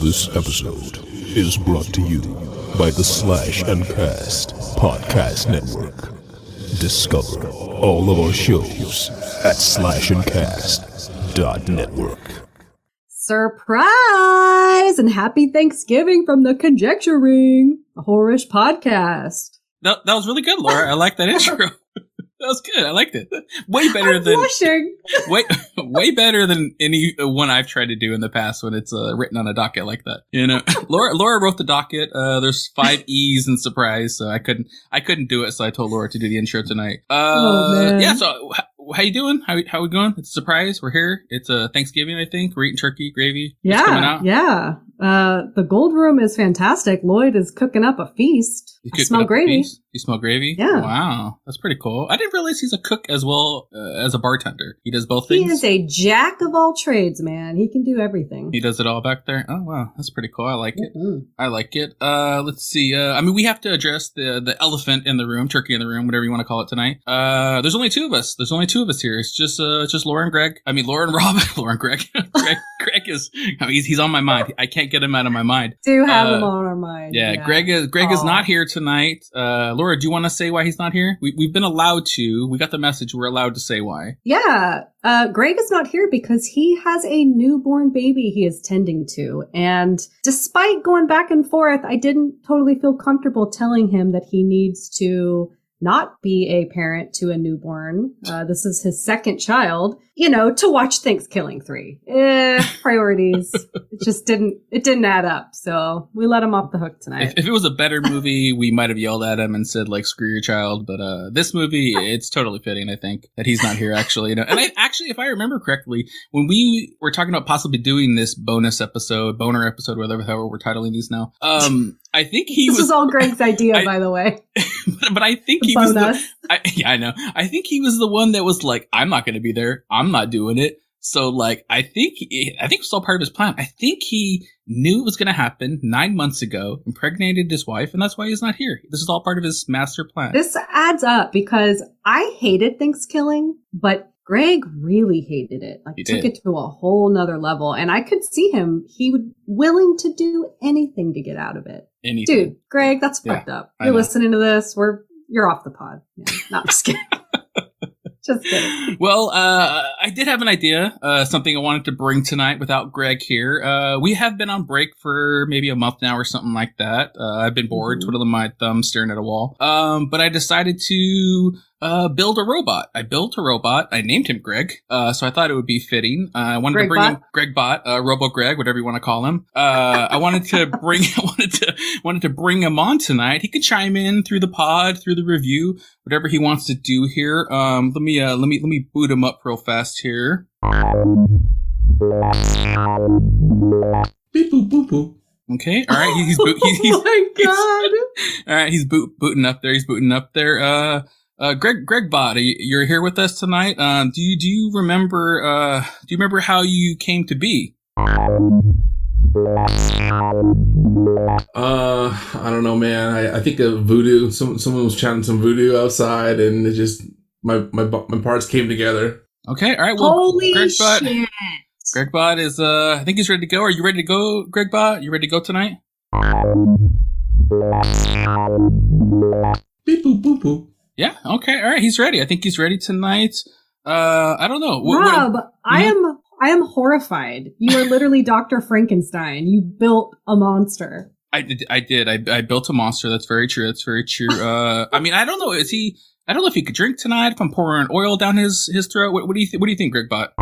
This episode is brought to you by the Slash and Cast Podcast Network. Discover all of our shows at slashandcast.network. Surprise! And happy Thanksgiving from the Conjecturing, a horrorish podcast. That, that was really good, Laura. I like that intro. that was good. I liked it. Way better I'm than blushing. way way better than any uh, one I've tried to do in the past when it's uh, written on a docket like that. You know, Laura Laura wrote the docket. Uh, there's five E's in surprise, so I couldn't I couldn't do it. So I told Laura to do the intro tonight. Uh, Oh, man. yeah. So h- how you doing? How how we going? It's a surprise. We're here. It's uh, Thanksgiving. I think we're eating turkey gravy. It's coming Yeah, out. yeah. Uh, the gold room is fantastic. Lloyd is cooking up a feast. You I cook smell it up a gravy. piece. You smell gravy? Yeah. Wow. That's pretty cool. I didn't realize he's a cook as well uh, as a bartender. He does both He things. is a jack of all trades, man. He can do everything. He does it all back there. Oh wow, that's pretty cool. I like it. Mhm. I like it. Uh, let's see. Uh, I mean, we have to address the the elephant in the room, turkey in the room, whatever you want to call it tonight. Uh, there's only two of us. There's only two of us here. It's just uh, it's just Laura and Greg. I mean, Laura and Rob. Laura and Greg. Greg, Greg is. I mean, he's, he's on my mind. I can't get him out of my mind. Do have Uh, him on our mind. Yeah, Greg is Greg is Aw. not here tonight. Uh, Laura, do you want to say why he's not here? We, we've been allowed to. We got the message. We're allowed to say why. Yeah, uh, Greg is not here because he has a newborn baby he is tending to. And despite going back and forth, I didn't totally feel comfortable telling him that he needs to not be a parent to a newborn. Uh, this is his second child, you know, to watch Thanksgiving 3. Eh, priorities. it just didn't, it didn't add up. So we let him off the hook tonight. If, if it was a better movie, we might have yelled at him and said like "screw your child." But uh, this movie, it's totally fitting, I think, that he's not here actually. You know? And I actually, if I remember correctly, when we were talking about possibly doing this bonus episode, boner episode, whatever however we're titling these now, um, I think he this was, is all Greg's idea, I- by the way. but I think he was Bonus. the, I, yeah, I know. I think he was the one that was like, "I'm not going to be there. I'm not doing it." So like, I think he- I think it was all part of his plan. I think he knew it was going to happen nine months ago, impregnated his wife, and that's why he's not here. This is all part of his master plan. This adds up because I hated Thanksgiving, but Greg really hated it. Like He took did. it to a whole nother level. And I could see him. He would willing to do anything to get out of it. Anything. Dude, Greg, that's Yeah, fucked up. I You're know. listening to this. We're you're off the pod. Yeah, not just kidding. just kidding. Well, uh, I did have an idea, uh, something I wanted to bring tonight without Greg here. Uh, we have been on break for maybe a month now or something like that. Uh, I've been bored, Mhm. twiddling my thumb, staring at a wall. Um, but I decided to uh, build a robot. I built a robot. I named him Greg, uh, so I thought it would be fitting. Uh, I wanted to Greg bring Bot? him Greg Bot, uh, Robo Greg, whatever you want to call him. Uh, I wanted to bring, I wanted to, wanted to bring him on tonight. He could chime in through the pod, through the review whatever he wants to do here. Um, let me uh, let me let me boot him up real fast here. Beep, boop, boop, boop. Okay, all right, he's boot, he's, he's oh my god. all right, he's boot, booting up there. He's booting up there. Uh, uh, Greg Greg Body, you're here with us tonight. Um, do you do you remember uh do you remember how you came to be? Uh, I don't know, man. I, I think of voodoo. Some someone was chanting some voodoo outside, and it just my my bu- my parts came together. Okay, all right. Well, Holy Greg Bot, shit. Greg Bot is uh I think he's ready to go. Are you ready to go, Greg Bot? You ready to go tonight? Beep boop boop boop. Yeah. Okay. All right. He's ready. I think he's ready tonight. Uh, I don't know. What- Mm-hmm. what- Rob, I am I am horrified. You are literally Dr. Frankenstein. You built a monster. I did. I did. I, I built a monster. That's very true. That's very true. Uh, I mean, I don't know. Is he? I don't know if he could drink tonight. If I'm pouring oil down his his throat. What, what do you th- What do you think, Greg Bot?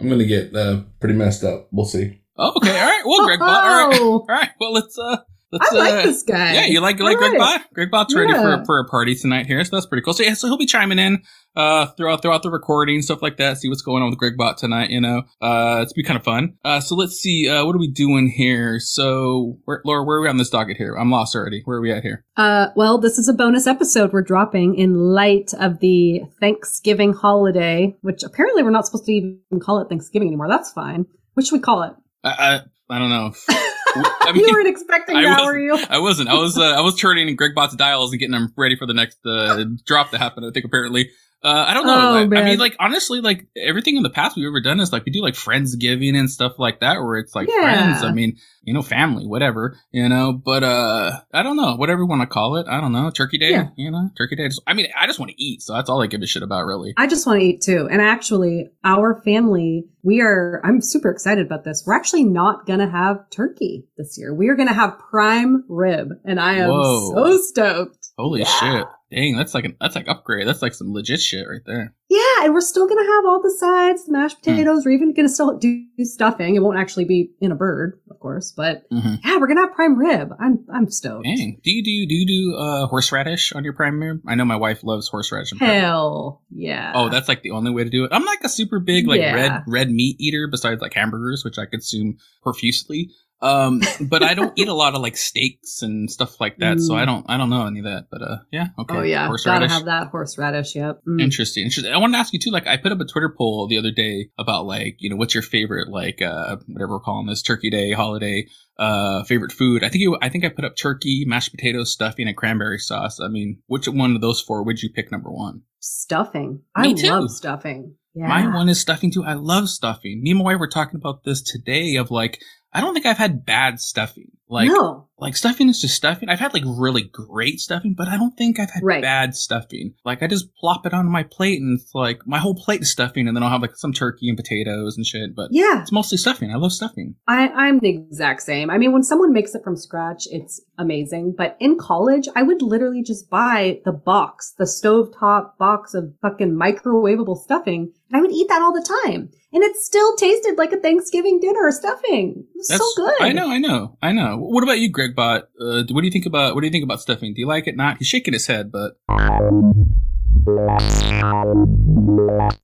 I'm gonna get uh, pretty messed up. We'll see. Oh, okay. All right. Well, Greg Bot. All right. Oh, All right. Well, let's uh. Let's, I like uh, this guy. Yeah, you like you like All Greg right. Bot. Greg Bot's ready Yeah. for for a party tonight here, so that's pretty cool. So yeah, so he'll be chiming in uh throughout throughout the recording stuff like that. See what's going on with Greg Bot tonight. You know, uh, it's be kind of fun. Uh, so let's see, uh, what are we doing here? So where, Laura, where are we on this docket here? I'm lost already. Where are we at here? Uh, well, this is a bonus episode we're dropping in light of the Thanksgiving holiday, which apparently we're not supposed to even call it Thanksgiving anymore. That's fine. What should we call it? I I, I don't know. I you mean- weren't expecting I that, were you? I wasn't. I was uh, I was turning Greg Bot's dials and getting him ready for the next uh, drop to happen. I think apparently. Uh, I don't know. Oh, I, I man. mean, like honestly, like everything in the past we've ever done is like we do like friendsgiving and stuff like that, where it's like Yeah. friends. I mean, you know, family, whatever, you know. But uh, I don't know, whatever you want to call it. I don't know, Turkey Day, Yeah. you know, Turkey Day. Just- I mean, I just want to eat, so that's all I give a shit about, really. I just want to eat too. And actually, our family, we are, I'm super excited about this. We're actually not going to have turkey this year. We are going to have prime rib. And I am Whoa. so stoked. Holy Yeah. shit! Dang, that's like an that's like upgrade. That's like some legit shit right there. Yeah. And we're still going to have all the sides, the mashed Hmm. potatoes. We're even going to still do stuffing. It won't actually be in a bird, of course, but hmm yeah, we're going to have prime rib. I'm, I'm stoked. Dang, do you do do you do uh, horseradish on your prime rib? I know my wife loves horseradish. And prime rib. Hell yeah. Oh, that's like the only way to do it. I'm like a super big like Yeah. red red meat eater besides like hamburgers, which I consume profusely. Um, but I don't eat a lot of like steaks and stuff like that, so Mm. I don't I don't know any of that. But uh, yeah, okay. Oh yeah, Horseradish. gotta have that horseradish. Yep. Mm. Interesting, interesting. I wanted to ask you too. Like, I put up a Twitter poll the other day about like, you know, what's your favorite like, uh, whatever we're calling this Turkey Day holiday, uh, favorite food. I think you, I think I put up turkey, mashed potatoes, stuffing, and cranberry sauce. I mean, which one of those four would you pick number one? Stuffing. Me I too. love stuffing. Yeah. My one is stuffing too. I love stuffing. Me and my wife were talking about this today. Of like, I don't think I've had bad stuffing. Like, no. like stuffing is just stuffing. I've had like really great stuffing, but I don't think I've had Right. bad stuffing. Like I just plop it on my plate and it's like my whole plate is stuffing and then I'll have like some turkey and potatoes and shit, but Yeah, it's mostly stuffing. I love stuffing. I, I'm the exact same. I mean, when someone makes it from scratch, it's amazing. But in college, I would literally just buy the box, the stovetop box of fucking microwavable stuffing, and I would eat that all the time. And it still tasted like a Thanksgiving dinner stuffing. It was so good. I know, I know, I know. What about you, Greg Bot? Uh, what do you think about what do you think about stuffing? Do you like it? Not? He's shaking his head, but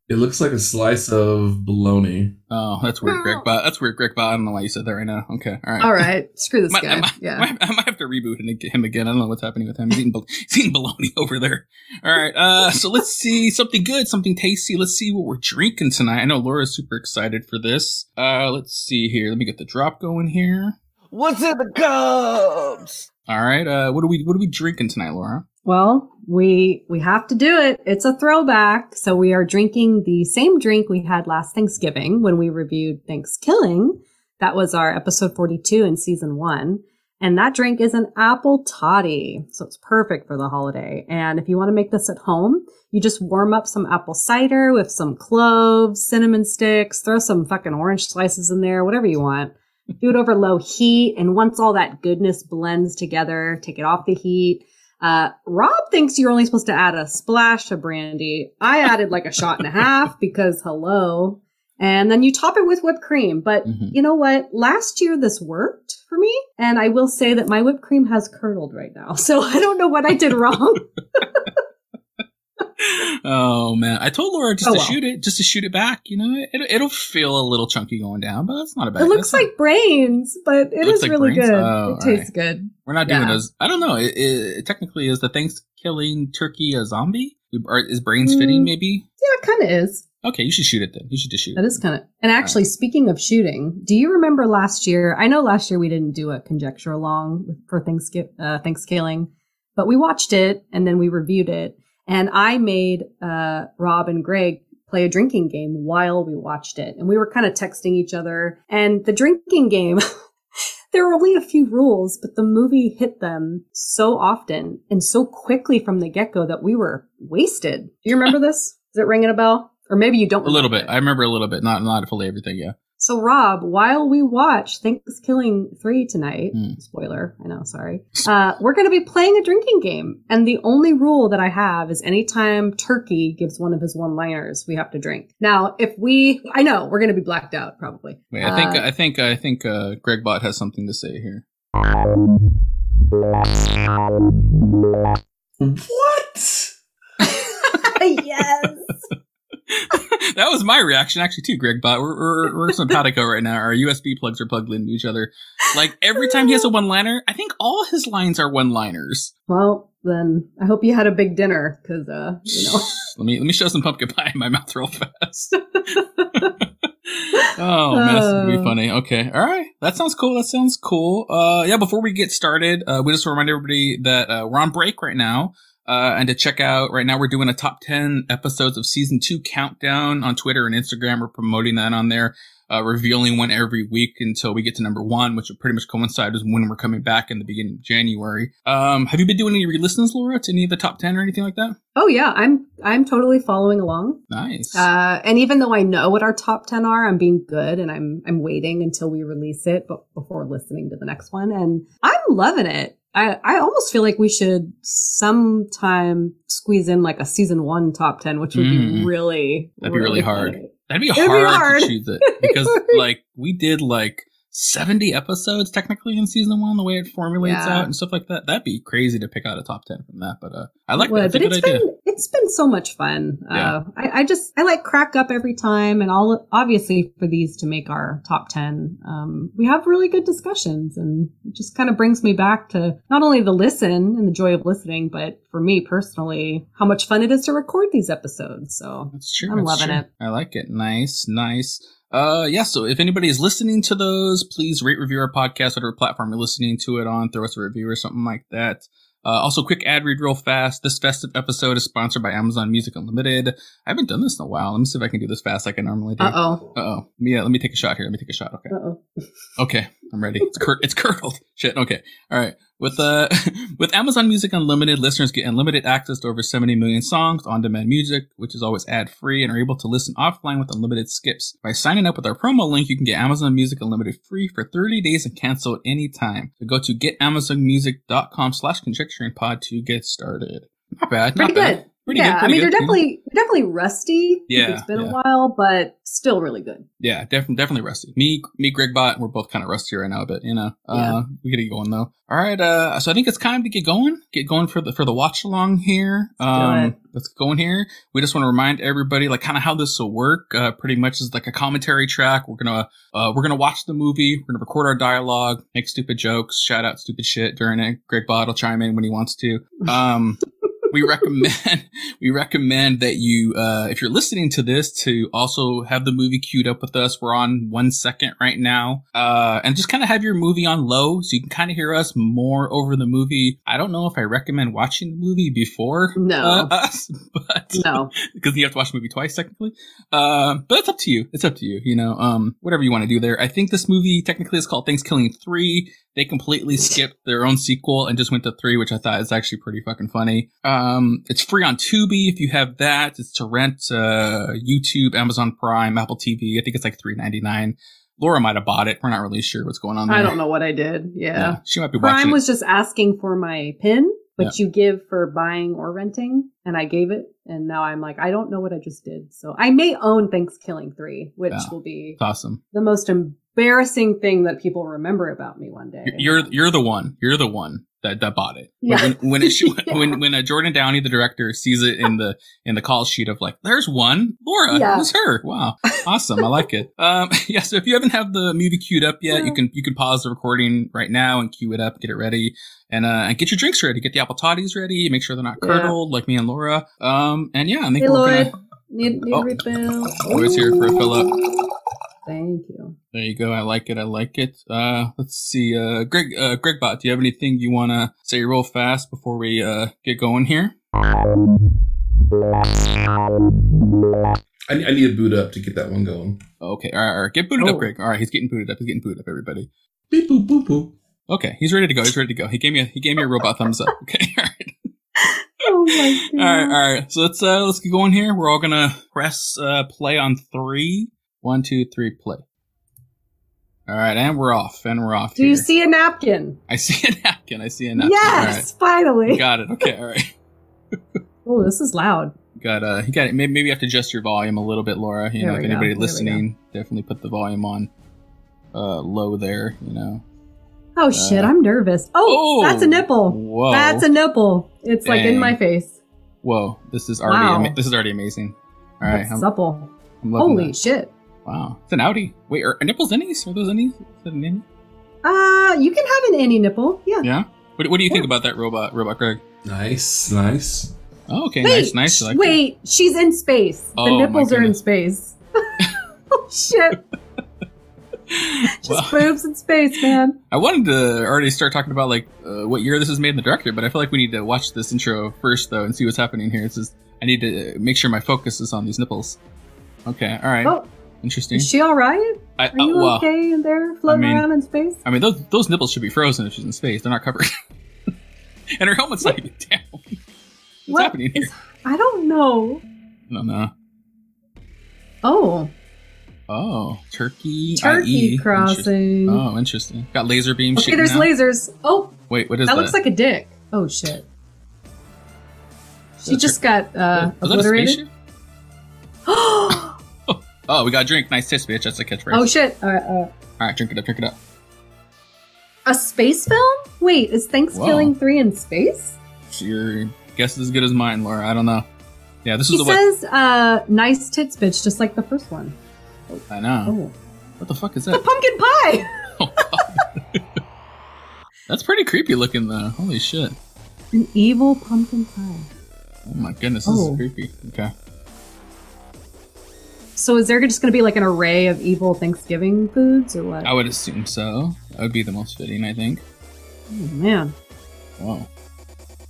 It looks like a slice of bologna. oh, that's weird, No. Greg Bot. That's weird, Greg Bot. I don't know why you said that right now. Okay, all right. All right, screw this Might- guy. I, might, yeah. might- I might have to reboot and get him again. I don't know what's happening with him. He's eating, bol- he's eating bologna over there. All right. Uh, so let's see something good, something tasty. Let's see what we're drinking tonight. I know Laura's super excited for this. Uh, let's see here. Let me get the drop going here. What's in the cups? All right. Uh, what are we What are we drinking tonight, Laura? Well, we we have to do it. It's a throwback. So we are drinking the same drink we had last Thanksgiving when we reviewed Thanksgiving. That was our episode 42 in season 1, and that drink is an apple toddy. So it's perfect for the holiday. And if you want to make this at home, you just warm up some apple cider with some cloves, cinnamon sticks, throw some fucking orange slices in there, whatever you want. Do it over low heat, and once all that goodness blends together, take it off the heat. Uh, Rob thinks you're only supposed to add a splash of brandy. I added like a shot and a half because hello. And then you top it with whipped cream. But Mhm. you know what? Last year this worked for me. And I will say that my whipped cream has curdled right now. So I don't know what I did wrong. Oh man, I told Laura just Oh, to well. shoot it, just to shoot it back. You know, it, it'll feel a little chunky going down, but that's not a bad. it looks that's not- like brains, but it looks is like really brains? good. Oh, it tastes good. We're not doing Yeah. those. I don't know. It, it, technically, is the Thanksgiving turkey a zombie? Or is brains fitting? Mm. Maybe. Yeah, it kind of is. Okay, you should shoot it then. You should just shoot. That it. is kind of. And actually, speaking of shooting, do you remember last year? I know last year we didn't do a conjecture along for Thanksgiving, uh, Thanksgiving, but we watched it and then we reviewed it. And I made uh, Rob and Greg play a drinking game while we watched it, and we were kind of texting each other. And the drinking game. There were only a few rules, but the movie hit them so often and so quickly from the get go that we were wasted. Do you remember this? Is it ringing a bell? Or maybe you don't. a little remember bit. it. I remember a little bit. Not not fully everything. Yeah. So, Rob, while we watch Thanksgiving 3 tonight, Hmm. spoiler, I know, sorry, uh, we're going to be playing a drinking game. And the only rule that I have is anytime Turkey gives one of his one liners, we have to drink. Now, if we, I know, we're going to be blacked out probably. Wait, I think Uh, I think I think uh, Greg Bot has something to say here. What? yes. that was my reaction actually too, Greg Bot. We're we're, we're simpatico right now. Our USB plugs are plugged into each other. Like every time he has a one liner, I think all his lines are one liners. Well, then I hope you had a big dinner because, uh, you know. Let me let me show some pumpkin pie in my mouth real fast. oh man, that's gonna be Uh. funny. Okay, all right, that sounds cool. That sounds cool. Uh, yeah. Before we get started, uh, we just want to remind everybody that uh, we're on break right now. uh, and to check out right now we're doing a top 10 episodes of season 2 countdown on twitter and instagram we're promoting that on there uh, revealing one every week until we get to number one which will pretty much coincide with when we're coming back in the beginning of january um, have you been doing any re-listens laura to any of the top 10 or anything like that Oh yeah, I'm I'm totally following along. nice Uh, and even though I know what our top ten are, I'm being good and I'm I'm waiting until we release it, but before listening to the next one, and I'm loving it. I, I almost feel like we should sometime squeeze in like a season one top ten, which would be Mm. really That'd be really hard. funny. That'd be It'd hard, be hard. to choose it because like we did like 70 episodes technically in season one, the way it formulates Yeah. out and stuff like that. That'd be crazy to pick out a top 10 from that. But uh, I like Would, that. That's a but good it's idea. been it's been so much fun. Yeah. Uh, I, I just I like crack up every time, and all obviously for these to make our top ten, um, we have really good discussions, and it just kind of brings me back to not only the listen and the joy of listening, but for me personally, how much fun it is to record these episodes. So That's true. I'm that's loving true. it. I like it. Nice, nice. Uh, yeah. So if anybody is listening to those, please rate, review our podcast, whatever platform you're listening to it on. Throw us a review or something like that. Uh, also, quick ad read real fast. This festive episode is sponsored by Amazon Music Unlimited. I haven't done this in a while. Let me see if I can do this fast like I normally do. uh oh, oh. Yeah, let me take a shot here. Let me take a shot. Okay. uh oh, Okay, I'm ready. It's cur- it's curdled. Shit. Okay. All right. With uh, with Amazon Music Unlimited, listeners get unlimited access to over 70 million songs, on-demand music, which is always ad-free, and are able to listen offline with unlimited skips. By signing up with our promo link, you can get Amazon Music Unlimited free for 30 days and cancel at any time. So go to getamazonmusic.com/conjecturingpod to get started. Not bad. Not pretty bad. good. yeah, I mean you're definitely you're definitely rusty. 'cause Yeah, it's been yeah. a while, but still really good. Yeah, definitely, definitely rusty. Me, me, Greg Bot, we're both kind of rusty right now, but you know, uh, we gotta get going though. All right, uh, so I think it's time to get going, get going for the for the watch along here. do Um, it. let's go in here. We just want to remind everybody, like, kind of how this will work. Uh, pretty much is like a commentary track. We're gonna uh, we're gonna watch the movie. We're gonna record our dialogue, make stupid jokes, shout out stupid shit during it. Greg Bot will chime in when he wants to. Um, we recommend we recommend that you, uh, if you're listening to this, to also have the movie queued up with us. We're on one second right now, uh, and just kind of have your movie on low so you can kind of hear us more over the movie. I don't know if I recommend watching the movie before No. uh, us, but No, because you have to watch the movie twice technically. Uh, but it's up to you. It's up to you. You know, um, whatever you want to do there. I think this movie technically is called Thanksgiving Three. They completely skipped their own sequel and just went to three, which I thought is actually pretty fucking funny. Um, it's free on Tubi if you have that. It's to rent, uh, YouTube, Amazon Prime, Apple TV. I think it's like three ninety nine. Laura might have bought it. We're not really sure what's going on there. I don't know what I did. yeah. Yeah, she might be watching. Prime it. was just asking for my pin, which you give for buying or renting, and I gave it, and now I'm like, I don't know what I just did. So I may own Thanksgiving three, which Yeah. will be It's awesome. the most embarrassing thing that people remember about me one day. You're you're the one. You're the one that, that bought it. Yeah. When when it, sh- Yeah. when when uh, Jordan Downey, the director, sees it in the in the call sheet of like, there's one Laura. Yeah. It was her. Wow, awesome. I like it. Um, yeah. So if you haven't have the movie queued up yet, you can you can pause the recording right now and queue it up, get it ready, and uh, and get your drinks ready. Get the apple toddies ready. Make sure they're not Yeah. curdled like me and Laura. Um, and yeah, I think hey, we're Lloyd, gonna. need need Oh. refill. Lloyd's here for a fill up. Thank you. There you go. I like it. I like it. Uh, let's see. Uh, Greg, uh, Gregbot, do you have anything you want to say real fast before we, uh, get going here? I, I need to boot up to get that one going. Okay. All right. All right. Get booted up, Oh. Greg. All right. He's getting booted up. He's getting booted up, everybody. Beep boop boop boop. Okay. He's ready to go. He's ready to go. He gave me a, he gave me a robot thumbs up. Okay. All right. Oh my All god. right. All right. So let's, uh, let's get going here. We're all going to press, uh, play on three. One, two, three, play. All right. And we're off. And we're off. Do you here. see a napkin? I see a napkin. I see a napkin. yes, All right. finally. Got it. Okay. All right. Oh, this is loud. Got uh, you got maybe, maybe you have to adjust your volume a little bit, Laura. You There know, if we go, anybody there we listening, definitely put the volume on uh low there. You know. Oh shit, Uh, I'm nervous. Oh, that's a nipple. Whoa, That's a nipple. It's like Dang. in my face. whoa. This is already Wow. ama- this is already amazing. All right, That's I'm, supple. I'm loving Holy that. shit. Wow, it's an Audi. Wait, are, are nipples innies? Are those innies? Is that an innie? Uh, you can have an any nipple. Yeah. Yeah. What, what do you think Yeah. about that robot, robot Greg? Nice, nice. Oh, okay, Wait, nice, nice. sh- I like that. wait, she's in space. Oh, the my nipples are in goodness. space. oh shit. Just boobs in space, man. I wanted to already start talking about like uh, what year this was made in the director, but I feel like we need to watch this intro first though and see what's happening here. It's just I need to uh, make sure my focus is on these nipples. Okay, all right, Oh, interesting. is she all right? I, Are you uh, well, okay in there, floating I mean- around in space? I mean those those nipples should be frozen if she's in space. They're not covered, and her helmet's not even down. What's What happening here? is- I don't know. I don't know. Oh, Oh, turkey, turkey IE. Interesting. crossing. Oh, interesting. Got laser beam. okay, shooting there's out. lasers. Oh, Wait, what is that that? looks like a dick. Oh shit. She That's just got uh, Is that a obliterated. spaceship? oh Oh, we got a drink. Nice taste, bitch. That's a catchphrase. shit! Uh, uh, All right, drink it up, drink it up. a space film? Wait, is Thanksgiving three in space? So your guess is as good as mine, Laura. I don't know. Yeah, this He is the says, uh, "Nice tits, bitch," just like the first one. what I know. Oh, What the fuck is the that? pumpkin pie. That's pretty creepy looking though. Holy shit. An evil pumpkin pie. Oh my goodness, this Oh. is creepy. Okay. So is there just going to be like an array of evil Thanksgiving foods or what? I would assume so. That would be the most fitting, I think. Oh man, Wow.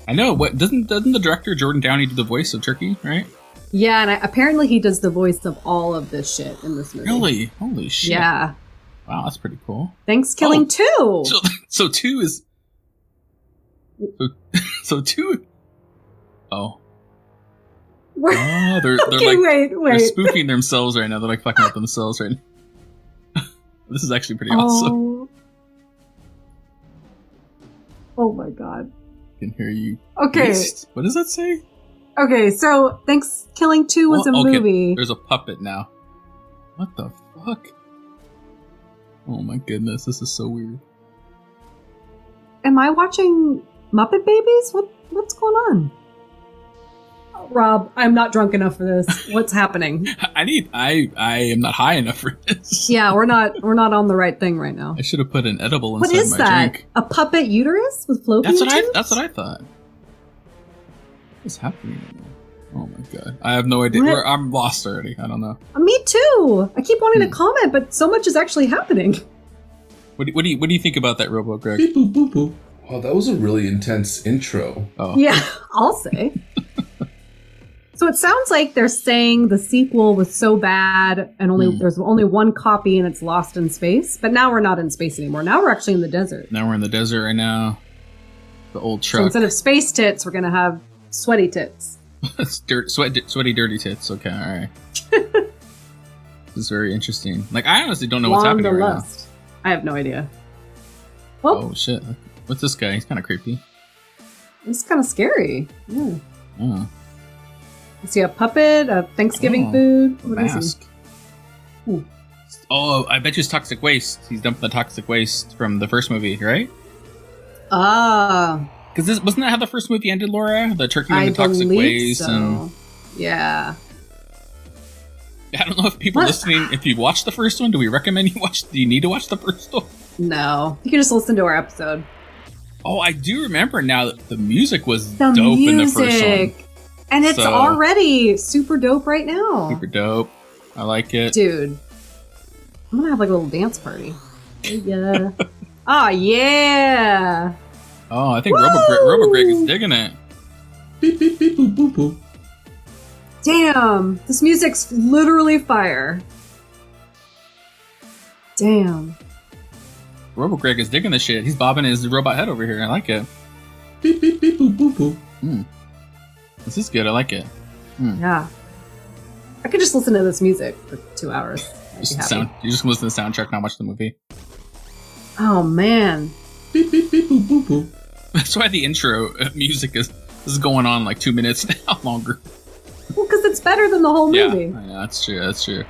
I know, what doesn't doesn't the director Jordan Downey do the voice of Turkey, right? yeah, and I, apparently he does the voice of all of this shit in this movie. Really? Holy shit. Yeah. Wow, that's pretty cool. Thanks, killing two. Oh. So so two is so, so two Oh. We're- Oh, they're they're okay, like wait, wait. They're spoofing themselves right now. They're like fucking with themselves right now. this is actually pretty awesome. Oh. Oh my god. I can hear you. Okay. Beast. What does that say? Okay, so Thanks Killing 2 was Well, a okay, movie. There's a puppet now. What the fuck? Oh my goodness, this is so weird. Am I watching Muppet Babies? What what's going on? Rob, I'm not drunk enough for this. What's happening? I need. I. I am not high enough for this. Yeah, we're not we're not on the right thing right now. I should have put an edible What inside is my that? drink. A puppet uterus with floating That's what I. tubes? That's what I thought. What's happening? right now? Oh my god! I have no idea. What? We're- I'm lost already. I don't know. Me too. I keep wanting Hmm. to comment, but so much is actually happening. What do, what do you What do you think about that, Robo Greg? Beep, boop, boop, boop. Wow, that was a really intense intro. Oh, Yeah, I'll say. so it sounds like they're saying the sequel was so bad and only Hmm. there's only one copy and it's lost in space. But now we're not in space anymore. Now we're actually in the desert. Now we're in the desert right now. The old So truck. instead of space tits, we're gonna have sweaty tits. It's dirt, sweat, sweaty, dirty tits. Okay, all right. this is very interesting. Like, I honestly don't know what's Long to happening right now. lust. I have no idea. Well, Oh shit! What's this guy? He's kind of creepy. it's kind of scary. Yeah. Oh, I see a puppet, a Thanksgiving Oh, food. a What is mask. he? Ooh. Oh, I bet you it's toxic waste. He's dumping the toxic waste from the first movie, right? it? Ah, Because this wasn't that how the first movie ended, Laura? The turkey and I the toxic believe waste. so. And Yeah. I don't know if people What? listening, if you watched the first one, do we recommend you watch? Do you need to watch the first one? No, you can just listen to our episode. Oh, I do remember now. that The music was The dope in the music, first one. and it's So- already super dope right now, Super dope. I like it. dude. I'm gonna have like a little dance party. Yeah. oh yeah. Oh, I think Woo! Robo Greg, Robo Greg is digging it. Beep, beep, beep, boop, boop, boop. Damn, this music's literally fire. Damn. Robo Greg is digging the shit. He's bobbing his robot head over here. I like it. Beep, beep, beep, boop, boop, boop. This is good. I like it. Yeah. I could just listen to this music for two hours. I'd be Just happy. sound, you just can listen to the soundtrack, not watch the movie. Oh man. Beep, beep, beep, boop, boop, boop. That's why the intro uh, music is this is going on like two minutes now longer. Well, because it's better than the whole Yeah, movie. I know, that's true. That's true.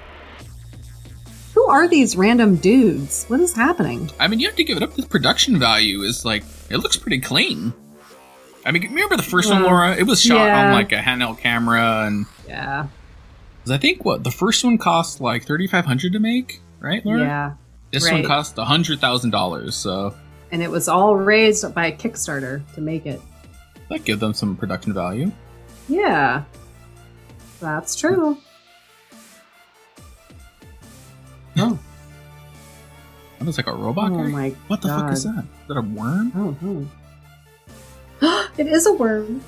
Who are these random dudes? What is happening? I mean, you have to give it up. This production value is like it looks pretty clean. I mean, remember the first one, Yeah. Laura? It was shot on Yeah. like a handheld camera, and Yeah. 'cause I think what the first one cost like thirty five hundred to make, right, Laura? Yeah. This one Right. cost hundred thousand dollars, so And it was all raised by Kickstarter to make it. that give them some production value. Yeah. That's true. That was like a robot Oh guy? my what the fuck God. is that? Is that a worm? Oh, no. it is a worm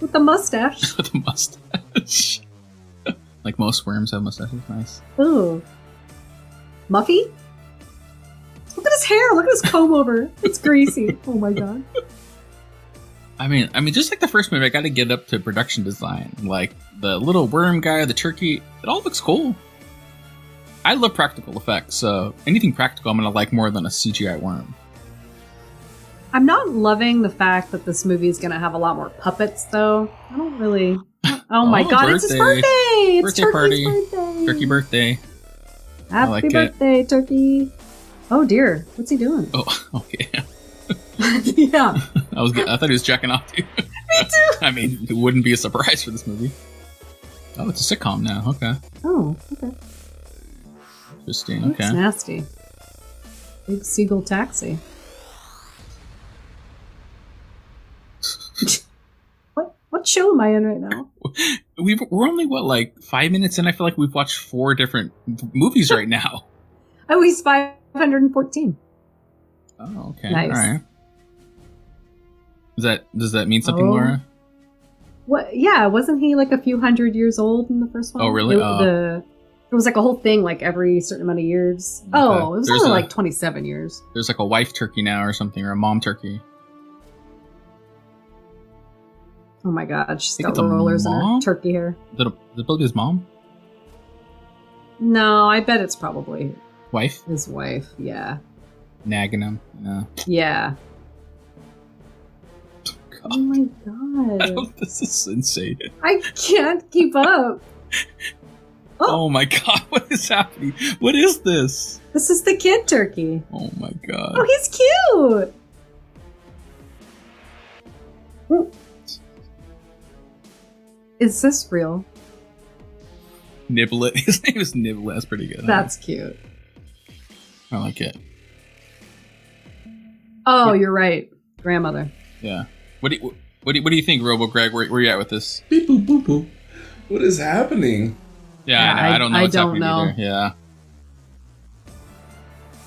with a mustache. With a mustache. like most worms have mustaches. Nice. Ooh. Muffy? Look at his hair. Look at his comb over. It's greasy. Oh my god. I mean, I mean, just like the first movie, I got to get up to production design. Like the little worm guy, the turkey, it all looks cool. I love practical effects, so anything practical, I'm gonna like more than a CGI worm. I'm not loving the fact that this movie is going to have a lot more puppets, though. I don't really. Oh my Oh, god, it's his birthday. birthday! It's Birthday Turkey's party. birthday. Turkey birthday. Happy like it. birthday, Turkey. Oh dear, what's he doing? Oh, okay. yeah. I was, I thought he was jacking off. Too. Me too. I mean, it wouldn't be a surprise for this movie. Oh, it's a sitcom now. Okay, Oh, okay. interesting. That's Okay. nasty. Big seagull taxi. what what show am I in right now? We've, we're only what like five minutes in. I feel like we've watched four different movies right now. Oh, he's five hundred and fourteen. Oh, okay. Nice. All right. Does that does that mean something, Oh. Laura? What? Yeah, wasn't he like a few hundred years old in the first one? Oh, really? It, Oh. the it was like a whole thing, like every certain amount of years. Oh, Okay. it was There's only a- like twenty-seven years. There's like a wife turkey now or something, or a mom turkey. Oh my god, she's Think got it's a rollers in her mom? turkey hair. Is it, a, is it probably his mom? No, I bet it's probably Wife? his wife. Yeah, Nagging him. No. yeah. Oh God. my I god, don't- this is insane. I can't keep up. Oh. Oh my god, what is happening? What is this? This is the kid turkey. Oh my god. Oh, he's cute. Ooh. Is this real? Niblet. His name is Niblet. That's pretty good. That's cute. I like it. Oh, you're right. Grandmother. Yeah. What do you, what do you, what do you think, Robo Greg? Where, where you at with this? Beep boop boop boop. What is happening? Yeah, Yeah, I, know. I- I don't know. I what's don't happening know. either. Yeah.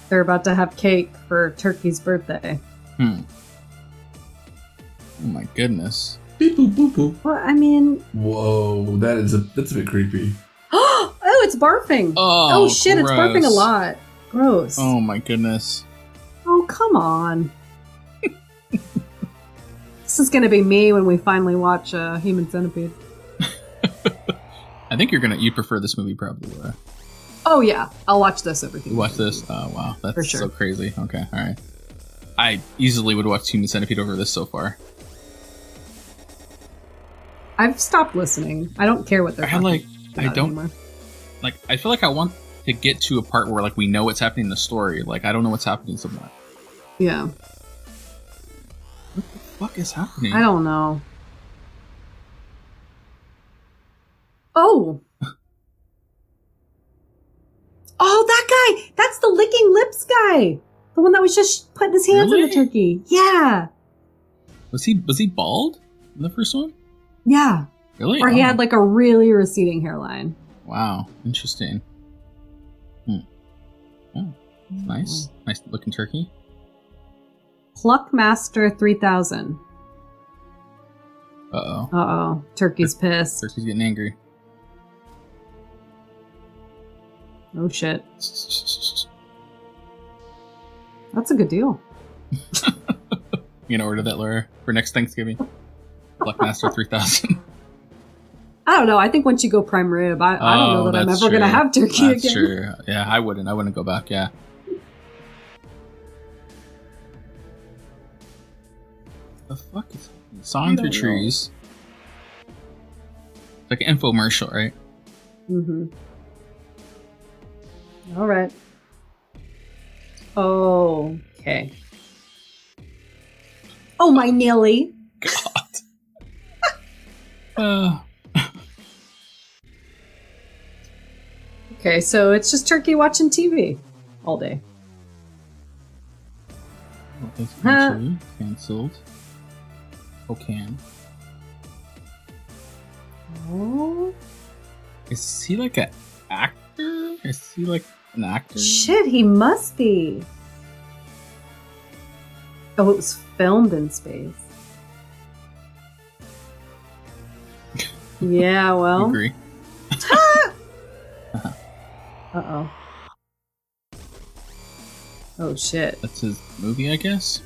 They're about to have cake for Turkey's birthday. Oh my goodness. Beep boop boop boop. Well, I mean, Whoa, that is a that's a bit creepy. oh, it's barfing. Oh, shit, it's barfing a gross. lot. Gross. Oh my goodness. Oh, come on. this is gonna be me when we finally watch uh, Human Centipede. I think you're gonna you prefer this movie probably. Laura. Oh yeah, I'll watch this over You Human watch Centipede. this? Oh wow, that's For sure. so crazy. Okay, all right. I easily would watch Human Centipede over this so far. I've stopped listening. I don't care what they're I had, talking like about I don't anymore. like. I feel like I want to get to a part where like we know what's happening in the story. Like I don't know what's happening somewhere. Yeah, What is happening? I don't know. Oh. Oh, that guy! That's the licking lips guy! The one that was just putting his hands in Really? the turkey. Yeah. Was he was he bald in the first one? Yeah. Really? Or he Oh, had like a really receding hairline. Wow, interesting. Hmm. Oh, Mm-hmm. nice, nice looking turkey. Pluckmaster 3000. Uh oh, Uh oh. Turkey's pissed. turkey's getting angry. Oh shit. That's a good deal. You gonna order that, Laura, for next Thanksgiving? Blackmaster three thousand. I don't know. I think once you go prime rib, I, I don't Oh, know that I'm that's ever going to true. have turkey That's again. true. Yeah, I wouldn't. I wouldn't go back. Yeah. The fuck is sawing through don't know. trees? It's like an infomercial, right? Mm-hmm. All right. Oh, okay. Oh, my Nilly. Uh, Okay, so it's just turkey watching TV all day. well, that's Huh. canceled. Cancelled. Okay. Oh, Is he like an actor? Is he like an actor? Shit, he must be. Oh, it was filmed in space. Yeah, I well. agree. Uh oh. Oh shit. That's his movie, I guess.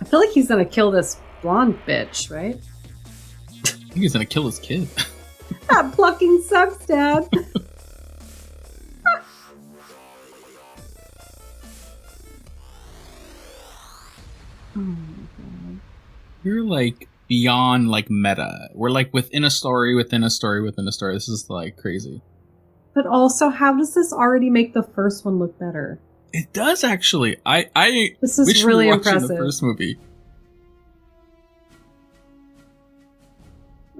I feel like he's gonna kill this blonde bitch, right? I think he's gonna kill his kid. That plucking sucks, Dad. Oh my God. You're like beyond like meta. We're like within a story, within a story, within a story. This is like crazy. But also, how does this already make the first one look better? It does actually. I I This is we should be really watching impressive. The first movie.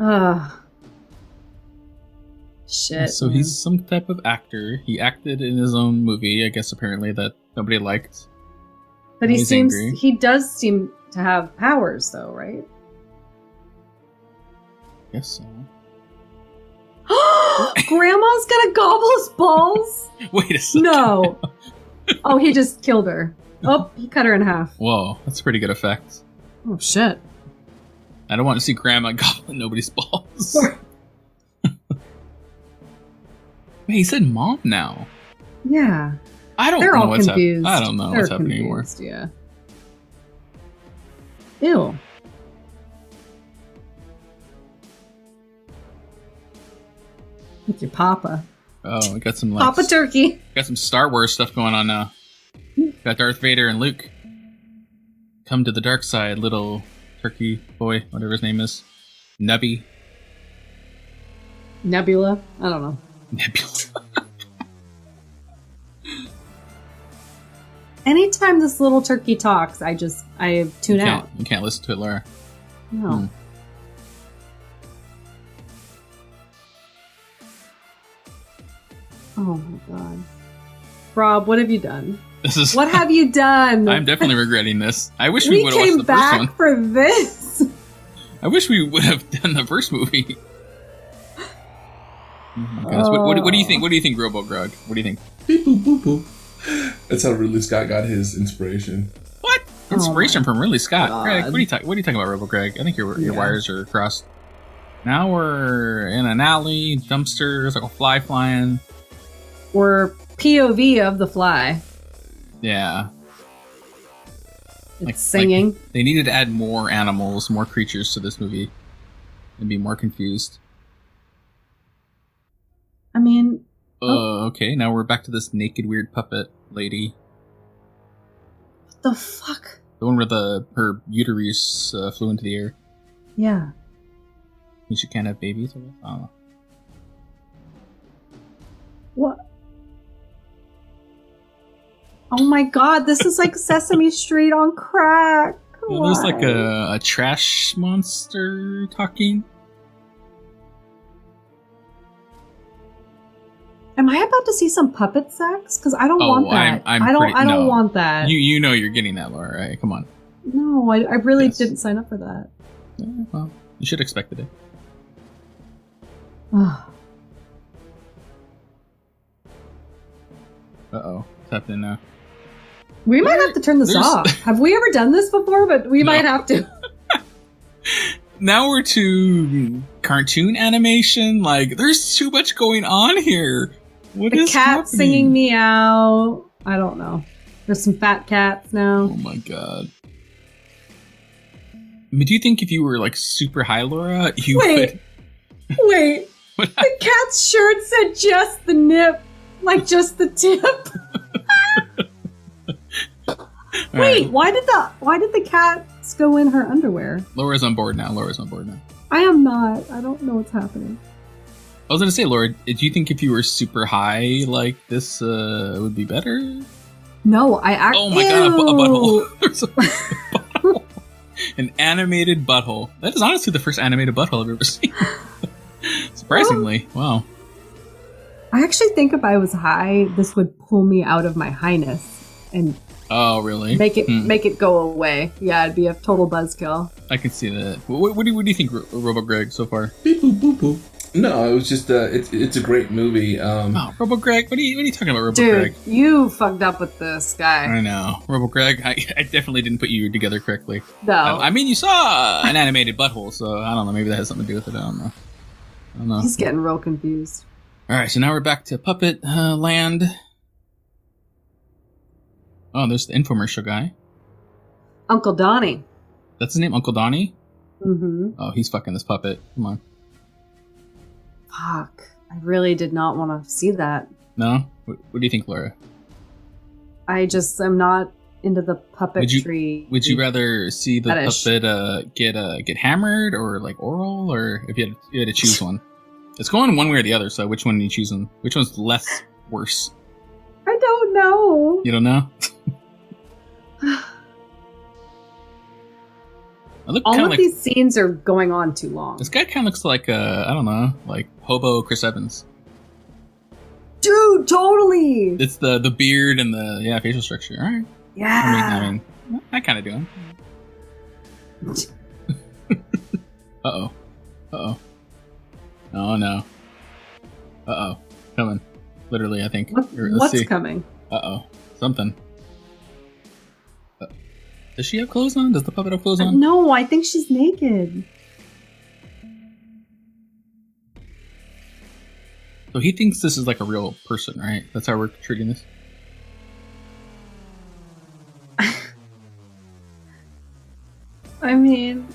Ah, shit. so he's some type of actor. He acted in his own movie, I guess. Apparently that nobody liked. man. but he he's seems angry. he does seem to have powers, though, right? Yes. So. Grandma's gonna gobble his balls. Wait a Mm. second. No. Oh, he just killed her. Oh, he cut her in half. Whoa, that's a pretty good effect. Oh shit. I don't want to see Grandma gobbling nobody's balls. Wait, he said mom now. Yeah, I don't they're know all what's confused. happening. I don't know They're what's happening anymore. confused, Yeah. Ew. With your papa. Oh, we got some like Papa Turkey. got some Star Wars stuff going on now. Got Darth Vader and Luke. Come to the dark side, little turkey boy, whatever his name is. Nubby. Nebula. I don't know. Nebula. Anytime this little turkey talks, I just I tune you, out. can't, you can't listen to it, Laura. No. Hmm. Oh my god. Rob, what have you done? This is What have you done? I'm definitely regretting this. I wish we, we would have watched came the back first one. for this. I wish we would have done the first movie. Oh my goodness. What, what, what do you Uh, think? What do you think, Robo Grog? What do you think? Beep, boop, boop, boop. That's how Ridley Scott got his inspiration. What inspiration from Ridley Scott? oh God. Greg, what are you talking? What are you talking about, Robo Greg? I think your your Yeah. wires are crossed. Now we're in an alley, dumpster. There's like a fly flying. We're POV of the fly. Yeah, It's Like- singing. they needed to add more animals, more creatures to this movie, and be more confused. I mean, Oh, okay. Now we're back to this naked, weird puppet lady. what the fuck? The one where the her uterus uh, flew into the air. Yeah. We should kind of have babies. I guess. I don't know. What? Oh my god, this is like Sesame Street on crack. Yeah, there's like Why? a, a trash monster talking. Am I about to see some puppet sex? Because I don't Oh, want I'm- that. I'm I do not pretty- I don't no. want that. You you know you're getting that, Laura. Right? Come on. no, I, I really Yes. didn't sign up for that. Yeah, well, you should expect it. Ugh. Uh oh, what's happening now? we might have to turn this there's- off. Have we ever done this before? But we No. might have to. Now we're to cartoon animation. Like, there's too much going on here. What is the cat happening? singing meow. I don't know. There's some fat cats Oh now. my god. I mean, do you think if you were like super high, Laura, you Wait, wait. What the cat's shirt said just the nip, like just the tip. would? All Wait, right, why did the why did the cats go in her underwear? Laura's on board now. Laura's on board now. I am not. I don't know what's happening. I was gonna say, Laura, do you think if you were super high, like this, uh, would be better? No, I actually. Oh my god, a, bu- a butthole. There's a butthole. An animated butthole. That is honestly the first animated butthole I've ever seen. Surprisingly. Wow. I actually think if I was high, this would pull me out of my highness and Oh, really? Make it Hmm. make it go away. Yeah, it'd be a total buzzkill. I can see that. What, what, do, you, what do you think, Ro- Robo Greg, so far? Beep, boop, boop, boop. No, it was just uh, it's it's a great movie. Um, Oh, Robo Greg, what are you what are you talking about, Robo Greg? Dude, you fucked up with this guy. I know, Robo Greg. I, I definitely didn't put you together correctly. No. Uh, I mean, you saw an animated butthole, so I don't know. Maybe that has something to do with it. I don't know. I don't know. He's getting real confused. All right, so now we're back to Puppet uh, Land. Oh, there's the infomercial guy. Uncle Donnie. That's his name, Uncle Donnie. Mm-hmm. Oh, he's fucking this puppet. Come on. Fuck. I really did not want to see that. No. What, what do you think, Laura? I just am not into the puppetry. Would Would you rather see the Mm. Fetish. puppet uh, get uh, get hammered or like oral, or if you had, you had to choose one? It's going one way or the other. So which one are you choosing? Which one's less worse? I don't know. You don't know. I look All kinda of like, these scenes are going on too long. This guy kind of looks like uh, I don't know, like hobo Chris Evans. Dude, totally. It's the the beard and the yeah facial structure. All right. I mean, I yeah. mean, I kind of do him. uh oh. Uh oh. Oh no. Uh oh. Coming. Literally, I think. What- Here, what's Let's see. coming? uh oh. Something. Uh, does she have clothes on? Does the puppet have clothes on? No, I think she's naked. So he thinks this is like a real person, right? That's how we're treating this. I mean,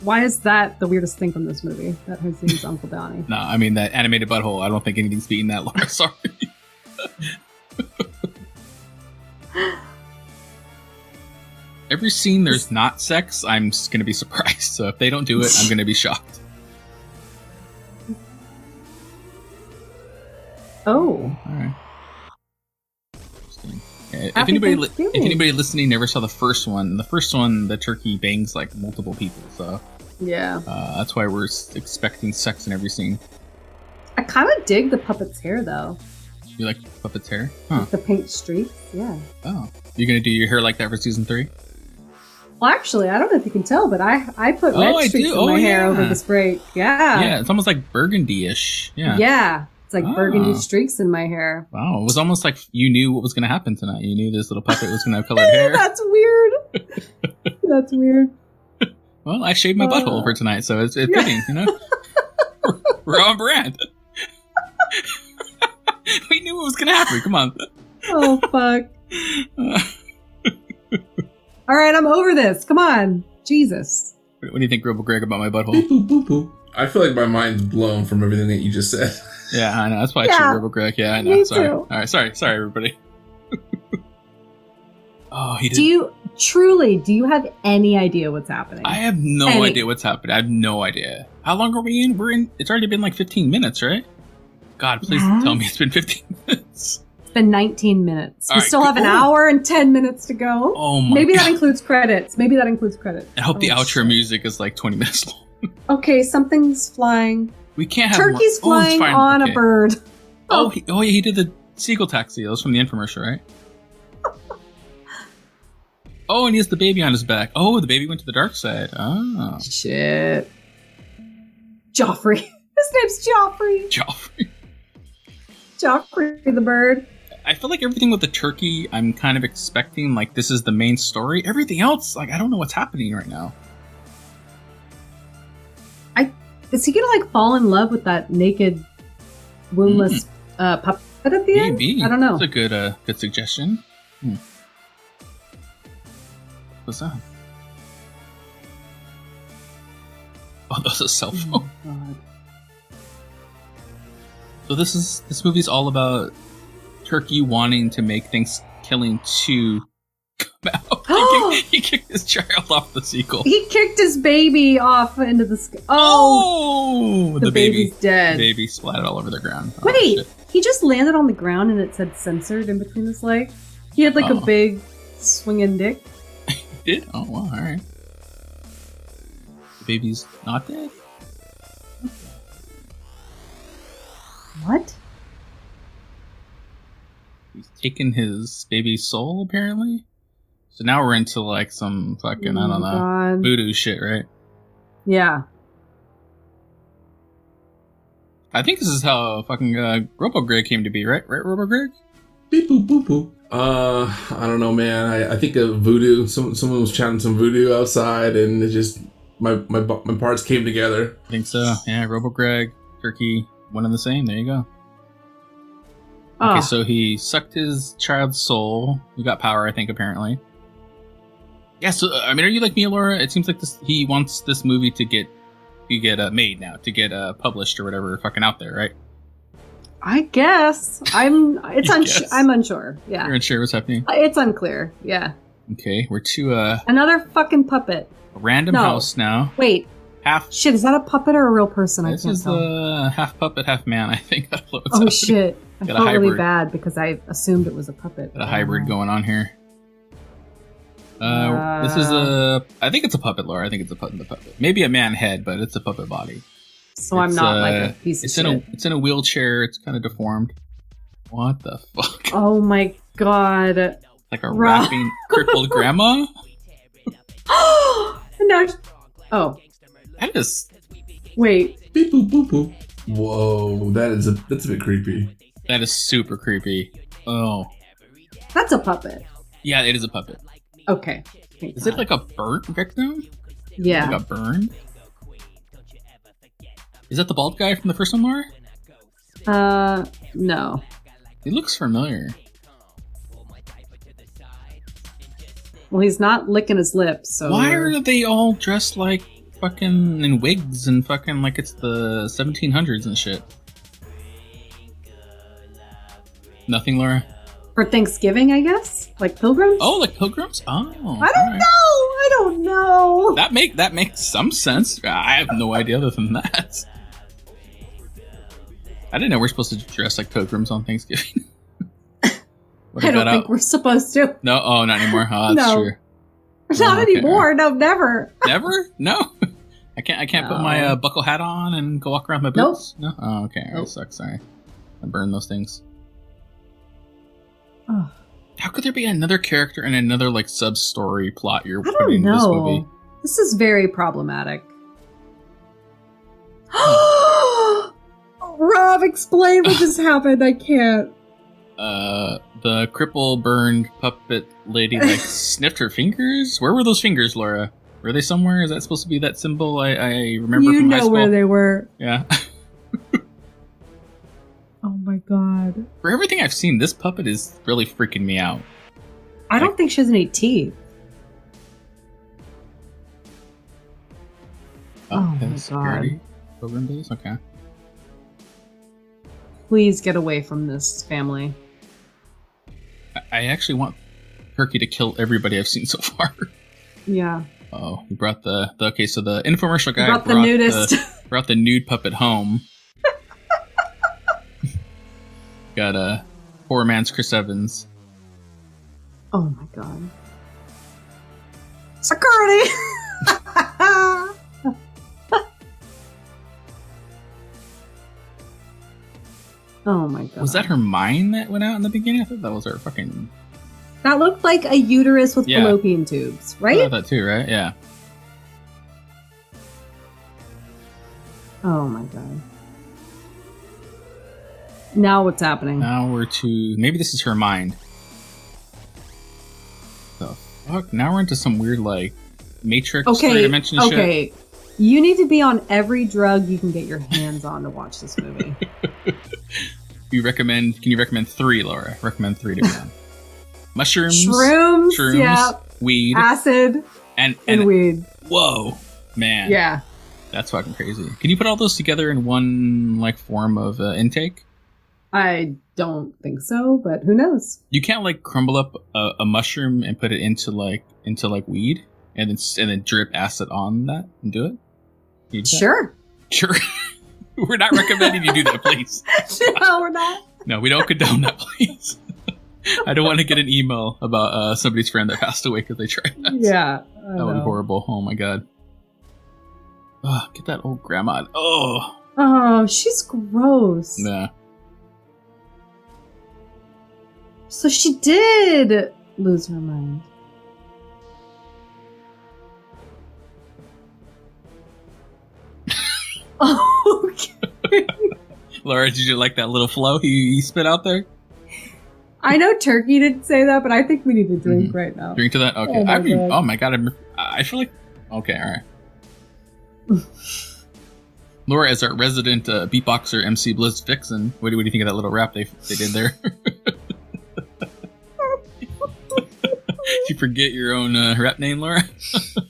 why is that the weirdest thing from this movie? That her name is Uncle Donnie. No, I mean that animated butthole. I don't think anything's beating that. Laura, sorry. Every scene there's not sex, I'm just gonna be surprised. So if they don't do it, I'm gonna be shocked. Oh, All right. Interesting. Yeah, If Happy anybody, li- Thanksgiving. if anybody listening never saw the first one, the first one the turkey bangs like multiple people, so yeah. uh, that's why we're s- expecting sex in every scene. I kind of dig the puppet's hair though. You like puppet's hair? Huh. The pink streaks. Yeah. Oh, you're gonna do your hair like that for season three? Well, actually, I don't know if you can tell, but I I put Oh, red I streaks do. in Oh, my hair yeah. over this break. Yeah. yeah, it's almost like burgundy-ish. Yeah. Yeah. It's like burgundy Ah. streaks in my hair. Wow, it was almost like you knew what was going to happen tonight. You knew this little puppet was going to have colored hair. That's weird. That's weird. Well, I shaved my butthole for tonight, so it's, it's Yeah. fitting, you know? We're on brand. we knew what was going to happen. Come on. Oh fuck. Uh, All right, I'm over this. Come on. Jesus. what do you think, Robo Greg, about my Beep, butthole? boop, boop, boop. I feel like my mind's blown from everything that you just said. Yeah, I know. That's why I Yeah. yeah. Robo Greg. Yeah, I know. Me sorry. too. All right, sorry. Sorry, everybody. oh, he did. Do you truly do you have any idea what's happening? I have no Hey. idea what's happening. I have no idea. How long are we in? We're in. It's already been like 15 minutes, right? God, please Yeah. tell me it's been 15 minutes. it's been 19 minutes. All we right, still go- have an Ooh. hour and 10 minutes to go. Oh my Maybe god. that includes credits. Maybe that includes credits. I hope the Oh, outro shit. music is like 20 minutes long. Okay, something's flying. We can't have Turkey's more- oh, it's flying fine. on Okay. a bird. Oh, he, oh yeah, he did the seagull taxi. That was from the infomercial, right? oh, and he has the baby on his back. Oh, the baby went to the dark side. Oh, Shit. Joffrey. His name's Joffrey. Joffrey. Joffrey the bird. I feel like everything with the turkey, I'm kind of expecting like this is the main story. Everything else, like I don't know what's happening right now. Is he gonna like fall in love with that naked, woundless uh, puppet at the end? Maybe I don't know. That's a good, uh, good suggestion. Hmm. What's that? Oh, that's a cell phone. Oh, God. So this is this movie's all about Turkey wanting to make Thanksgiving two come out. he, kicked, he kicked his child off the sequel. He kicked his baby off into the sky. Oh, Oh, the, the, baby's baby, dead. baby splatted all over the ground. Oh, Wait, shit. he just landed on the ground and it said censored in between his legs. He had like Oh. a big swinging dick. did? Oh, well, all right. The baby's not dead. What? taken his baby's soul, apparently. So now we're into like some fucking, I Oh, don't know, God. voodoo shit, right? Yeah. I think this is how fucking uh, Robo Greg came to be, right? Right, Robo Greg? Beep boop boop boop. Uh, I don't know, man. I, I think of voodoo. Some someone was chanting some voodoo outside, and it just my my bu- my parts came together. I think so. Yeah, Robo Greg, Turkey, one and the same. There you go. Oh, Ah. Okay, so he sucked his child's soul. He got power, I think, apparently. Yeah, so uh, I mean, are you like me, Laura? It seems like this. He wants this movie to get, you get uh, made now, to get uh, published or whatever, fucking out there, right? I guess I'm. It's You uns- guess. I'm unsure. Yeah. You're unsure what's happening. It's unclear. Yeah. Okay, we're to uh, Another fucking puppet. a random No. house now. Wait, Half. shit. Is that a puppet or a real person? I This can't is tell. uh, half puppet, half man. I think. I don't know what's oh happening. shit! I Got a felt really hybrid. bad because I assumed it was a puppet. Got a hybrid going on here. Uh, this is Uh. a. I think it's a puppet, Laura. I think it's a puppet. The puppet. Maybe a man head, but it's a puppet body. So I'm It's, not like uh, a piece of It's shit. in a it's in a wheelchair. It's kind of deformed. What the fuck? oh my god! Like a Rob. rapping crippled grandma? And now, oh That is wait, Beep boop boop boop. Whoa, that is a that's a bit creepy. that is super creepy. Oh that's a puppet. yeah, it is a puppet. Okay. Thank Is it God. like a burnt victim? yeah? Like a burn? Is that the bald guy from the first one, Laura? Uh, no. He looks familiar. Well, he's not licking his lips. So Why are they all dressed like fucking in wigs and fucking like it's the 1700s and shit? Nothing, Laura. for Thanksgiving? I guess like pilgrims. Oh, like pilgrims. Oh, I don't alright. know. I don't know. That make that makes some sense. I have no idea other than that. I didn't know we're supposed to dress like pilgrims on Thanksgiving. What I about don't think out? we're supposed to. No, oh, not anymore. Oh, that's No. true. Not okay. anymore. No, never. Never? No. I can't. I can't put my No. uh, buckle hat on and go walk around my Nope. boots. No. Oh, okay. That Nope. sucks. Sorry. I burned those things. Ugh. How could there be another character and another like sub story plot you're I putting don't in this movie? know. This, is very problematic. Rob, explain what just happened. I can't. Uh, the cripple burned puppet lady like sniffed her fingers. Where were those fingers, Laura? Were they somewhere? Is that supposed to be that symbol? I, I remember you from high know school. where they were. yeah. Oh my god. For everything I've seen, this puppet is really freaking me out. I don't think she has any teeth. Oh my that God. Uh, security program days. Okay. Please get away from this family. I- I actually want Turkey to kill everybody I've seen so far. Yeah. Oh, he brought the, the okay. So the infomercial guy Brought the nudist. brought the nude puppet home. Got uh, poor man's Chris Evans. oh my god. Security! oh my god. Was that her mind that went out in the beginning? I thought that was her fucking. That looked like a uterus with Yeah. fallopian tubes, I thought right? that too, right? Yeah. Oh my god. Now what's happening? Now we're to maybe this is her mind. The fuck? Now we're into some weird like Matrix three okay. dimension shit. Okay. You need to be on every drug you can get your hands on to watch this movie. You recommend? Can you recommend three, Laura? Recommend three to me. on. Mushrooms. Shrooms, shrooms, yeah, weed, acid and and, and, weed. whoa, man, Yeah. that's fucking crazy. Can you put all those together in one like form of uh, intake? I don't think so, but who knows? You can't like crumble up a, a mushroom and put it into like into like weed, and then s- and then drip acid on that and do it. Can you do that? Sure. sure. We're not recommending you do that, please. no, we're not. No, we don't condone that, please. I don't want to get an email about uh, somebody's friend that passed away because they tried that. Yeah. I That would be know. horrible. Oh my god. Ugh, get that old grandma. Oh, Oh, she's gross. nah. So she did lose her mind. okay. Laura, did you like that little flow he, he spit out there? I know Turkey didn't say that, but I think we need to drink right now. Mm-hmm. Drink to that? Okay. Oh my I mean, God. oh my god, I'm, I feel like. Okay, all right. Laura, as our resident uh, beatboxer, MC Bliss Vixen, what do, what do you think of that little rap they, they did there? Did you forget your own uh, rap name, Laura?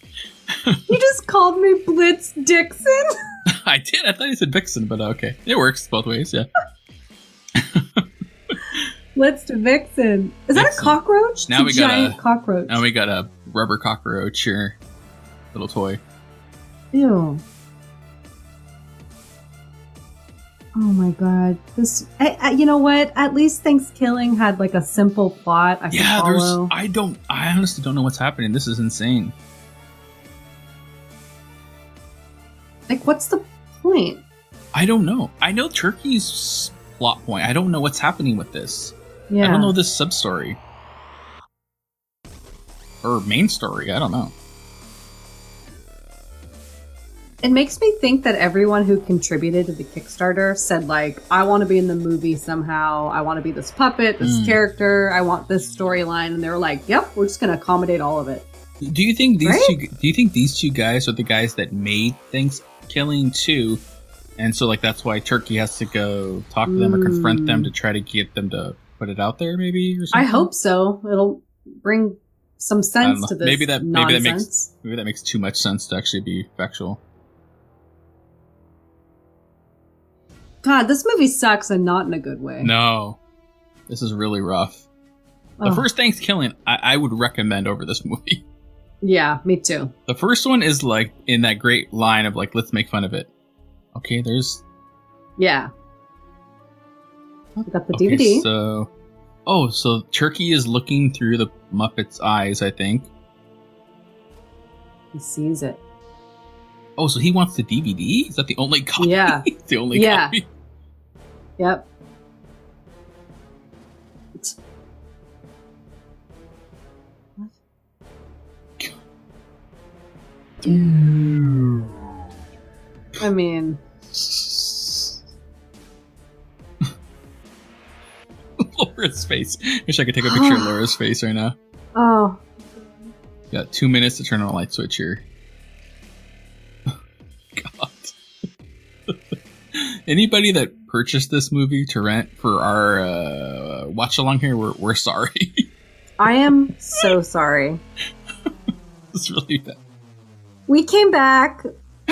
You just called me Blitz Dixon. I did. I thought you said Vixen, but uh, okay. It works both ways, yeah. Blitz Vixen. Is that a Vixen. cockroach? It's Now a we got giant a- cockroach. Now we got a rubber cockroach here. Little toy. Ew. Oh my god. This I, I, you know what? At least Thanksgiving had like a simple plot I could Yeah, follow. there's. I don't. I honestly don't know what's happening. This is insane. like what's the point? I don't know. I know Turkey's plot point. I don't know what's happening with this. Yeah. I don't know this sub story or main story. I don't know. It makes me think that everyone who contributed to the Kickstarter said like, I want to be in the movie somehow. I want to be this puppet, this Mm. character. I want this storyline and they were like, "Yep, we're just going to accommodate all of it." Do you think these Right? two? Do you think these two guys are the guys that made things killing two? And so, like, that's why Turkey has to go talk to them or confront them Mm. to try to get them to put it out there, maybe. Or I something? hope so. It'll bring some sense know. to this. Um, Maybe that- maybe that makes- nonsense. Maybe that makes too much sense to actually be factual. God, this movie sucks and not in a good way. No, this is really rough. The Ugh. first Thanksgiving, I, I would recommend over this movie. Yeah, me too. The first one is like in that great line of like, let's make fun of it. Okay, there's Yeah. We got the okay, DVD. So, oh, so Turkey is looking through the Muppet's eyes, I think. he sees it. Oh, so he wants the DVD? Is that the only copy? Yeah. the only Yeah. copy. Yep. What? I mean, Laura's face. Wish I could take a picture of Laura's face right now. oh, Got two minutes to turn on a light switch here. God. Anybody that purchased this movie to rent for our uh, watch along here, we're, we're sorry. I am so sorry. it's really bad. We came back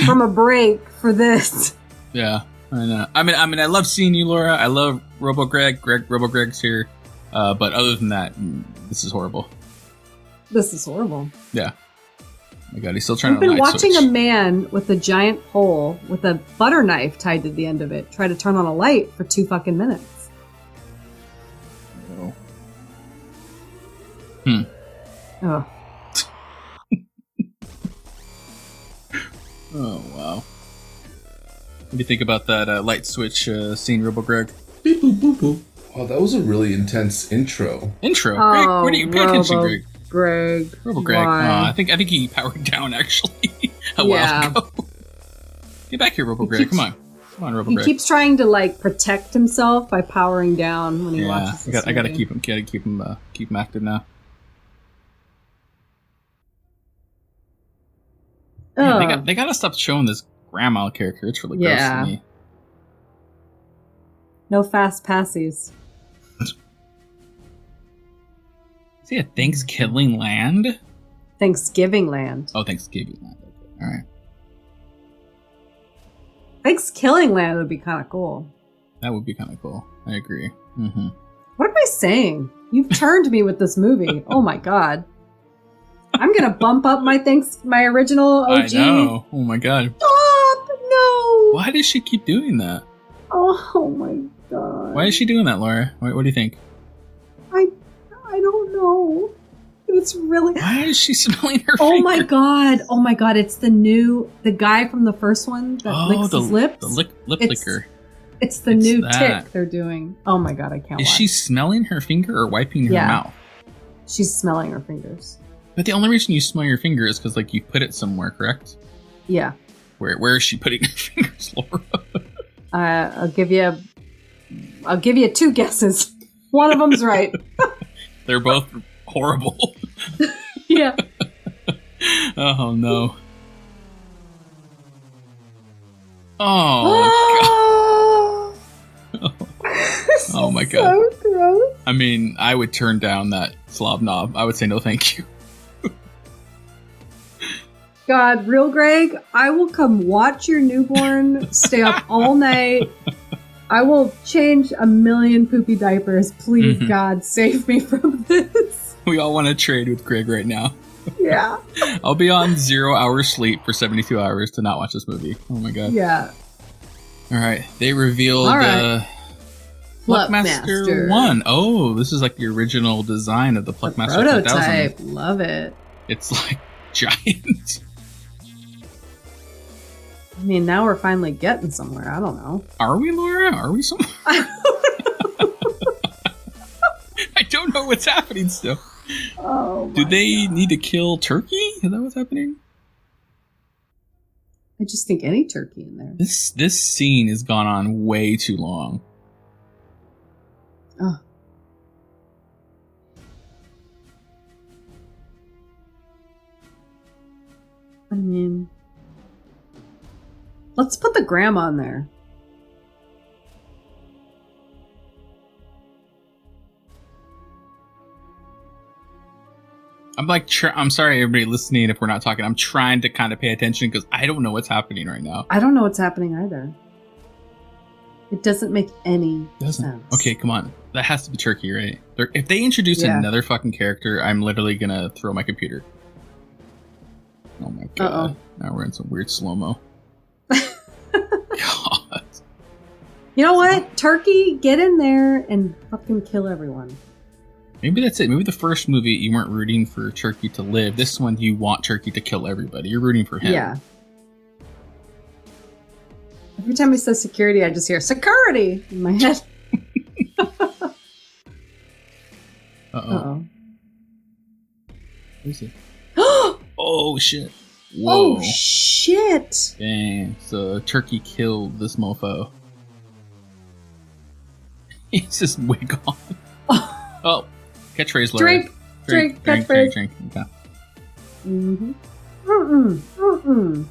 from a break for this. Yeah, I know. I mean, I mean, I love seeing you, Laura. I love Robo Greg. Greg Robo Greg's here. Uh, but other than that, mm, this is horrible. This is horrible. Oh my God, he's still trying We've to. been light watching switch. a man with a giant pole with a butter knife tied to the end of it try to turn on a light for two fucking minutes. No. Hmm. Ugh. Oh wow. What do you think about that uh, light switch uh, scene, Robo Greg? Beep boop boop boop. Wow, that was a really intense intro. Intro. Greg, Oh, where do you pay attention, Robo. Greg? Greg. Robo Greg. Why? Uh, I think I think he powered down actually a Yeah. while ago. Get back here, Robo He Greg. keeps- Come on, come on, Robo he Greg. keeps trying to like protect himself by powering down when he yeah, watches. I This got, I gotta movie. keep him. Gotta keep him. Uh, keep him active now. Man, they, Ugh. got, they gotta stop showing this grandma character. It's really gross Oh. Yeah. to me. no fast passes. Is he a Thanksgiving land? Thanksgiving land. Oh, Thanksgiving land. Okay. All right, Thanksgiving land would be kind of cool. that would be kind of cool. I agree. hmm What am I saying? You've turned me with this movie. Oh my god. I'm gonna bump up my thanks my original I OG. know. Oh my god. Stop! No. Why does she keep doing that? Oh, oh my god. Why is she doing that, Laura? What, what do you think? I I don't know. It's really Why is she smelling her? Oh my finger? god! Oh my god! It's the new the guy from the first one that Oh, licks the his lips. The lip, lip It's- licker. It's the It's new that. tick they're doing. Oh my god, I can't. Is watch. she smelling her finger or wiping her Yeah. mouth? She's smelling her fingers. But the only reason you smell your finger is because like you put it somewhere, correct? Yeah, Where where is she putting her fingers, Laura? uh, I'll give you. I'll give you two guesses. One of them's right. They're both horrible. yeah. oh no. Oh, Oh my Ah! God. So gross. I mean, I would turn down that slob knob. I would say no, thank you. God, real Greg, I will come watch your newborn stay up all night. I will change a million poopy diapers. Please, Mhm. God, save me from this. We all want to trade with Greg right now. yeah. I'll be on zero hours sleep for seventy-two hours to not watch this movie. Oh my god! Yeah. All right, they revealed All right. uh, Pluckmaster, Pluckmaster. One. Oh, this is like the original design of the The Pluckmaster 1000. prototype. Love it. It's like giant. I mean, now we're finally getting somewhere. I don't know. Are we, Laura? Are we somewhere? I don't know what's happening still. Oh, Do my they God. need to kill Turkey? Is that what's happening? I just think any turkey in there. This this scene has gone on way too long. Ugh. I mean, let's put the grandma in there. I'm like, tr- I'm sorry, everybody listening. If we're not talking, I'm trying to kind of pay attention because I don't know what's happening right now. I don't know what's happening either. It doesn't make any Doesn't. sense. Okay, come on. That has to be Turkey, right? They're, if they introduce Yeah. another fucking character, I'm literally gonna throw my computer. Oh my god! Uh-oh. Now we're in some weird slow mo. god. You know what? Turkey, get in there and fucking kill everyone. Maybe that's it. Maybe the first movie you weren't rooting for Turkey to live. This one you want Turkey to kill everybody. You're rooting for him. Yeah. Every time he says security, I just hear security in my head. Uh oh. Uh What is it? oh. Oh shit. Whoa. oh shit! Dang. So Turkey killed this mofo. He's just wig on. oh. Catchphrase Larry. Drink, drink, catchphrase. drink, drink, drink. Okay. Mm-hmm. Mm-mm, mm-mm. Is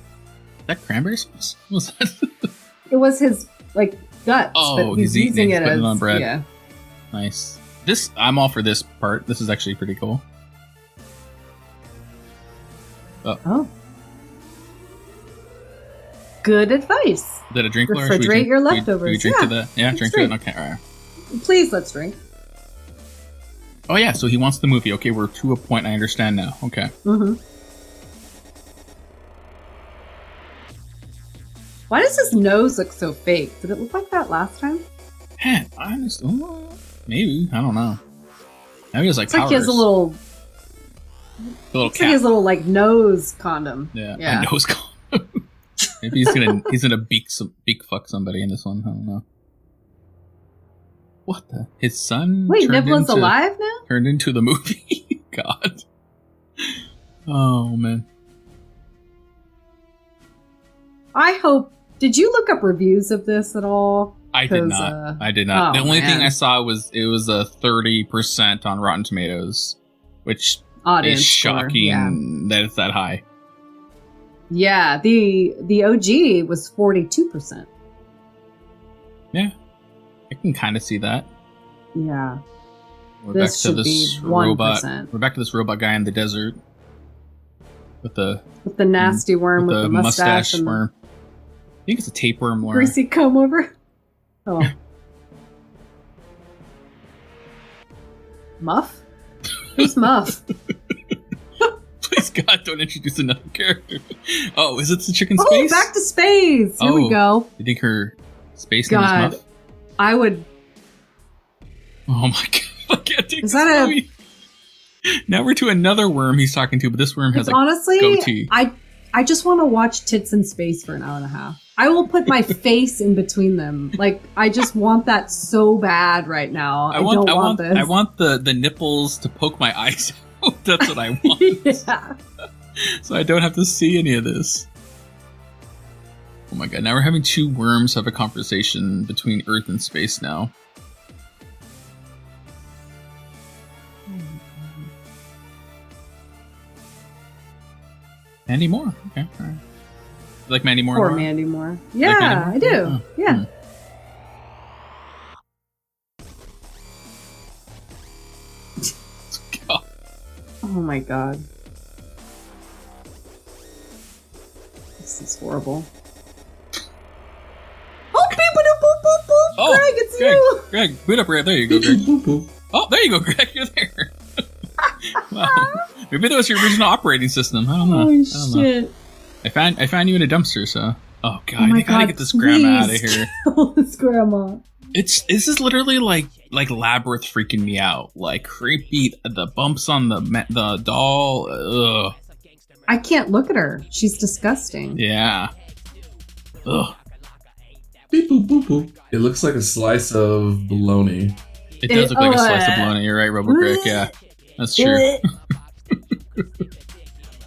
that cranberry sauce? What was that? It was his like guts, Oh, but he's, he's eating using it, he's it putting as it on bread. yeah. nice. This I'm all for this part. This is actually pretty cool. Oh, good advice. Is that a drink, Laura? Should we Refrigerate drink- your do we- Do we leftovers. drink to Yeah, that? Yeah, let's drink to it. drink. Okay, all right. Please let's drink. Oh yeah, so he wants the movie. Okay, we're to a point. I understand now. Okay. Mm-hmm. Why does his nose look so fake? Did it look like that last time? Man, I understand. Ooh, Maybe I don't know. Maybe it's like It's like he has a powers. little, a little it's like he has cap. a little like nose condom. Yeah, yeah. a nose cone. Maybe he's gonna he's gonna beak some beak fuck somebody in this one. I don't know. What the? His son? Wait, Mm, turned Niblin's into- alive now? Turned into the movie. God. Oh man. I hope. Did you look up reviews of this at all? I did 'Cause, not. uh, I did not. oh, the only thing man. I saw was it was a thirty percent on Rotten Tomatoes, which Audience is score, Yeah. shocking that it's that high. yeah, the the OG was forty two percent. I can kind of see that. Yeah, We're this back to should be this one robot. percent. We're back to this robot guy in the desert with the With the nasty worm, with with, the, the mustache, mustache, and worm. I think it's a tapeworm the worm. greasy comb over. Oh, Muff. Who's Muff? Please God, don't introduce another character. Oh, is it the chicken oh, space? back to space. Here Oh. we go. you think her space name God. is Muff? I would. Oh my God, I can't take Is this that a- movie. Now we're to another worm he's talking to, but this worm has It's a honestly, goatee. I I just want to watch tits in space for an hour and a half. I will put my face in between them. Like I just want that so bad right now. I, I want, don't I want, want, this. I want the the nipples to poke my eyes out. That's what I want, yeah. so I don't have to see any of this. Oh my god! Now we're having two worms have a conversation between Earth and space now. Mandy Moore. Okay, all right. You Like Mandy Moore. Poor more? Mandy Moore. Yeah, Moore? I do. Yeah. God. Oh my god. This is horrible. Oh, beep, boop, boop, boop, boop. Oh, Greg, it's Greg. you. Greg, boot up right there. You go, Greg. Boop, boop. Oh, there you go, Greg. You're there. wow. Maybe that was your original operating system. I don't know. I Oh don't Know. shit! I found I found you in a dumpster, so. Oh god, Oh my they gotta God, get this grandma out of please. here. Oh, it's grandma. It's this is literally like like labyrinth freaking me out. Like creepy, the bumps on the ma- the doll. Ugh. I can't look at her. She's disgusting. Yeah. Ugh. Beep, boop, boop, boop. It looks like a slice of bologna. It does look like a slice of bologna. You're right, Robo Greg. Yeah, that's true.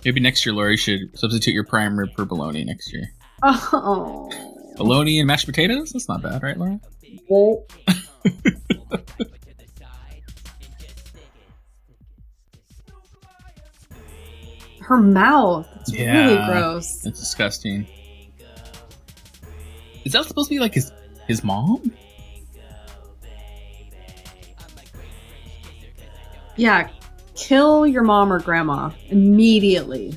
Maybe next year, Laura, you should substitute your prime rib for bologna next year. Oh. Bologna and mashed potatoes? That's not bad, right, Laura? Well, her mouth. It's really Yeah. gross. That's disgusting. Is that supposed to be like his his mom? Yeah. Kill your mom or grandma immediately.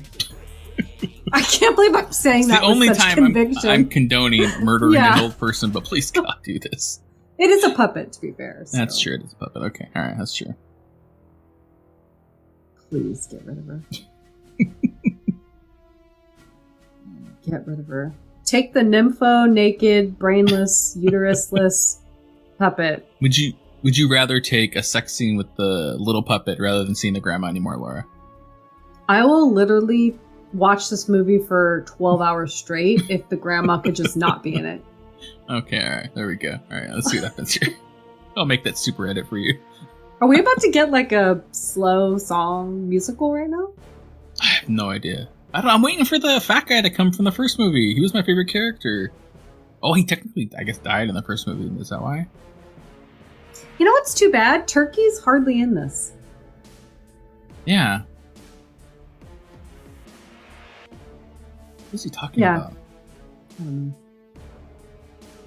I can't believe I'm saying It's that the only with such time I'm, conviction. I'm condoning murdering Yeah. an old person, but please God do this. It is a puppet, to be fair. so That's true. It is a puppet. Okay, all right, that's true. Please get rid of her. get rid of her. Take the nympho, naked, brainless, uterusless puppet. Would you would you rather take a sex scene with the little puppet rather than seeing the grandma anymore, Laura? I will literally watch this movie for 12 hours straight if the grandma could just not be in it. Okay, all right, there we go. All right, let's see what happens here. I'll make that super edit for you. Are we about to get like a slow song musical right now? I have no idea. I don't. I'm waiting for the fat guy to come from the first movie. He was my favorite character. Oh, he technically, I guess, died in the first movie. Is that why? You know what's too bad? Turkey's hardly in this. Yeah. Who's he talking Yeah. about? I don't know. Hmm.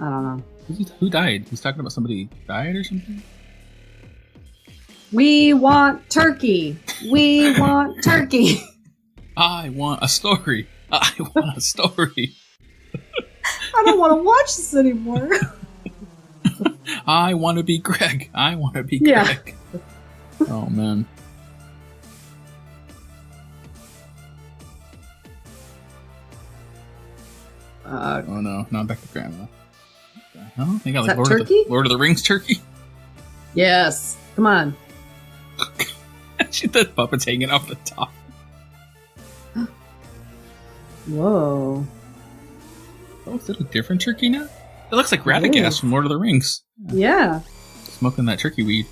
I don't know. Who's he, who died? He's talking about somebody died or something. We want turkey. We want turkey. I want a story. I want a story. I don't want to watch this anymore. I want to be Greg. I want to be Yeah. Greg. Oh man. Uh, Oh no. Not back to grandma. What the hell? They got Is that like Lord of, the, turkey? Lord of the Rings turkey. yes. Come on. she the puppets hanging off the top. Whoa. Oh, is it a different turkey now? It looks like Radagast from Lord of the Rings. Yeah. Smoking that turkey weed.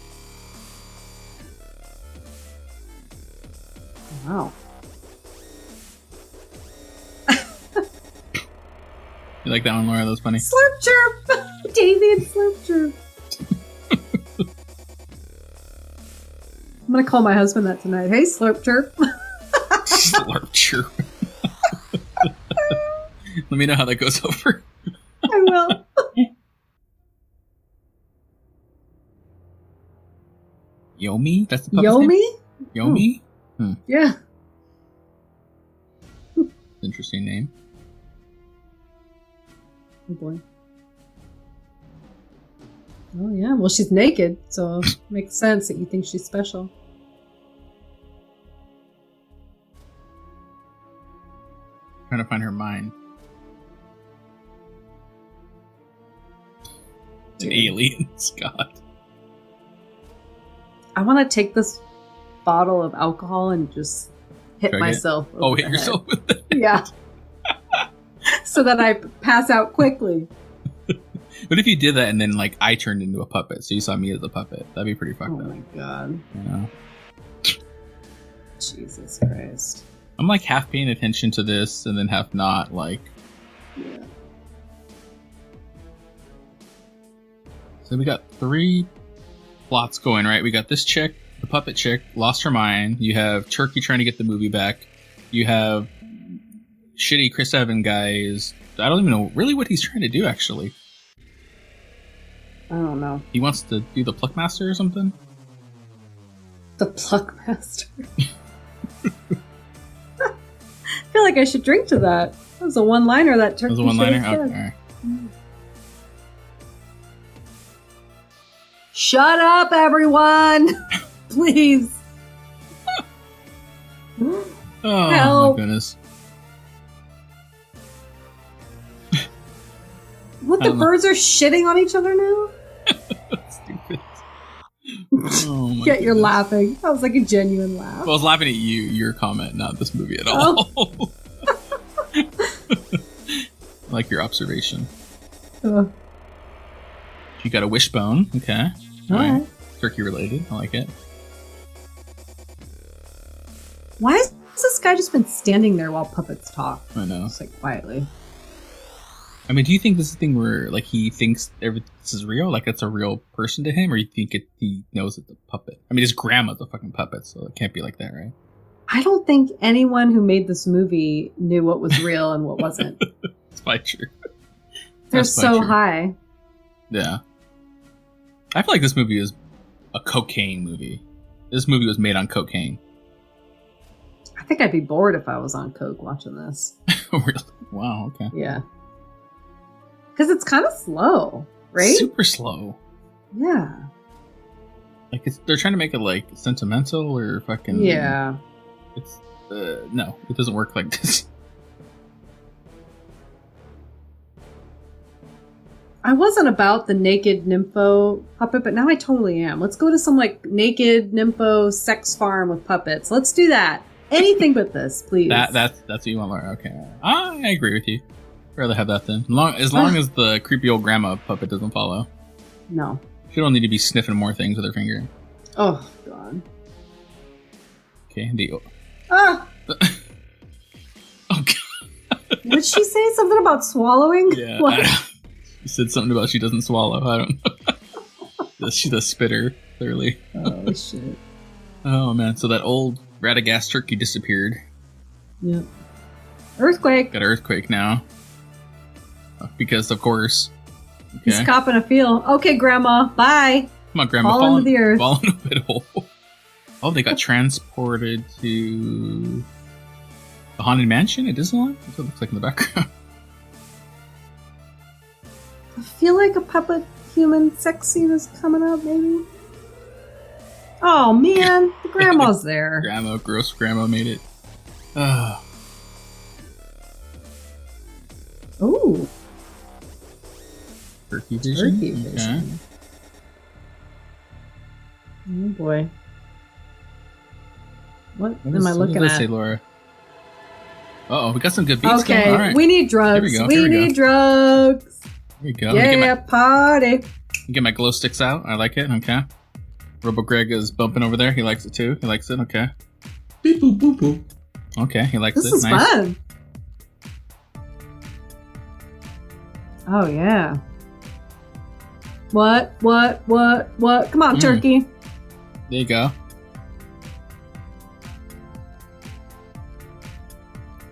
Wow. You like that one, Laura? That was funny. Slurp chirp. Davy and Slurp chirp. I'm gonna call my husband that tonight. Hey, Slurp chirp. Slurp chirp. Let me know how that goes over. I will. Yomi? That's the puppet's name? Yomi? Yomi? Yeah. Interesting name. Oh boy. Oh yeah. Well, she's naked, so it makes sense that you think she's special. trying to find her mind. An alien, Scott. I want to take this bottle of alcohol and just hit Drag it? myself. over the Oh, hit head. yourself with it. Yeah. so that I pass out quickly. But if you did that and then like I turned into a puppet, so you saw me as the puppet, that'd be pretty fucked Oh up. my god. You know? Jesus Christ. I'm like half paying attention to this and then half not. Like, Yeah. so we got three plots going right. We got this chick, the puppet chick, lost her mind. You have Turkey trying to get the movie back. You have shitty Chris Evan guys. I don't even know really what he's trying to do. Actually, I don't know. he wants to do the Pluckmaster or something. The Pluckmaster. I feel like I should drink to that. That was a one liner that That turned was a one-liner. Okay, all right. Shut up, everyone! Please. Oh Help. my goodness. What I the don't know. birds are shitting on each other now? Stupid. Oh my Yet you're goodness. laughing. That was like a genuine laugh. Well, I was laughing at you, your comment, not this movie at Oh. all. like your observation. Ugh. You got a wishbone. Okay. All right. Turkey related. I like it. Why has this guy just been standing there while puppets talk? I know. Just like quietly. I mean, do you think this is the thing where like he thinks every, this is real? Like it's a real person to him, or you think it, he knows it's a puppet? I mean, his grandma's a fucking puppet, so it can't be like that, right? I don't think anyone who made this movie knew what was real and what wasn't. It's probably true. They're That's quite so true. high. Yeah. I feel like this movie is a cocaine movie. This movie was made on cocaine. I think I'd be bored if I was on Coke watching this. Oh, really? Wow. Okay. Yeah. Because it's kind of slow, right? Super slow. yeah. Like it's, they're trying to make it like sentimental or fucking. Yeah. It's uh, no, it doesn't work like this. I wasn't about the naked nympho puppet, but now I totally am. Let's go to some like naked nympho sex farm with puppets. Let's do that. Anything but this, please. That that's that's what you want, Laura. Okay, I, I agree with you. I'd rather have that then. Long as Ah. long as the creepy old grandma puppet doesn't follow, no. she don't need to be sniffing more things with her finger. Oh god. Okay. The oh Ah, god. did she say something about swallowing? Yeah. What? I- she said something about she doesn't swallow. I don't know. She's a spitter, clearly. oh shit. Oh man, so that old Radagast turkey disappeared. Yep. Earthquake. Got an earthquake now. Because of course. Okay. He's copping a feel. Okay, Grandma. Bye. Come on, Grandma. fall into fall in- the earth. Fall in a pit hole. Oh, they got transported to the haunted mansion at Disneyland. That's what it looks like in the background. I feel like a puppet human sex scene is coming up, maybe. Oh man, the grandma's there. grandma, gross grandma, made it. Ah, Ooh, turkey vision. turkey Okay. vision. Oh boy, what, What am does- I what does looking that say, at? Laura? Uh oh, we got some good beats. Okay, going. All right, we need drugs. Here we go, we here we go. need drugs. here we go. Let me get my- Yeah, party. Get my glow sticks out. I like it. Okay. Robo Greg is bumping over there. He likes it too. He likes it. Okay. Beep boop boop boop. Okay. He likes This it. is nice. fun. Oh yeah. What? What? What? What? Come on, Mm. turkey. There you go.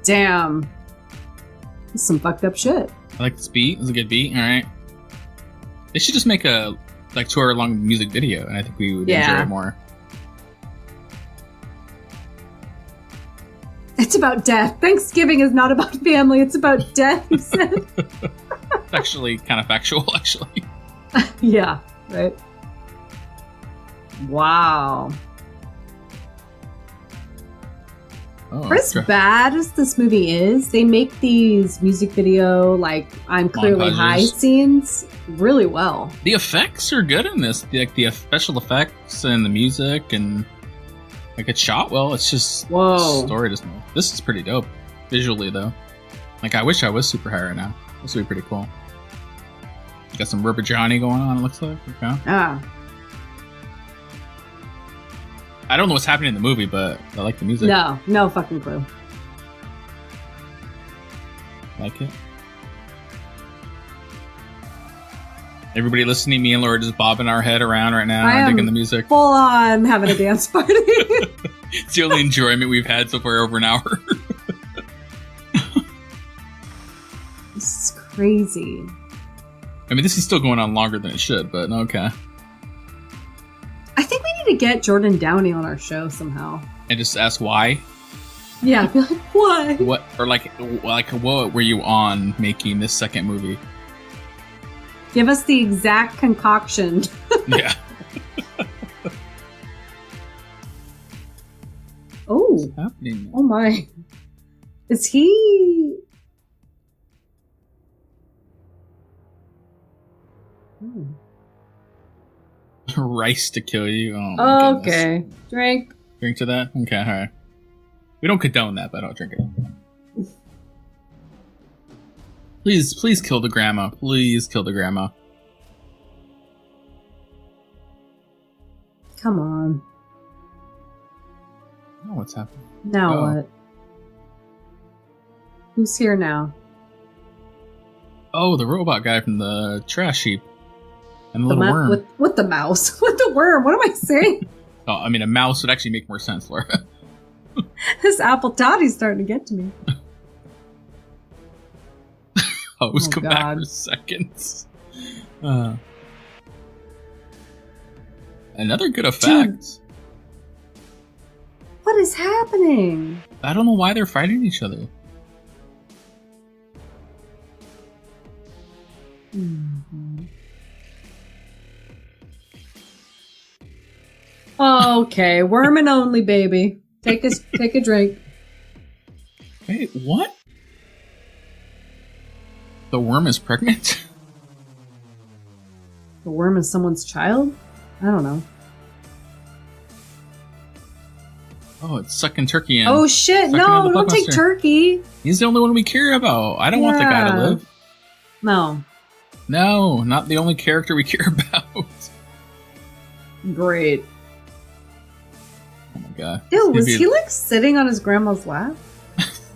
Damn. This is some fucked up shit. I like this beat. It's a good beat. All right. They should just make a like two hour long music video, and I think we would Yeah. enjoy it more. It's about death. Thanksgiving is not about family. It's about death, he said. It's actually kind of factual, actually. yeah, right. Wow. Oh, For as dra- bad as this movie is, they make these music video, like, I'm clearly Montages. high scenes really well. the effects are good in this. Like the special effects and the music, and like it's shot well. It's just Whoa. story doesn't. This is pretty dope visually, though. Like, I wish I was super high right now. This would be pretty cool. Got some rubber Johnny going on, it looks like. Okay. Ah, I don't know what's happening in the movie, but I like the music. no, no fucking clue. Like it. Everybody listening, me and Laura just bobbing our head around right now, I am- digging the music. Full on having a dance party. It's the only enjoyment we've had so far over an hour. this is crazy. I mean, this is still going on longer than it should, but okay. I think we need to get Jordan Downey on our show somehow. And just ask why, Yeah, I'd be like, why? what, or like, like what were you on making this second movie? Give us the exact concoction. yeah. Oh, happening? oh my. Is he. Oh Hmm. Rice to kill you. Oh, my goodness. Okay. Drink. Drink to that? Okay, alright. We don't condone that, but I'll drink it. Please, please kill the grandma. Please kill the grandma. Come on. I don't know what's happening. Now Oh. what? Who's here now? Oh, the robot guy from the trash heap. And the The little mou- worm. With, with the mouse. with the worm. What am I saying? Oh, I mean, a mouse would actually make more sense, Laura. this apple toddy's starting to get to me. Oh, let's Oh, come back God. for seconds. Uh, another good effect. What is happening? I don't know why they're fighting each other. Mhm. Okay, worm and only, baby. Take a take a drink. Wait, what? The worm is pregnant? The worm is someone's child. I don't know. Oh, it's sucking turkey in. Oh shit! Sucking on No, the don't take blockbuster. turkey. He's the only one we care about. I don't want the guy to Yeah. live. No, No, not the only character we care about. Oh great. my god. Dude, This was could he be- like sitting on his grandma's lap?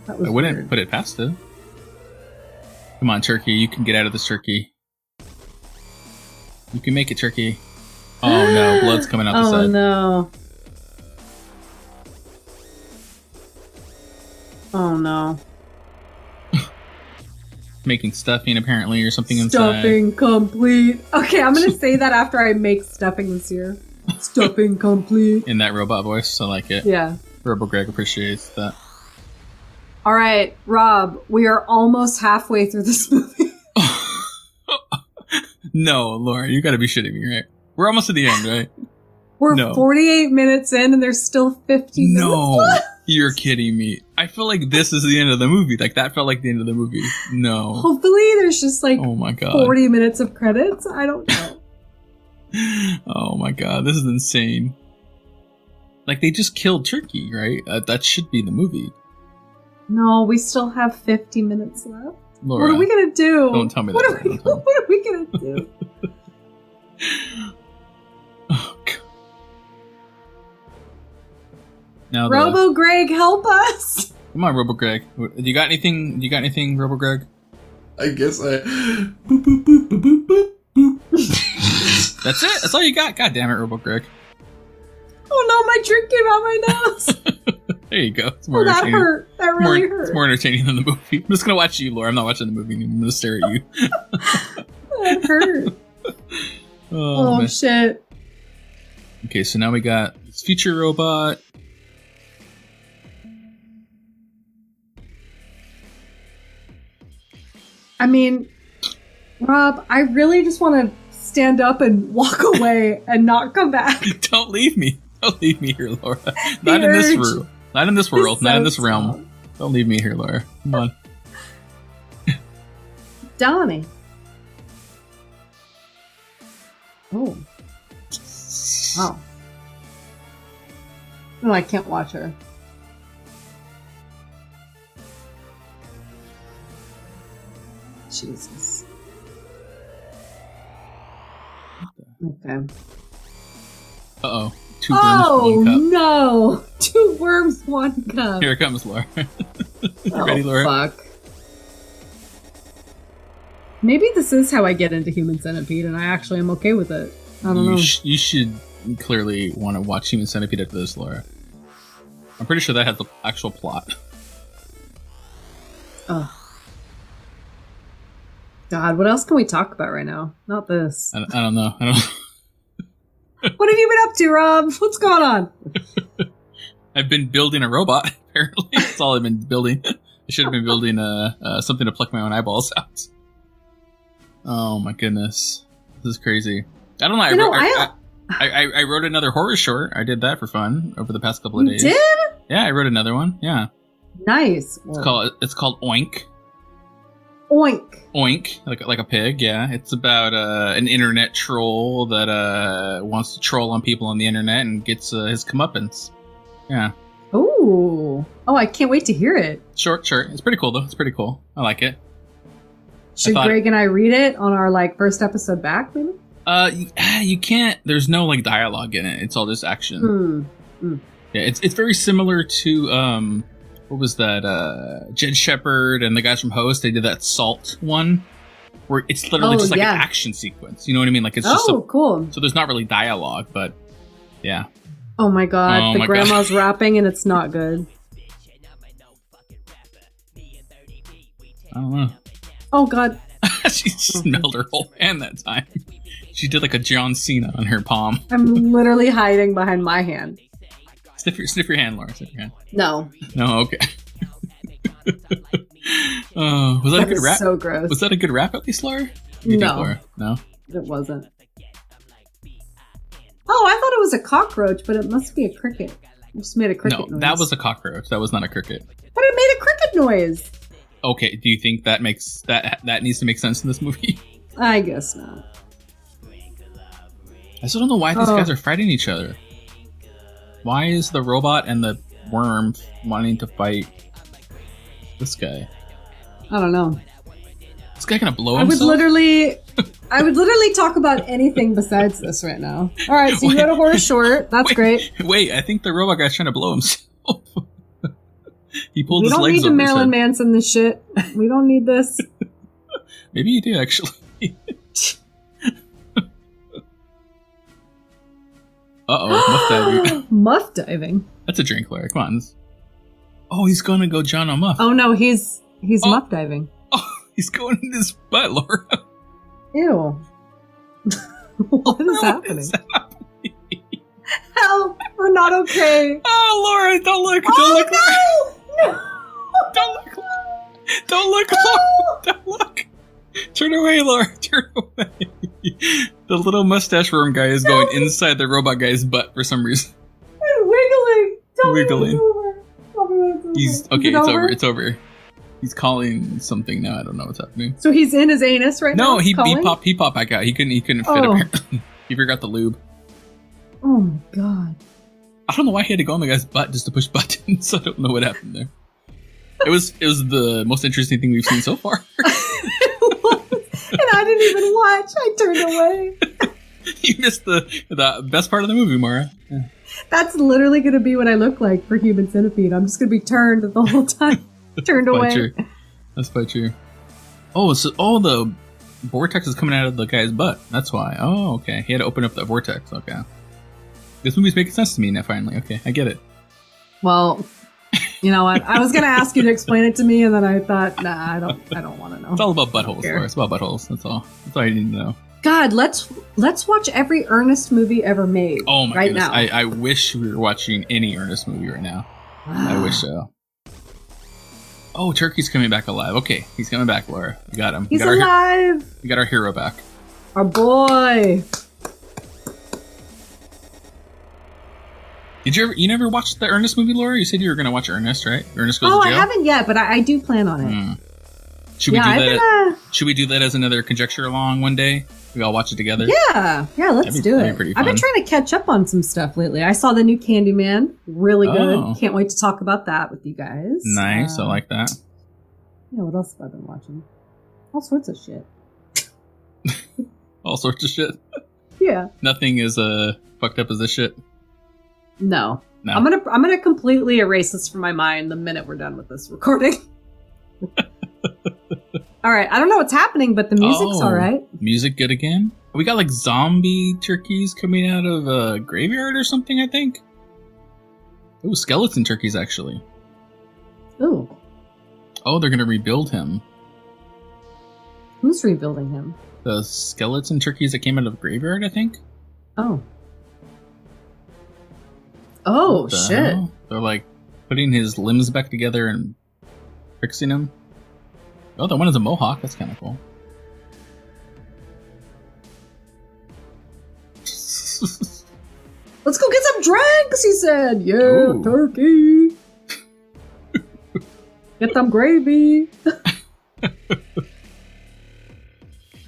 That was I wouldn't weird. put it past him. Come on, turkey. You can get out of this turkey. You can make it, turkey. Oh no, blood's coming out the Oh side. no. Oh no. Making stuffing apparently or something inside. Stuffing complete. Okay, I'm gonna say that after I make stuffing this year. Stuffing complete. In that robot voice, I like it. Yeah. Robo Greg appreciates that. All right, Rob, we are almost halfway through this movie. no, Laura, you gotta be shitting me, right? We're almost at the end, right? We're No. 48 minutes in and there's still 50 minutes. No, you're kidding me. I feel like this is the end of the movie. Like that felt like the end of the movie. No. Hopefully there's just like Oh my god. 40 minutes of credits. I don't know. Oh my god, this is insane. Like they just killed Turkey, right? Uh, that should be the movie. no, we still have 50 minutes left. Laura. What are we gonna do? Don't tell me what that. Are we, Don't tell me. what are we gonna do? oh god. Now the- Robo Greg, help us! Come on, Robo Greg. What- You got anything? You got anything, Robo Greg? I guess I. Boop, boop, boop, boop, boop, boop, boop. That's it. That's all you got. God damn it, Robo Greg. Oh no, my drink came out my nose. There you go. It's more Oh, that entertaining. hurt. That really more, hurt. It's more entertaining than the movie. I'm just gonna watch you, Laura. I'm not watching the movie. anymore. I'm gonna stare at you. That hurt. Oh, oh man. shit. Okay, so now we got this future robot. I mean, Rob, I really just want to stand up and walk away and not come back. Don't leave me. Don't leave me here, Laura. Not in this urge. room. Not in this world. It's not so in this realm. strong. Don't leave me here, Laura. Come on. Donnie. Oh, wow. Oh, No, I can't watch her. Jesus. Okay. Uh oh. Two Oh worms, one cup. no! Two worms, one cup. Here it comes, Laura. oh, ready, Laura? Fuck. Maybe this is how I get into Human Centipede, and I actually am okay with it. I don't you, know. sh- you should clearly want to watch Human Centipede after this, Laura. I'm pretty sure that has the actual plot. Ugh. God, what else can we talk about right now? Not this. I, don't- I don't know. I don't. What have you been up to, Rob? What's going on? I've been building a robot. Apparently, that's all I've been building. I should have been building uh, uh, something to pluck my own eyeballs out. Oh my goodness, this is crazy. I don't know. I, You know, wrote, I, I- I, I- I wrote another horror short. I did that for fun over the past couple of You days. did? Oh. Yeah, I wrote another one. Yeah, Nice. it's work. called it's called Oink. Oink. Oink, like like a pig. Yeah, it's about uh, an internet troll that uh, wants to troll on people on the internet and gets uh, his comeuppance. Yeah, Ooh. Oh, I can't wait to hear it. short short. It's pretty cool though. It's pretty cool. I like it. Should thought- Greg and I read it on our like first episode back, maybe? Uh, you, ah, you can't. There's no like dialogue in it. It's all just action. Hmm. Yeah, it's it's very similar to um, what was that? Uh, Jed Shepard and the guys from Host. They did that Salt one, where it's literally Oh, just like yeah. an action sequence. You know what I mean? Like it's just Oh, a, cool. so there's not really dialogue, but yeah. Oh my god, Oh the my God. grandma's rapping and it's not good. I don't know. Oh god. she Hmm. smelled her whole hand that time. She did like a John Cena on her palm. I'm literally hiding behind my hand. Sniff your sniff your hand, Laura. Sniff your hand. No. No, okay. uh, was that, a That good is rap? so gross. Was that a good rap at least, Laura? You think, no, Laura? No. it wasn't. Oh, I thought it was a cockroach, but it must be a cricket. I just made a cricket No, noise. that was a cockroach. That was not a cricket. But it made a cricket noise. Okay, do you think that makes that that needs to make sense in this movie? I guess not. I still don't know why these Oh. guys are fighting each other. Why is the robot and the worm wanting to fight this guy? I don't know. This guy gonna blow I would himself? literally I would literally talk about anything besides this right now. All right, so you go to horror short. That's Wait. great. Wait, I think the robot guy's trying to blow himself. he pulled we his don't legs need to over his Marilyn head. Manson this shit. We don't need this. Maybe he did actually. uh oh, muff diving. Muff diving. That's a drink, Larry. Come on. This- Oh, he's gonna go John on Muff. Oh no, he's he's Oh. muff diving. He's going in his butt, Laura. Ew. what is What happening? is Help! We're not okay. Oh, Laura, don't look. Don't oh look. no! Laura. No! Oh! Don't look. Laura. Don't look, Laura. Don't look. Turn away, Laura. Turn away. the little mustache worm guy is going inside the robot guy's butt for some reason. I'm wiggling. Tell Me Wiggling. when it's over. Tell me when it's over. He's Is okay. it it's over? It's over. He's calling something now. I don't know what's happening. so he's in his anus right now. No, he calling? he popped he popped back out. He couldn't he couldn't fit. Oh. Apparently, he forgot the lube. Oh my god. I don't know why he had to go on the guy's butt just to push buttons. I don't know what happened there. It was it was the most interesting thing we've seen so far. and I didn't even watch. I turned away. you missed the the best part of the movie, Mara. That's literally going to be what I look like for Human Centipede. I'm just going to be turned the whole time. turned Quite away. true. That's quite true. Oh, so all the vortex is coming out of the guy's butt. That's why. Oh, okay. He had to open up the vortex. Okay. This movie's making sense to me now. Finally, okay, I get it. Well, you know what? I was going to ask you to explain it to me, and then I thought, nah, I don't, I don't want to know. It's all about buttholes. Fair. Laura. It's about buttholes. That's all. That's all you need to know. God, let's let's watch every Ernest movie ever made. Oh my right goodness! now. I, I wish we were watching any Ernest movie right now. I wish Ah. so. Oh, Turkey's coming back alive. Okay, he's coming back, Laura. We got him. We He's got, our, he- alive, we got our hero back. our boy. Did you ever? You never watched the Ernest movie, Laura? You said you were going to watch Ernest, right? Ernest goes Oh, to I jail. haven't yet, but I, I do plan on it. Hmm. Should we yeah, do that? I've uh, Should we do that as another conjecture along one day? We all watch it together. been, uh, yeah, yeah. Let's That'd be- do that'd be it. pretty I've been fun. trying to catch up on some stuff lately. I saw the new Candyman, really good. Oh. Can't wait to talk about that with you guys. Nice. I Um, like that. Yeah, what else have I been watching? all sorts of shit. All sorts of shit. Yeah. Nothing is uh fucked up as this shit. No. No. I'm gonna I'm gonna completely erase this from my mind the minute we're done with this recording. all right. I don't know what's happening, but the music's Oh. all right. Music good again. We got like zombie turkeys coming out of a graveyard or something. I think. Ooh, skeleton turkeys actually. Ooh, Oh, they're gonna rebuild him. who's rebuilding him? The skeleton turkeys that came out of a graveyard. I think. Oh. Oh What the shit. hell? They're like putting his limbs back together and fixing him. Oh, that one is a mohawk. That's kind of cool. Let's go get some drinks, he said. Yeah, Ooh. turkey. get some gravy.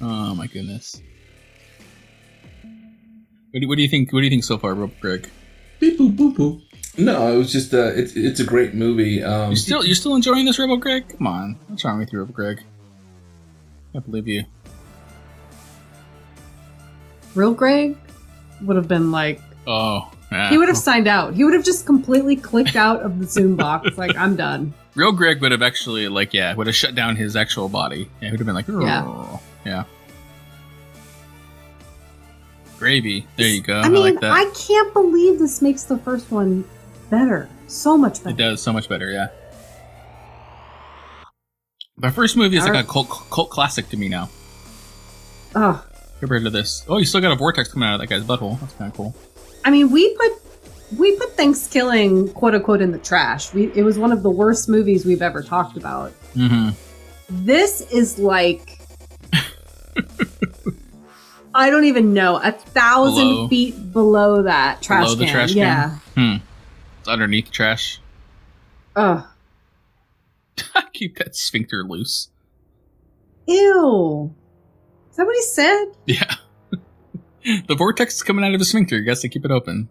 oh my goodness. What do, what do you think? What do you think so far, Rob Greg? Beep boop boop boop. No, it was just uh, it's it's a great movie. Um, You're still you're still enjoying this, Rebel Greg? Come on, what's wrong with you, Rebel Greg? I believe you. Real Greg would have been like, Oh, yeah. he would have signed out. He would have just completely clicked out of the Zoom box. Like, I'm done. real Greg would have actually like yeah would have shut down his actual body. Yeah, he would have been like yeah, yeah. Gravy. There you go. I, I mean, I, like that. can't believe this makes the first one better. So much It better. does so much better. Yeah. My first movie is Our- like a cult, cult classic to me now. Ugh. Compared to this, oh, you still got a vortex coming out of that guy's butthole. That's kind of cool. I mean, we put we put Thanksgiving quote unquote in the trash. We it was one of the worst movies we've ever talked about. Mm-hmm. This is like I don't even know a thousand Below. feet below that trash Below the can. trash can? yeah. It's underneath the trash. Ugh. Keep that sphincter loose. Ew. Is that what he said? Yeah. the vortex is coming out of his sphincter. You got to keep it open.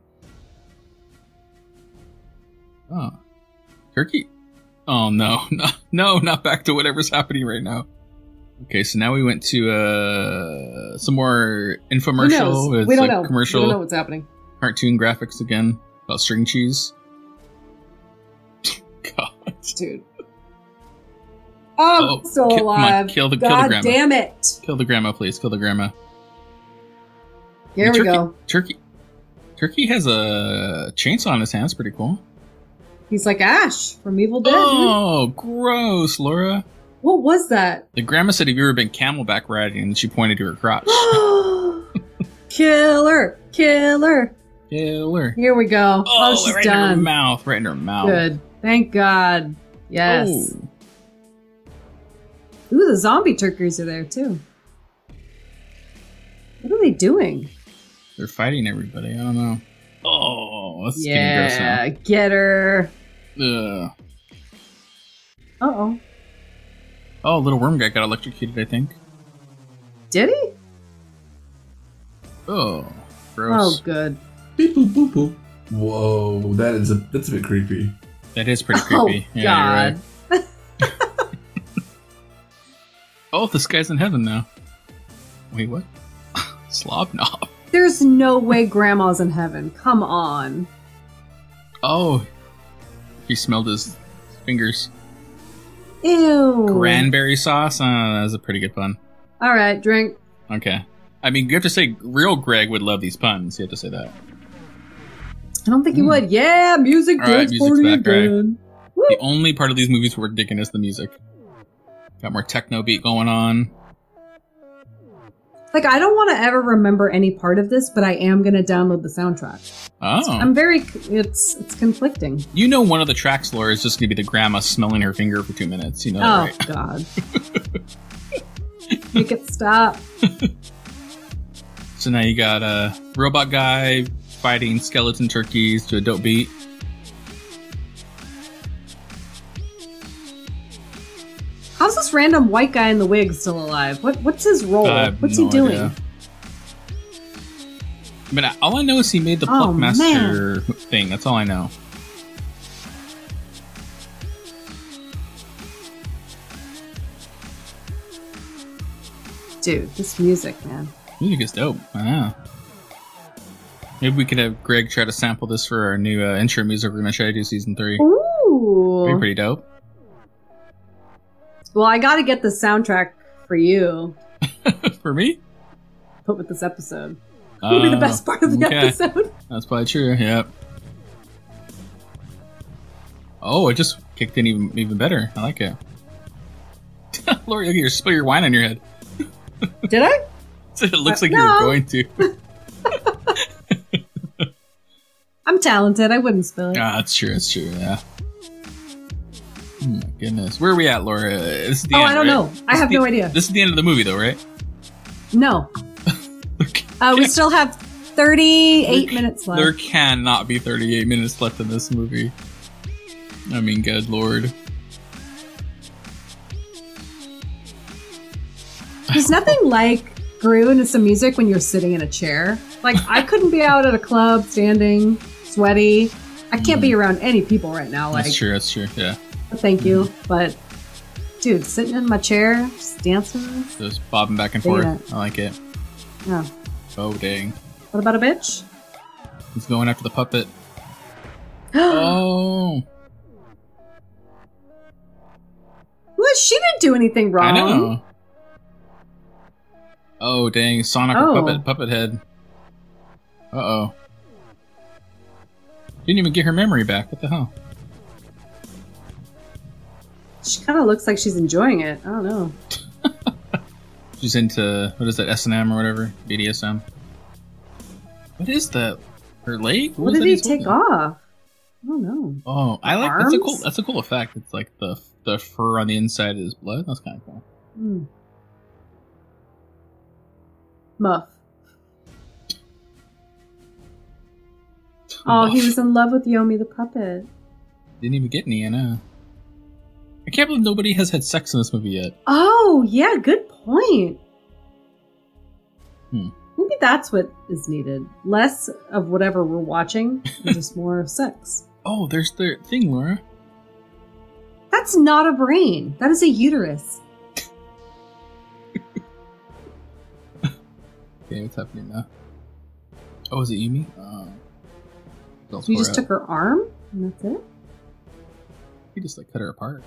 Oh. Turkey. Oh, no. No, no, not back to whatever's happening right now. Okay, so now we went to uh, some more Who knows? infomercial. It's We don't like know. Commercial We don't know what's happening. cartoon graphics again about string cheese. God. Dude. Oh, Oh, I'm still ki- come on, alive. kill the- kill the God grandma. damn it. Kill the grandma, please. Kill the grandma. Here we turkey, go. Turkey. Turkey has a chainsaw in his hand. It's pretty cool. He's like Ash from Evil Dead. dude. Oh, gross, Laura. What was that? The grandma said, "Have you ever been camelback riding?" And she pointed to her crotch. killer. Killer. Killer. Here we go. Oh, she's right in her done. mouth. Right in her mouth. Good. Thank God. Yes. Oh, Ooh, the zombie turkeys are there too. What are they doing? they're fighting everybody. I don't know. Oh, that's yeah, get her. getting gross now. Ugh. Uh oh. Oh, little worm guy got electrocuted. I think. Did he? Oh, Oh, gross. good. beep boop boop boop. Whoa, that is a that's a bit creepy. That is pretty creepy. Oh, yeah, God. You're right. Oh, this guy's in heaven now. Wait, what? Slob knob. There's no way grandma's in heaven. Come on. Oh, he smelled his fingers. Ew. Cranberry sauce. Uh, that was a pretty good pun. All right, drink. Okay. I mean, you have to say real Greg would love these puns. You have to say that. I don't think you Mm. would. Yeah, music All right, dance music's party back, right? again. Woo. The only part of these movies we're digging is the music. Got more techno beat going on. Like, I don't want to ever remember any part of this, but I am going to download the soundtrack. Oh, I'm very, it's it's conflicting. you know, one of the tracks, Laura, is just gonna be the grandma smelling her finger for two minutes. You know, that, Oh, right? God. Make it stop. Oh. So now you got a robot guy fighting skeleton turkeys to a dope beat. How's this random white guy in the wig still alive? What What's his role? I have Oh, What's no he doing? idea. I mean, I- all I know is he made the Oh, Pluckmaster thing. That's all I know. dude, this music, man. Music is dope. Wow. Maybe we could have Greg try to sample this for our new uh, intro music we're gonna try to do season three. That'd be Ooh. pretty dope. Well, I got to get the soundtrack for you. for me, Put with this episode. It'll be the Uh, best part of the okay. episode. That's probably true. Yep. Oh, it just kicked in even even better. I like it. Lori, look at your spill your wine on your head. Did I? It looks like you Uh, No. were going to. I'm talented. I wouldn't spill it. Ah, that's true. That's true. Yeah. Oh my goodness, where are we at, Laura? This is the oh, end, I don't right? know. I This have is no the- idea. This is the end of the movie, though, right? No. Okay. Uh, we still have 38 There- minutes left. There cannot be 38 minutes left in this movie. I mean, good lord. There's nothing like grooving to some music when you're sitting in a chair. Like, I couldn't be out at a club standing, sweaty. I can't be around any people right now. Like, that's true. That's true. Mm-hmm. Yeah. thank you. But, dude, sitting in my chair, just dancing. Just bobbing back and Look forth. at I like it. Yeah. Oh, dang. What about a bitch? He's going after the puppet. Oh. Well, she didn't do anything wrong. I know. Oh, dang. Sonic Oh. or puppet, puppet head. Uh oh. Didn't even get her memory back. What the hell? She kind of looks like she's enjoying it. I don't know. She's into what is that S and M or whatever BDSM. What is that? Her leg? What is did that he he's take holding? off? I don't know. Oh, I like that's a cool arms? that's a cool effect. It's like the the fur on the inside is blood. That's kind of cool. Hmm. Muff. Oh, he was in love with Yomi the puppet. didn't even get any. I know. I can't believe nobody has had sex in this movie yet. Oh, yeah, good point. Hmm. Maybe that's what is needed. Less of whatever we're watching, and just more of sex. Oh, there's their thing, Laura. That's not a brain. That is a uterus. Okay, what's happening now? Oh, is it Yumi? Uh, So you just took her arm, and that's it? He just like cut her apart.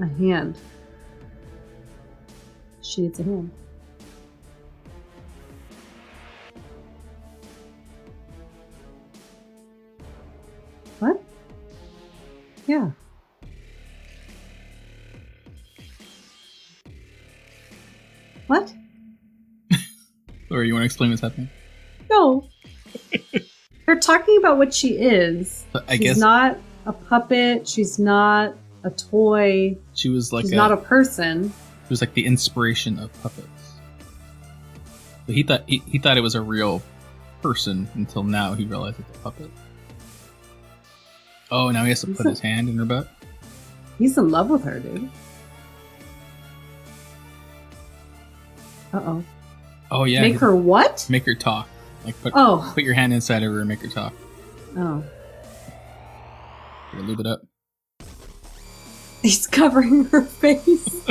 A hand. She needs a hand. What? Yeah. What? Laura, you want to explain what's happening? No. They're talking about what she is. But I She's guess not a puppet. She's not a toy. she was like she's a, not a person. It was like the inspiration of puppets. But he thought he, he thought it was a real person until now he realized it's a puppet. Oh, now he has to put his hand in her butt. He's in love with her, dude. Uh oh. Oh yeah, make he- her what? make her talk. Like put Oh. put your hand inside of her and make her talk. Oh. Or lube it up. He's covering her face.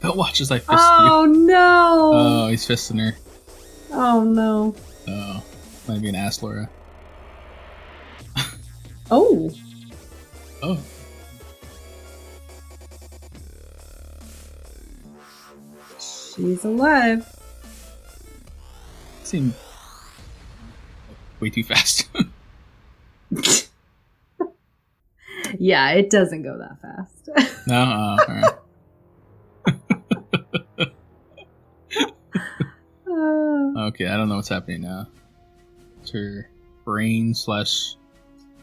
Don't watch as I fist you. oh no. Oh, he's fisting her. oh no. Oh, might be an ass, Laura. Oh. Oh, She's alive. seemed way too fast. Yeah, it doesn't go that fast. no, uh, all right. Uh, okay. I don't know what's happening now. It's her brain slash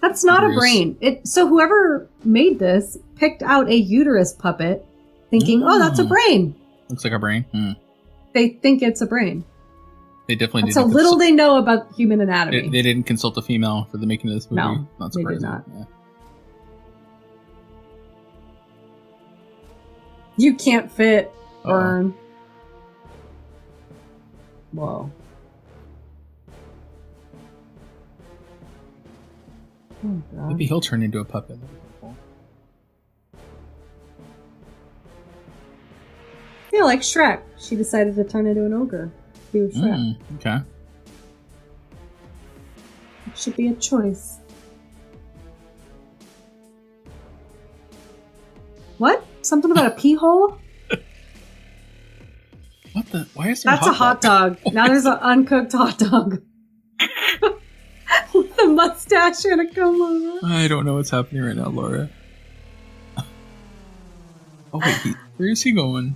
that's not a Uterus. brain. It so whoever made this picked out a uterus puppet thinking, "Oh, that's a Mm. brain." Looks like a brain. Hmm. They think it's a brain. They definitely That's how didn't. little consult- they know about human anatomy. they, they didn't consult a female for the making of this movie. No, not they did surprising. not. Yeah. You can't fit, Uh-oh. burn. Whoa. Oh, God. Maybe he'll turn into a puppet. Yeah, like Shrek. She decided to turn into an ogre. Be with Shrek. Mm, okay. It should be a choice. What? Something about a pee hole? What the? Why is there That's a hot dog. Now there's an uncooked hot dog. With a mustache and a comb over. I don't know what's happening right now, Laura. Oh wait, he, where is he going?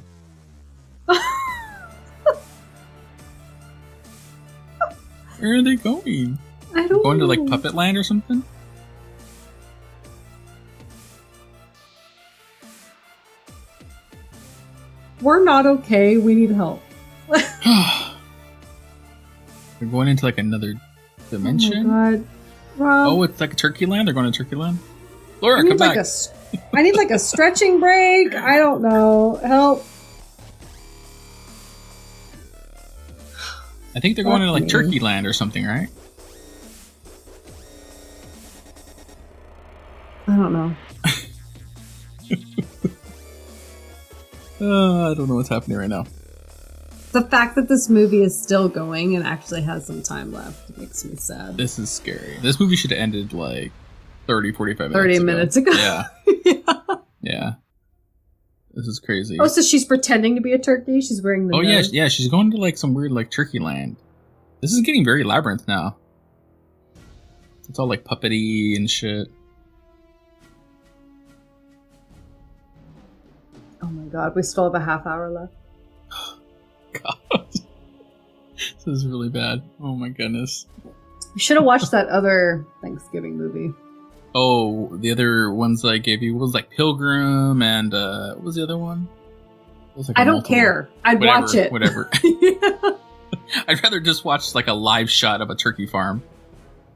Where are they going? I don't Going to like know. Puppet Land or something? We're not okay. We need help. They're going into like another dimension. Oh my god. Rob, Oh, it's like Turkey Land. They're going to Turkey Land. Laura, I come need like back. a s- I need like a stretching break. I don't know. Help. I think they're going to like Fuck me. Turkey Land or something, right? I don't know. Uh, I don't know what's happening right now. The fact that this movie is still going and actually has some time left makes me sad. This is scary. This movie should have ended like 30, 45 minutes 30 ago. minutes ago. Yeah. Yeah. Yeah. This is crazy. Oh, so she's pretending to be a turkey. She's wearing the. Oh yeah, nose. yeah. She's going to like some weird like Turkey land. This is getting very labyrinth now. It's all like puppety and shit. Oh my god, we still have a half hour left. God, this is really bad. Oh my goodness. We should have watched that other Thanksgiving movie. Oh, the other ones I gave you was like Pilgrim and uh, what was the other one? It was, like, I a don't multiple- care. I'd Whatever, watch it. Whatever. Yeah. I'd rather just watch like a live shot of a turkey farm.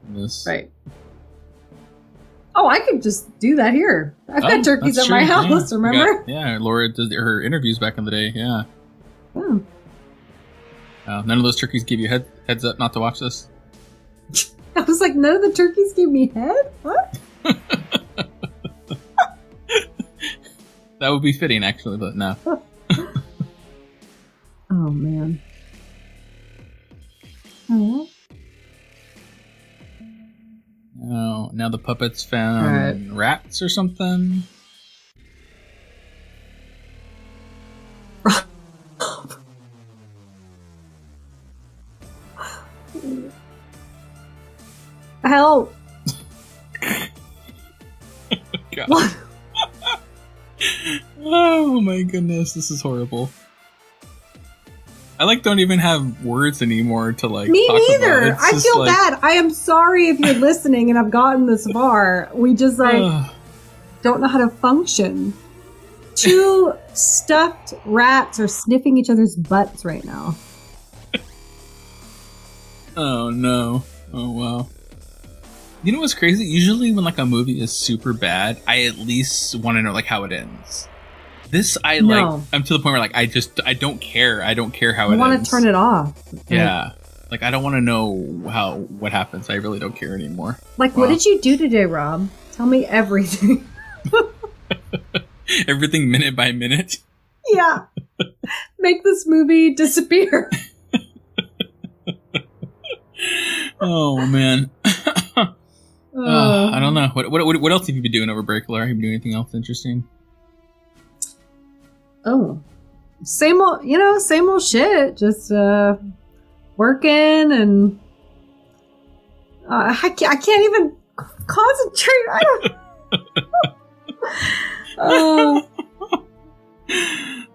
than This. Right. Oh, I could just do that here. I've Oh, got turkeys at that's my true, yeah. house, You got- remember? yeah, Laura did her interviews back in the day. Yeah. Oh. Uh, none of those turkeys give you head, heads up not to watch this. I was like, none of the turkeys gave me head? What? That would be fitting, actually, but no. Oh, man. Oh. Oh, now the puppets found Alright. rats or something. Help. God. What? Oh my goodness, this is horrible. I like don't even have words anymore to like. Me talk about. neither. It's I just feel like, bad. I am sorry if you're listening and I've gotten this far. We just like ugh. don't know how to function. Two stuffed rats are sniffing each other's butts right now. Oh no. Oh wow. You know what's crazy? Usually when like a movie is super bad, I at least want to know like how it ends. This I like No. I'm to the point where like I just I don't care. I don't care how I it want ends. to turn it off. Yeah. Like I don't want to know how what happens. I really don't care anymore. Like, what Wow. did you do today, Rob? Tell me everything. Everything minute by minute. yeah. Make this movie disappear. Oh man. Uh, Ugh, Uh, I don't know. What, what what what else have you been doing over break, Laura? Have you been doing anything else interesting? Oh. Same old, you know, same old shit. Just uh working and uh, I, can't, I can't even concentrate. I don't. Uh,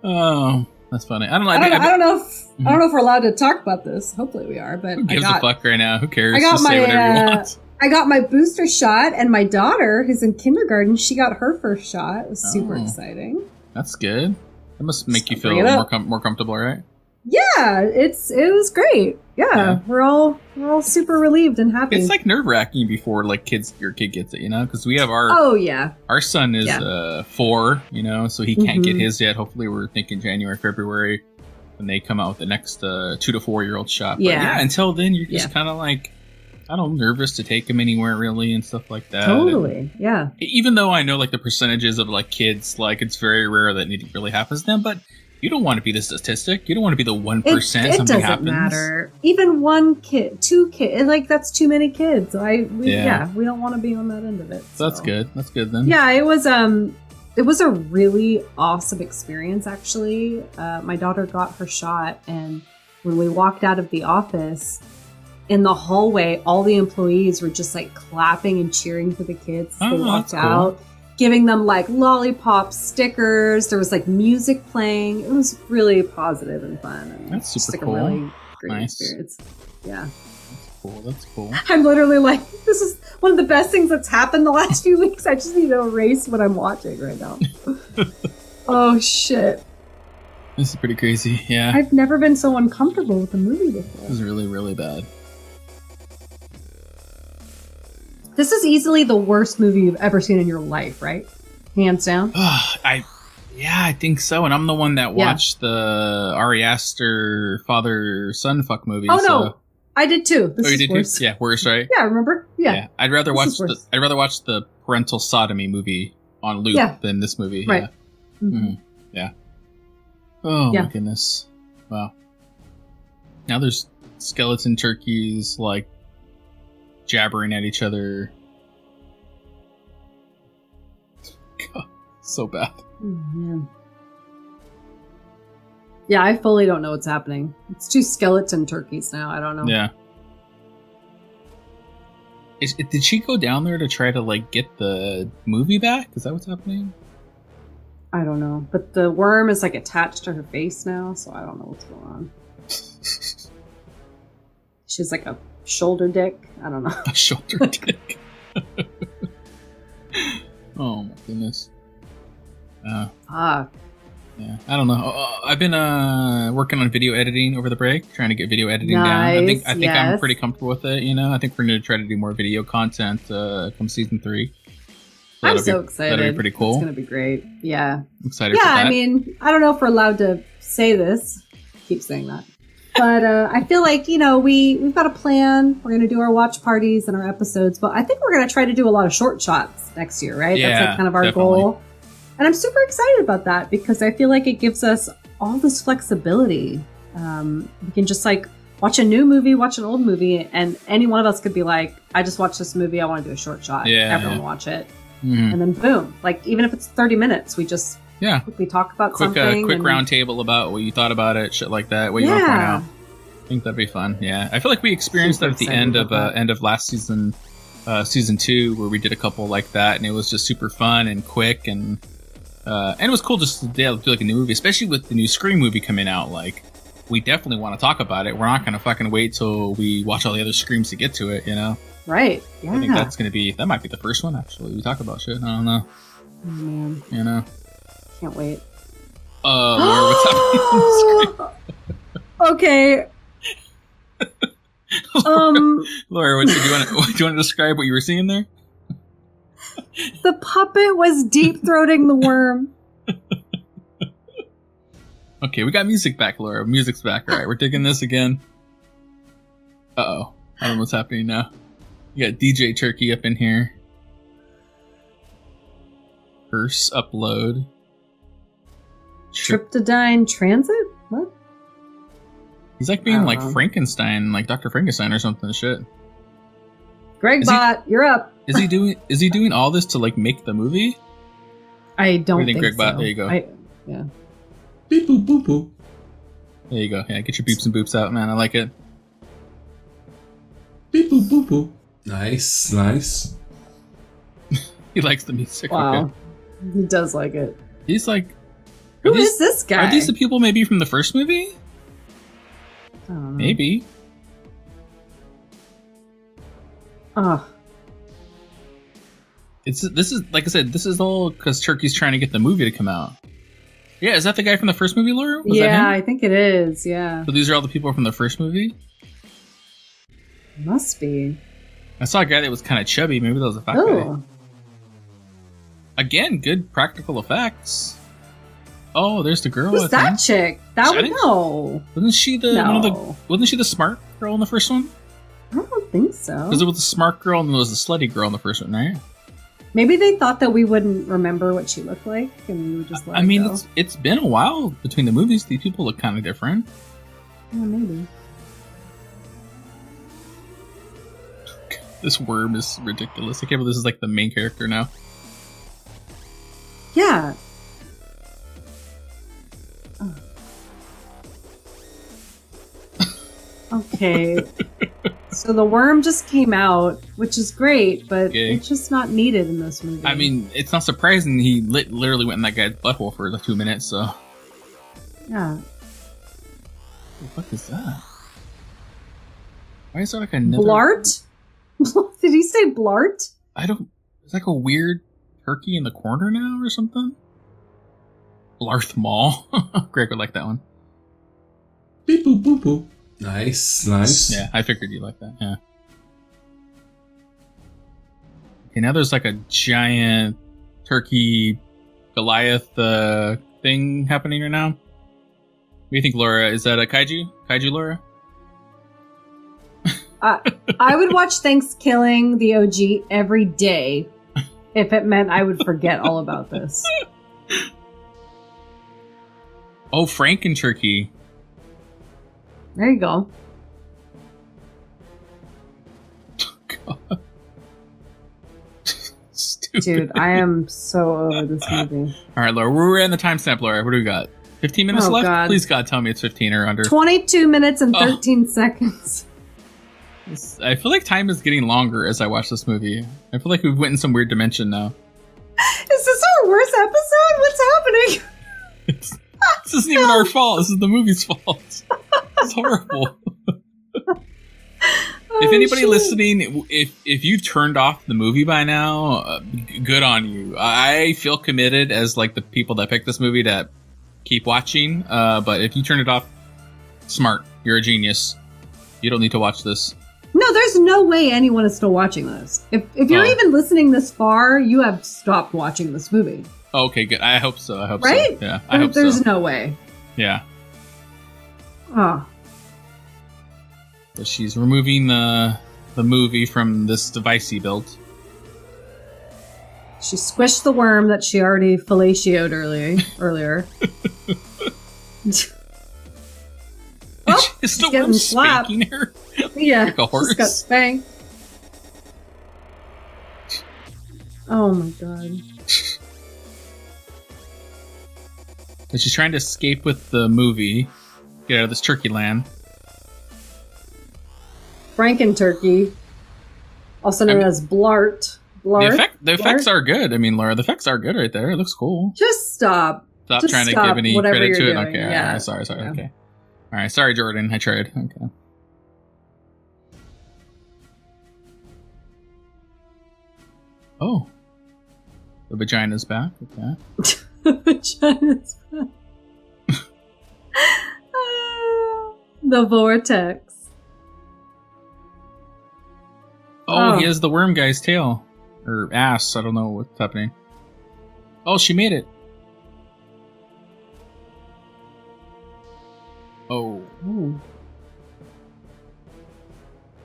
Oh, that's funny. I don't know. I, I, don't, think- I don't know if I Mhm. don't know if we're allowed to talk about this. Hopefully we are, but who I gives got a fuck right now? Who cares? I got Just say my, whatever you uh, want. I got my booster shot, and my daughter, who's in kindergarten, she got her first shot. It was super Oh. exciting. That's good. That must make you Just feel bring it up. more com- more comfortable, right? Yeah, it's it was great. Yeah, Yeah. we're all we're all super relieved and happy. It's like nerve wracking before like kids your kid gets it, you know? Because we have our oh yeah, our son is Yeah. uh four, you know, so he can't get Mhm. his yet. Hopefully, we're thinking January, February when they come out with the next uh, two to four year old shot. But Yeah. yeah. Until then, you're just kind of like. I don't nervous to take him anywhere really and stuff like that. And- Totally. Yeah. even though I know like the percentages of like kids, like it's very rare that it really happens to them, but You don't want to be the statistic. You don't want to be the one It, percent. it something doesn't happens. matter. Even one kid, two kids, like that's too many kids. I we, Yeah. yeah. we don't want to be on that end of it. So that's so. good. That's good then. Yeah, it was um it was a really awesome experience actually. Uh, my daughter got her shot and when we walked out of the office in the hallway, all the employees were just like clapping and cheering for the kids. Oh, they that's walked cool. out, giving them like lollipops, stickers. There was like music playing. It was really positive and fun. And That's just, like, super cool. A really great Nice. experience. Yeah, That's cool. That's cool. I'm literally like, this is one of the best things that's happened the last few weeks. I just need to erase what I'm watching right now. oh shit! This is pretty crazy. Yeah. I've never been so uncomfortable with a movie before. This is really, really bad. This is easily the worst movie you've ever seen in your life, right? Hands down. I, yeah, I think so. And I'm the one that Yeah. watched the Ari Aster father son fuck movie. Oh so. no, I did too. This oh, you is did too? worse. Yeah, worse, right? Yeah, remember? Yeah, I'd rather This watch is the worse. I'd rather watch the parental sodomy movie on loop Yeah. than this movie. right. Yeah. Mhm. Mhm. Yeah. Oh Yeah. my goodness. Wow. Now there's skeleton turkeys like jabbering at each other. God, so bad. Oh, Mm-hmm. man. Yeah, I fully don't know what's happening. It's two skeleton turkeys now. I don't know. Yeah. Is, did she go down there to try to like get the movie back? Is that what's happening? I don't know. But the worm is like attached to her face now, so I don't know what's going on. She's like a shoulder dick. I don't know. A shoulder dick. oh my goodness. Uh, Ah, yeah, I don't know. Uh, I've been uh, working on video editing over the break, trying to get video editing down. I think Nice, I think I'm yes. pretty comfortable with it. You know, I think we're going to try to do more video content uh, come season three. So I'm that'll be- so excited. That'll be pretty It's cool. gonna be great. Yeah. I'm excited. for Yeah. that. I mean, I don't know if we're allowed to say this. Keep saying that. But uh, I feel like you know we we've got a plan. We're gonna do our watch parties and our episodes, but I think we're gonna try to do a lot of short shots next year, right? That's Yeah, like kind of our definitely. goal. And I'm super excited about that because I feel like it gives us all this flexibility. Um, we can just like watch a new movie, watch an old movie, and any one of us could be like, "I just watched this movie. I want to do a short shot. Yeah. Everyone watch it." Mhm. and then boom like even if it's 30 minutes we just yeah. quickly talk about Quick, uh, something quick and- round table about what you thought about it, shit like that. What you want to point out. yeah I think that'd be fun. Yeah, I feel like we experienced Super that at the excited end of about uh, that. end of last season, uh, season two, where we did a couple like that, and it was just super fun and quick, and uh, and it was cool just to do do, like a new movie, especially with the new Scream movie coming out. Like, we definitely want to talk about it. We're not gonna fucking wait till we watch all the other Screams to get to it. You know, right I think yeah that's gonna be that might be the first one actually. We talk about shit. I don't know. oh, man You know. can't wait Uh, Laura, what's happening? okay um Laura, what, do you want? Do you want to describe what you were seeing there? the puppet was deep throating the worm Okay, we got music back, Laura. Music's back. All right, we're digging this again. Uh oh. I don't know what's happening now. You got DJ Turkey up in here. Curse upload. Trip. tryptodine transit what He's like being I like don't know. Frankenstein, like Dr. Frankenstein or something shit. greg Is he- bot you're up Is he doing is he doing all this to like make the movie? i don't do you think, think Greg Bot? so. There you go. I- Beep boop boop boop. There you go. Yeah, get your beeps and boops out, man. I like it. Beep boop boop boop. Nice, nice. He likes the music. wow Okay. he does like it He's like Who are is these, this guy Are these the people maybe from the first movie? I don't know. Maybe. oh It's this is like I said, this is all because Turkey's trying to get the movie to come out. Yeah, is that the guy from the first movie, Laura? Was yeah That him? i think it is yeah So these are all the people from the first movie. must be I saw a guy that was kind of chubby. Maybe that was a fat guy. oh Again, good practical effects. Oh, there's the girl. I Who's that think. chick? That Shall would I- no. Wasn't she the Uh, one no. Oh. of the? Wasn't she the smart girl in the first one? I don't think so. Because it was the smart girl and there was the slutty girl in the first one, right? Maybe they thought that we wouldn't remember what she looked like, and we would just. Let I it mean, go. it's, it's been a while between the movies. These people look kind of different. Yeah, maybe. This worm is ridiculous. I can't believe this is like the main character now. Yeah. Oh. Okay. so the worm just came out, which is great, but Okay. it's just not needed in this movie. I mean, it's not surprising he lit- literally went in that guy's butthole for like two minutes. So, what yeah. the fuck is that? Why is there like another? Blart? Did he say blart? I don't. It's like a weird turkey in the corner now or something. Larth Mall. Greg would like that one. Beep boop boop boop. Nice, nice. Yeah, I figured you'd like that. Yeah. Okay, now there's like a giant turkey Goliath uh, thing happening right now. What do you think, Laura? Is that a kaiju? Kaiju, Laura? I would watch Thanksgiving the OG every day if it meant I would forget all about this. Oh, Franken turkey. There you go. Stupid. Dude, I am so over this movie. All right, Laura, we're in the timestamp, Laura. What do we got? 15 minutes Oh, left? God. Please, God, tell me it's 15 or under. 22 minutes and Oh. 13 seconds. This- I feel like time is getting longer as I watch this movie. I feel like we've went in some weird dimension now. Is this our worst episode? What's happening? It's, this isn't even our fault. This is the movie's fault. It's horrible. if Oh, anybody shit. listening, if if you turned off the movie by now, uh, g- good on you. I feel committed as like the people that picked this movie to keep watching. Uh, but if you turn it off, smart. You're a genius. You don't need to watch this. No, there's no way anyone is still watching this. If, if you're Oh. even listening this far, you have stopped watching this movie. Oh, Okay, good. I hope so. I hope Right? so. Yeah, I hope there's so. no way. yeah. Oh. So she's removing the the movie from this device he built. She squished the worm that she already fellatioed early, earlier. Oh, Is the getting worm slapped. spanking her? yeah. Like a horse. Just got spanked. Oh my god. And she's trying to escape with the movie, get out of this turkey land. Franken turkey, also known I mean- as blart. Blart. The effect, the effects Blart? are good. I mean, Laura, the effects are good right there. It looks cool. Just stop. Stop Just trying to stop give any whatever credit to you're it. doing, Okay, all yeah. right, sorry, sorry. Yeah. Okay, all right, sorry, Jordan. I tried. Okay. Oh, the vagina's back. Okay. Vagina's back. Ah, the vortex. Oh, Oh. he has the worm guy's tail. Or ass. I don't know what's happening. Oh, she made it. Oh, Ooh.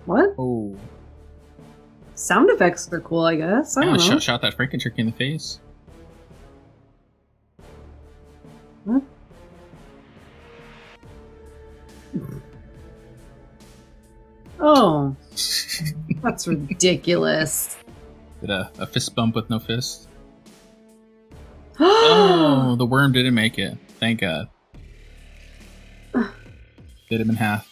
What? oh. Sound effects are cool, I guess. I Yeah, don't know. shot, shot that Franken turkey in the face. Huh? Oh, that's ridiculous. Did a, a fist bump with no fist. Oh, the worm didn't make it. Thank God. Bit him in half.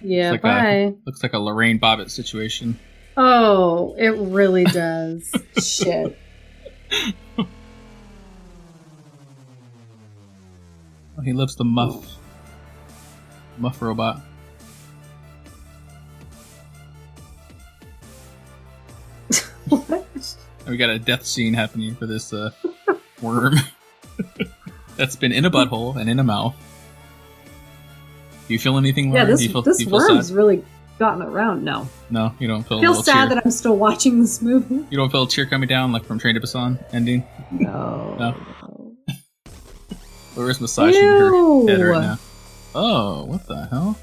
yeah, It's like bye. Looks like a Lorraine Bobbitt situation. Oh, it really does. Shit. Oh, he loves the muff. Muff robot. And we got a death scene happening for this uh, worm that's been in a butthole and in a mouth. Do you feel anything, Laura? yeah, do this, you feel, do this you feel worm's sad? Oh, really gotten around. No, No, you don't feel. I a feel little sad cheer. that I'm still watching this movie. you don't feel a tear coming down like from Train to Busan ending. No. Laura's massaging her head right now. Oh, what the hell?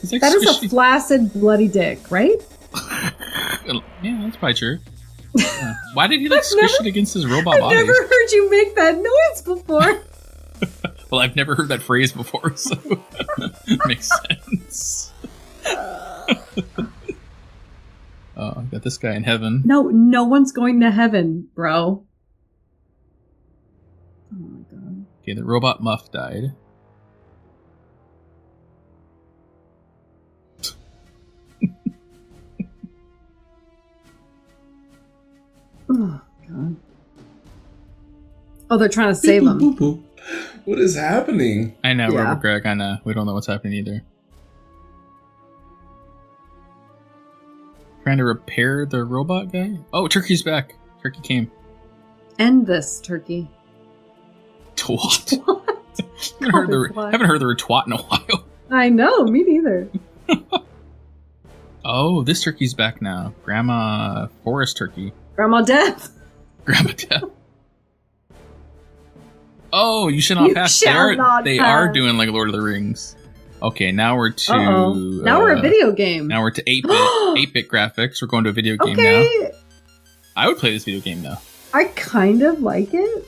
He's like that is squishy- a flaccid bloody dick, right? Uh, yeah, that's probably true. Yeah. Why did he like squish never- it against his robot I've body? never heard you make that noise before. Well, I've never heard that phrase before, so makes sense. oh, I got this guy in heaven. no, no one's going to heaven, bro. Oh my god. Okay, the robot muff died. Oh god. Oh, they're trying to save him. Boop, boop, boop, boop. What is happening? I know, Yeah. Robert Gregg, I know. We don't know what's happening either. Trying to repair the robot guy? Oh, Turkey's back. Turkey came. End this, turkey. Twat. What? haven't, heard the, Common twat. haven't heard the word twat in a while. I know, me neither. Oh, this turkey's back now. Grandma Forest Turkey. Grandma Death. Grandma Deb. Oh, you should not You pass. shall they are, not they are pass. doing like Lord of the Rings. Okay, now we're to. Uh oh. Now we're a uh, video game. Now we're to 8 bit, 8 bit graphics. We're going to a video game now. okay. I would play this video game now. I kind of like it.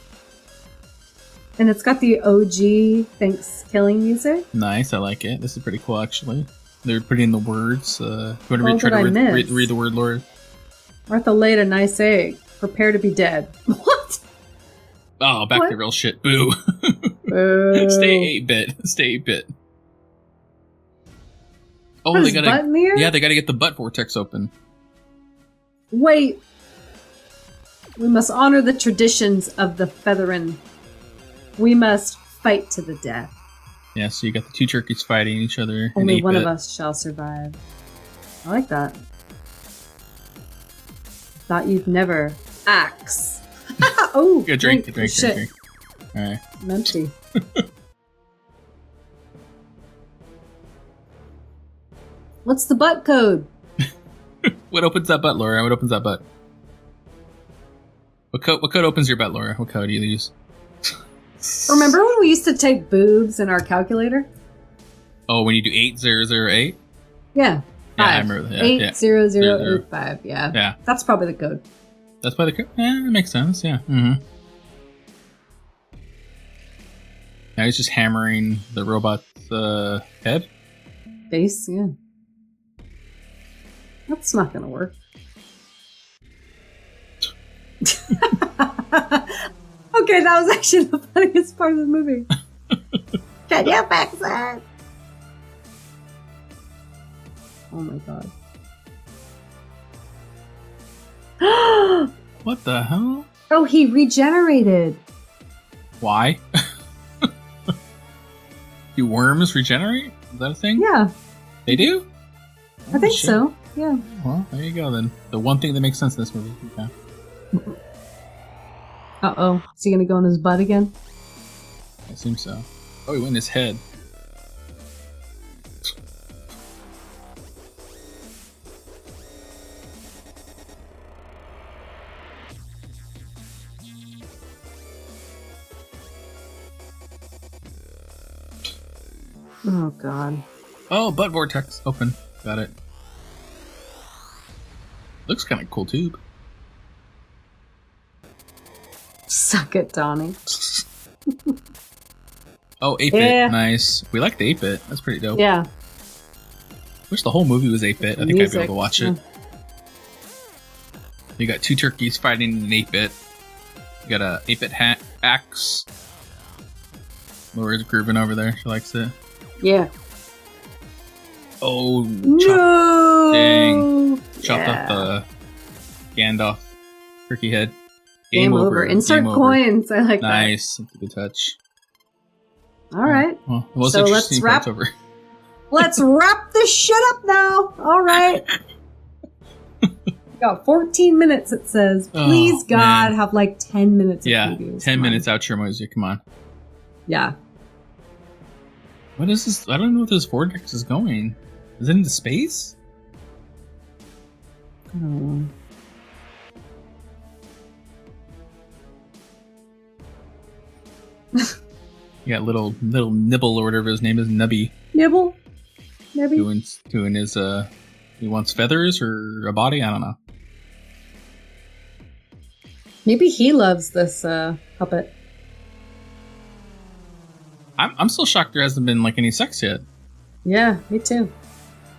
And it's got the OG thanks killing music. Nice, I like it. This is pretty cool, actually. They're putting the words. Uh, you want to What read, try did to I read, miss? read, read the word, Lord? Martha laid a nice egg. Prepare to be dead. What? Oh, back to What? real shit. Boo. Stay 8 bit. Stay 8 bit. Oh, they gotta. butt in the air? Yeah, they gotta get the butt vortex open. Wait. We must honor the traditions of the Featherin. We must fight to the death. Yeah, so you got the two turkeys fighting each other. Only in one 8-bit. of us shall survive. I like that. Thought you'd never axe. oh, Yeah, drink, drink, drink, drink, shit. drink. All right. I'm empty. What's the butt code? What opens that butt, Laura? What opens that butt? What code? What code opens your butt, Laura? What code do you use? Remember when we used to type boobs in our calculator? Oh, when you do eight zero zero eight. Yeah. Yeah, I Five. remember that. Yeah, Eight yeah. zero zero Zero. eight five. Yeah. Yeah. That's probably the code. That's why the code. Yeah, that makes sense. Yeah. hmm Now he's just hammering the robot's uh, head. Base, yeah. That's not gonna work. okay, that was actually the funniest part of the movie. Can you fix it? Oh my god. What the hell? oh, he regenerated. Why? do worms regenerate? Is that a thing? Yeah, They do. I think Shit. so. Yeah. Well, there you go then. The one thing that makes sense in this movie. Yeah. Uh oh. Is he gonna go in his butt again? I assume so. Oh, he went in his head. Oh god. Oh, butt vortex open. Got it. Looks kind of cool tube. Suck it, Donnie. Oh, 8 bit. Yeah. Nice. We like the 8 bit. That's pretty dope. Yeah. Wish the whole movie was 8 bit. I think I'd be Music, Mm. able to watch it. You got two turkeys fighting in 8 bit. You got a 8 bit ha- axe. Laura's grooving over there. She likes it. Yeah. Oh, chop, No. Dang. chopped Yeah. up the Gandalf turkey head. Game, over. Insert Game over. coins. I like Nice. That's a good touch. that. All right. Well, the most So let's interesting part's wrap- over. Let's wrap this shit up now. All right. We Got 14 minutes, it says. Oh, Please, God, man. have like 10 minutes. Yeah, of previews. ten Come on. minutes out your music. Come on. Yeah. What is this? I don't know where this vortex is going. Is it into space? I don't Mm. know. You got little little nibble or whatever his name is, Nubby, Nibble? Maybe? doing doing his uh, he wants feathers or a body. I don't know. Maybe he loves this uh, puppet. I'm, I'm still shocked there hasn't been like any sex yet. Yeah, me too.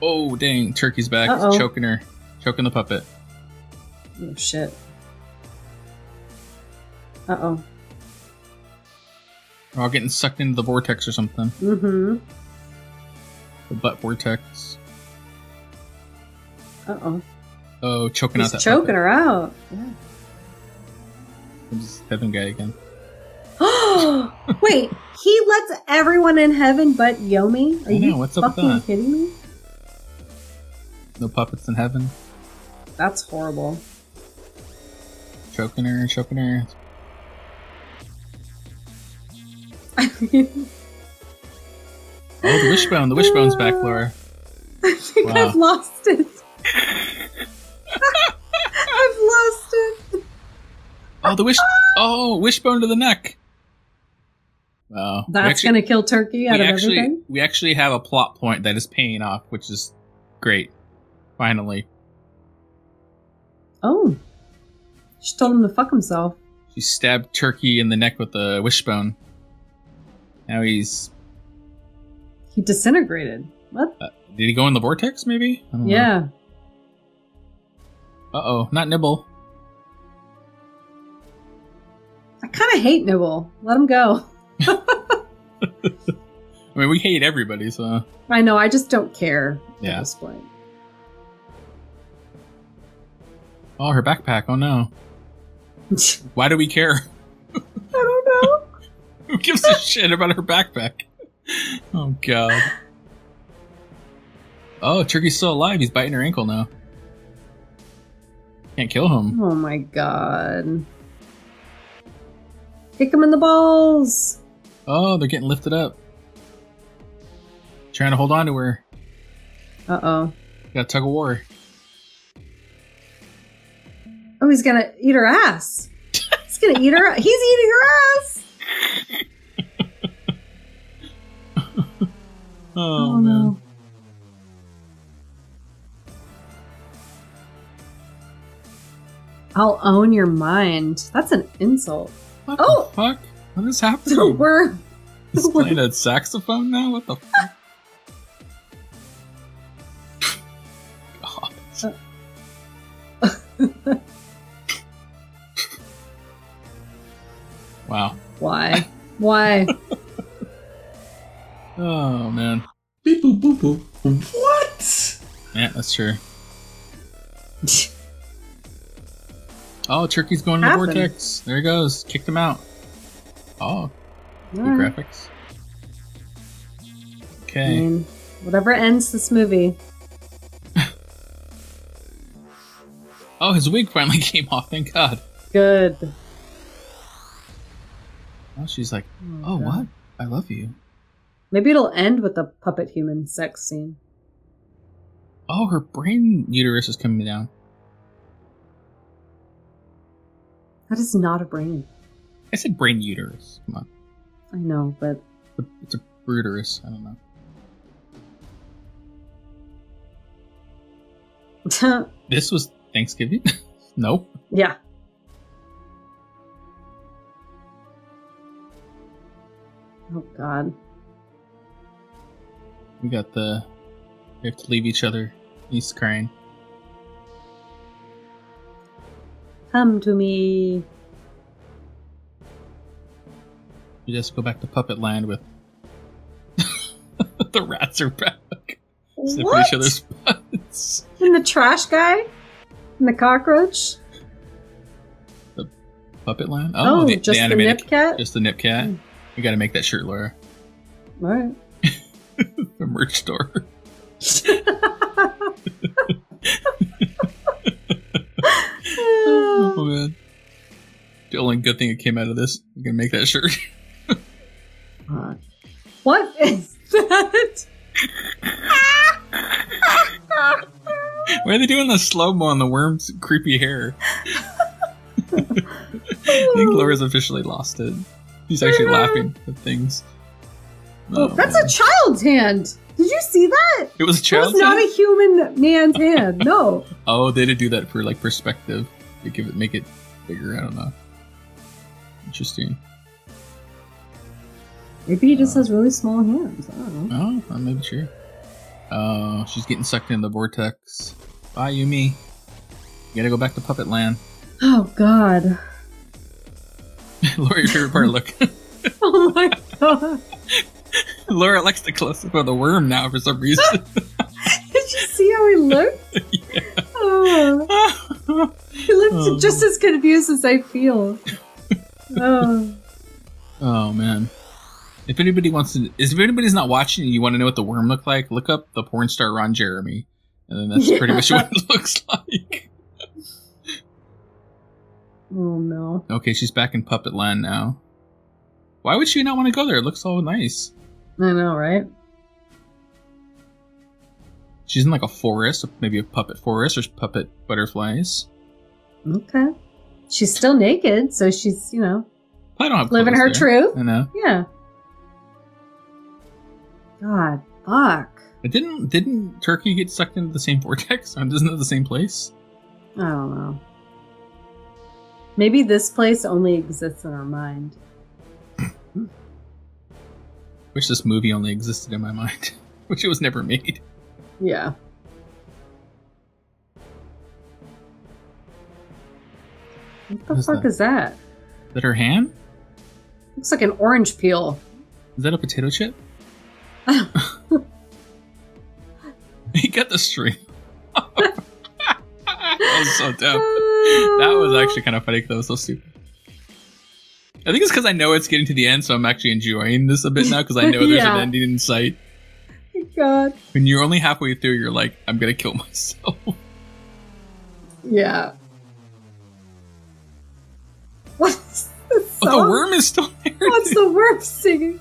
Oh dang, Turkey's back, Uh-oh. choking her, choking the puppet. Oh shit. Uh oh. We're all getting sucked into the vortex or something. Mm The butt vortex. hmm. Uh oh. Oh, choking out He's that choking her out. puppet. It's Heaven guy again. Oh Wait, he lets everyone in heaven but Yomi? Are I know, you what's up with fucking that? kidding me? No puppets in heaven. That's horrible. Choking her, choking her. I mean, Oh, the wishbone. The wishbone's back, Laura. I think Wow. I've lost it. I've lost it. Oh, the wish. Oh, wishbone to the neck. Wow. We That's actually- gonna kill Turkey out we of actually, everything. We actually have a plot point that is paying off, which is great. Finally, Oh. She told him to fuck himself. she stabbed Turkey in the neck with a wishbone. Now he's. He disintegrated. What? Did he go in the vortex? Maybe. I don't know. Yeah. Uh oh, not Nibble. I kind of hate Nibble. Let him go. I mean, we hate everybody, so I know. I just don't care Yeah. at this point. oh, her backpack. Oh no, I why do we care? don't know. Who gives a shit about her backpack? Oh god. Oh, Turkey's still alive. He's biting her ankle now. Can't kill him. Oh my god. Kick him in the balls. Oh, they're getting lifted up. Trying to hold on to her. Uh oh. Got tug of war. Oh, he's gonna eat her ass. He's gonna eat her. He's eating her ass. Oh, man. I'll own your mind. That's an insult. What Oh! the fuck? What is The happening? worm. He's playing a saxophone now? What the fuck? God. wow. Why? Why? Oh man. Beep boop boop boop. What? Yeah, that's true. Oh, Turkey's going to the Happened. vortex. There he goes. Kicked him out. Oh, good Alright. graphics. I Okay. mean, whatever ends this movie. Oh, his wig finally came off. Thank God. Good. Oh, she's like, oh, what? I love you. Maybe it'll end with a puppet human sex scene. Oh, her brain uterus is coming down. That is not a brain. I said brain uterus. Come on. I know, but It's a bruterus. I don't know. This was Thanksgiving? nope. yeah. Oh God. We got the. We have to leave each other. He's crying. Come to me. We just go back to Puppet Land with the rats are back. Sniffing What? each other's butts. And the trash guy? And the cockroach? Puppet Land? Oh, the, just the, animated nip Hmm. cat? Just the Nip Cat. We gotta make that shirt, Laura. All right. The merch store. oh man. The only good thing that came out of this. We're gonna make that shirt. Fuck. What is that? Why are they doing the slow mo on the worm's creepy hair? I think Laura's officially lost it. She's actually laughing at things. Mm-hmm. Oh, Oh, that's man. a child's hand. Did you see that? It was a That child's was not hand? a human man's hand. No. Oh, they did do that for like perspective. They give it, make it bigger. I don't know. Interesting. Maybe he just has really small hands. I don't know. Oh, I'm maybe sure. Uh, she's getting sucked in the vortex. Bye, Yumi. You gotta go back to Puppet Land. Oh God. Laura, your favorite part. Look, Oh my God. Laura likes the close up of the worm now for some reason. Did you see how he looked? Oh, oh, he looked Oh. just as confused as I feel. Oh. Oh, man. If anybody wants to, is if anybody's not watching and you want to know what the worm looked like, look up the porn star Ron Jeremy, and then that's pretty much what it looks like. Oh no. Okay, she's back in Puppet Land now. Why would she not want to go there? It looks all nice. I know, right? She's in like a forest, maybe a puppet forest or puppet butterflies. Okay. She's still naked, so she's, you know, I don't have living her clothes there. truth. I know. Yeah. God, fuck. But didn't didn't Turkey get sucked into the same vortex? Isn't it the same place? I don't know. Maybe this place only exists in our mind. Wish this movie only existed in my mind. Wish it was never made. Yeah. What the What is fuck that? is that? Is that her hand? Looks like an orange peel. Is that a potato chip? he got the string. that was so dumb. That Oh was actually kind of funny because that was so stupid. I think it's because I know it's getting to the end, so I'm actually enjoying this a bit now because I know there's Yeah. an ending in sight. God. When you're only halfway through, you're like, I'm gonna kill myself. Yeah. What is this song? But Oh, the worm is still there. What's the worm singing?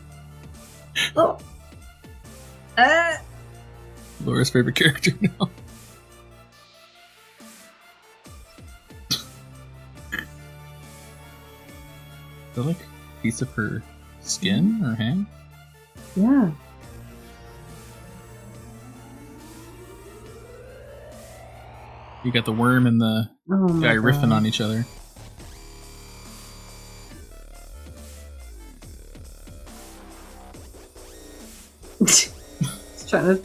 Oh. Uh, Laura's favorite character now. Is that like a piece of her skin or hand? yeah. You got the worm and the Oh my guy riffing God. on each other. he's trying to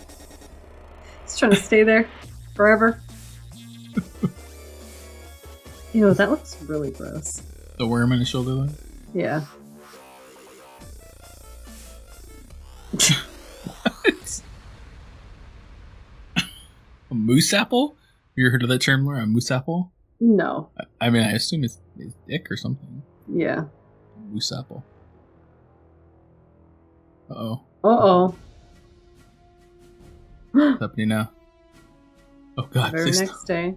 he's trying to stay there forever. Ew, that looks really gross. The worm on his shoulder. Though. Yeah. A moose apple? You ever heard of that term, Laura? A moose apple? No. I, I mean, I assume it's, it's dick or something. Yeah. Moose apple. Uh oh. Uh oh. What's happening now? Oh god, Better please, next day.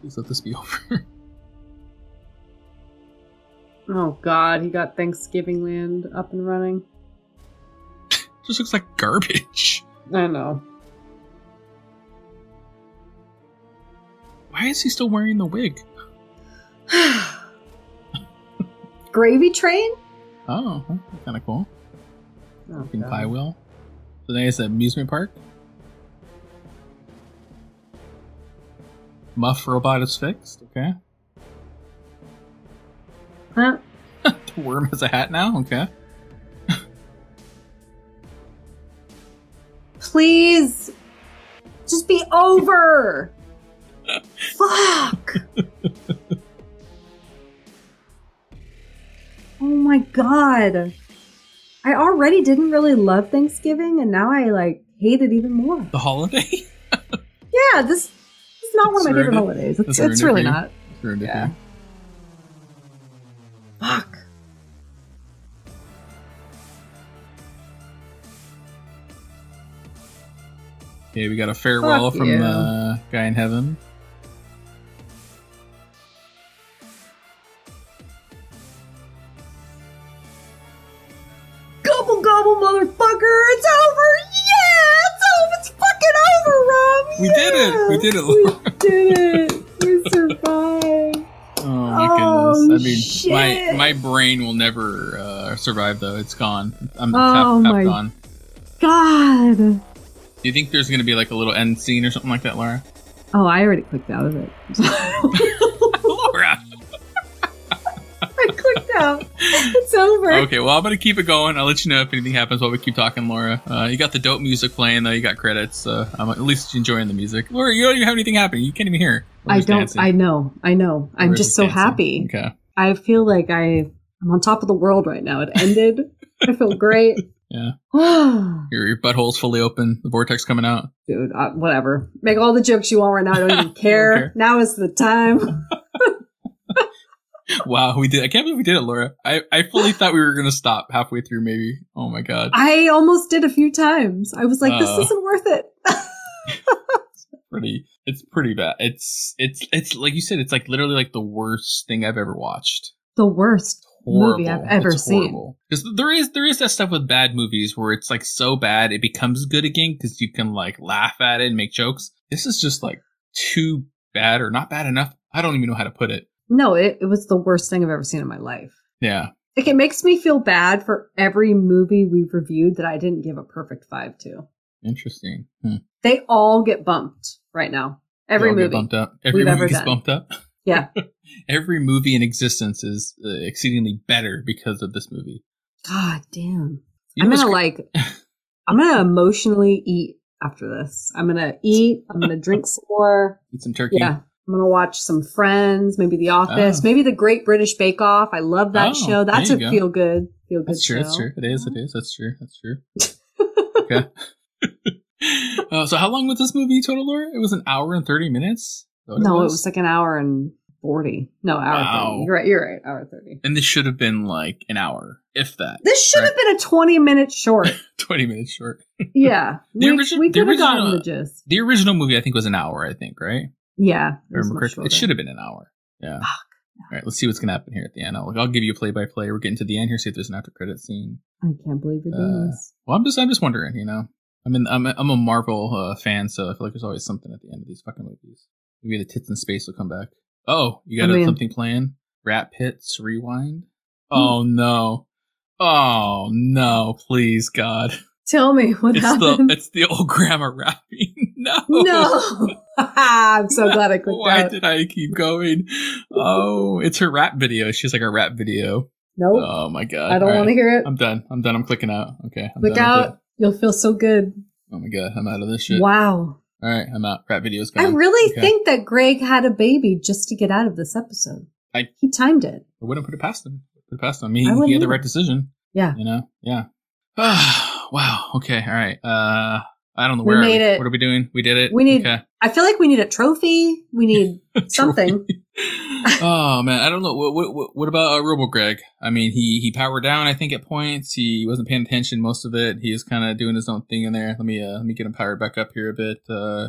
please let this be over. Oh god, he got Thanksgiving land up and running. just looks like garbage. I know. Why is he still wearing the wig? Gravy train? Oh, that's kind of cool. Oh, Fucking God. pie wheel. So now it's an amusement park. Muff robot is fixed. Okay. Huh? The worm has a hat now. Okay. Please just be over. Fuck. oh my god. I already didn't really love Thanksgiving and now I like hate it even more. The holiday. Yeah, this this is not one of my It's favorite ruined it. holidays. It's, It's it's ruined it really for you. not. Ruined it Yeah. here. Fuck. Okay, we got a farewell Fuck from you. the guy in heaven. Gobble gobble motherfucker, it's over! Yeah, it's over! It's fucking over, Rob! We did it! We Yeah! did it, Laura. We did it! We survived! Oh my Oh, goodness! I mean, my shit. my brain will never uh, survive though. It's gone. I'm it's Oh, half, half my- gone. God! Do you think there's gonna be like a little end scene or something like that, Laura? Oh, I already clicked out of it. Laura. know, it's over. Okay, well, I'm gonna keep it going. I'll let you know if anything happens while we keep talking, Laura. Uh, you got the dope music playing, though. You got credits. Uh, I'm at least enjoying the music. Laura, you don't even have anything happening. You can't even hear. I Laura's don't. dancing. I know. I know. I'm Laura's just so dancing. happy. Okay. I feel like I I'm on top of the world right now. It ended. I feel great. Yeah. Yeah. Your, your butthole's fully open. The vortex coming out. Dude, uh, whatever. Make all the jokes you want right now. I don't even care. care. Now is the time. Wow, we did. I can't believe we did it, Laura. I, I fully thought we were gonna stop halfway through, maybe. Oh my god. I almost did a few times. I was like, this Uh. isn't worth it. pretty it's pretty bad it's it's it's like you said it's like literally like the worst thing i've ever watched the worst. horrible Movie I've ever It's seen. horrible. because there is there is that stuff with bad movies where it's like so bad it becomes good again because you can like laugh at it and make jokes this is just like too bad or not bad enough i don't even know how to put it No, it, it was the worst thing I've ever seen in my life. yeah Like, it makes me feel bad for every movie we've reviewed that I didn't give a perfect five to. interesting Hmm. They all get bumped right now. Every They all get movie. bumped up every we've movie ever gets done. bumped up Yeah. every movie in existence is uh, exceedingly better because of this movie God damn. You I'm know what's gonna like I'm gonna emotionally eat after this. I'm gonna eat, I'm gonna drink some more. cra- eat some turkey Yeah. I'm gonna watch some friends, maybe The Office, Oh. maybe the Great British Bake Off. I love that Oh, show. That's there a you go. feel good feel good That's true. show. That's true. It is. It is. That's true. That's true. Okay. uh, so, how long was this movie total, Laura? It was an hour and thirty minutes. Is that what No, it was like an hour and forty. No, hour Wow. thirty. You're right, you're right, hour thirty. and this should have been like an hour, if that. This should have been a twenty minute short. Twenty minutes short. Yeah. The we origi- we the could have gotten original- the gist. The original movie, I think, was an hour. I think, right? Yeah. it I was remember much correctly. It shorter. should have been an hour. Yeah. All right. Let's see what's gonna happen here at the end. I'll, I'll give you a play-by-play. We're getting to the end here. See if there's an after credit scene. I can't believe you're doing Uh, this. Well, I'm just, I'm just wondering. You know, I mean, I'm, a- I'm a Marvel uh, fan, so I feel like there's always something at the end of these fucking movies. Maybe the tits in space will come back. Oh, you got I mean- Hmm. something playing? Rat pits rewind. Oh no. Oh no! Please, God! Tell me what It's the happened. it's the old grandma rapping. No, No. I'm so glad I clicked Why out. did I keep going? Oh, it's her rap video. She's like a rap video. nope. Oh my God! I don't All want to right. hear it. I'm done. I'm done. I'm clicking out. Okay. I'm Click done with out. You'll feel so good. it. Oh my God! I'm out of this shit. Wow. All right, I'm out. Rap video's I gone. really Okay. think that Greg had a baby just to get out of this episode. I- he timed it. I wouldn't put it past him. Put it past him. I mean, I he wouldn't had the either. right decision. Yeah. You know. Yeah. wow. Okay. All right. Uh, I don't know We where are made it. What are we doing? We did it. We need okay. I feel like we need a trophy. We need something. oh man, I don't know. What what- what, what about uh, Robo Greg? I mean, he he powered down. I think at points he wasn't paying attention most of it. He was kind of doing his own thing in there. Let me uh, let me get him powered back up here a bit. Uh,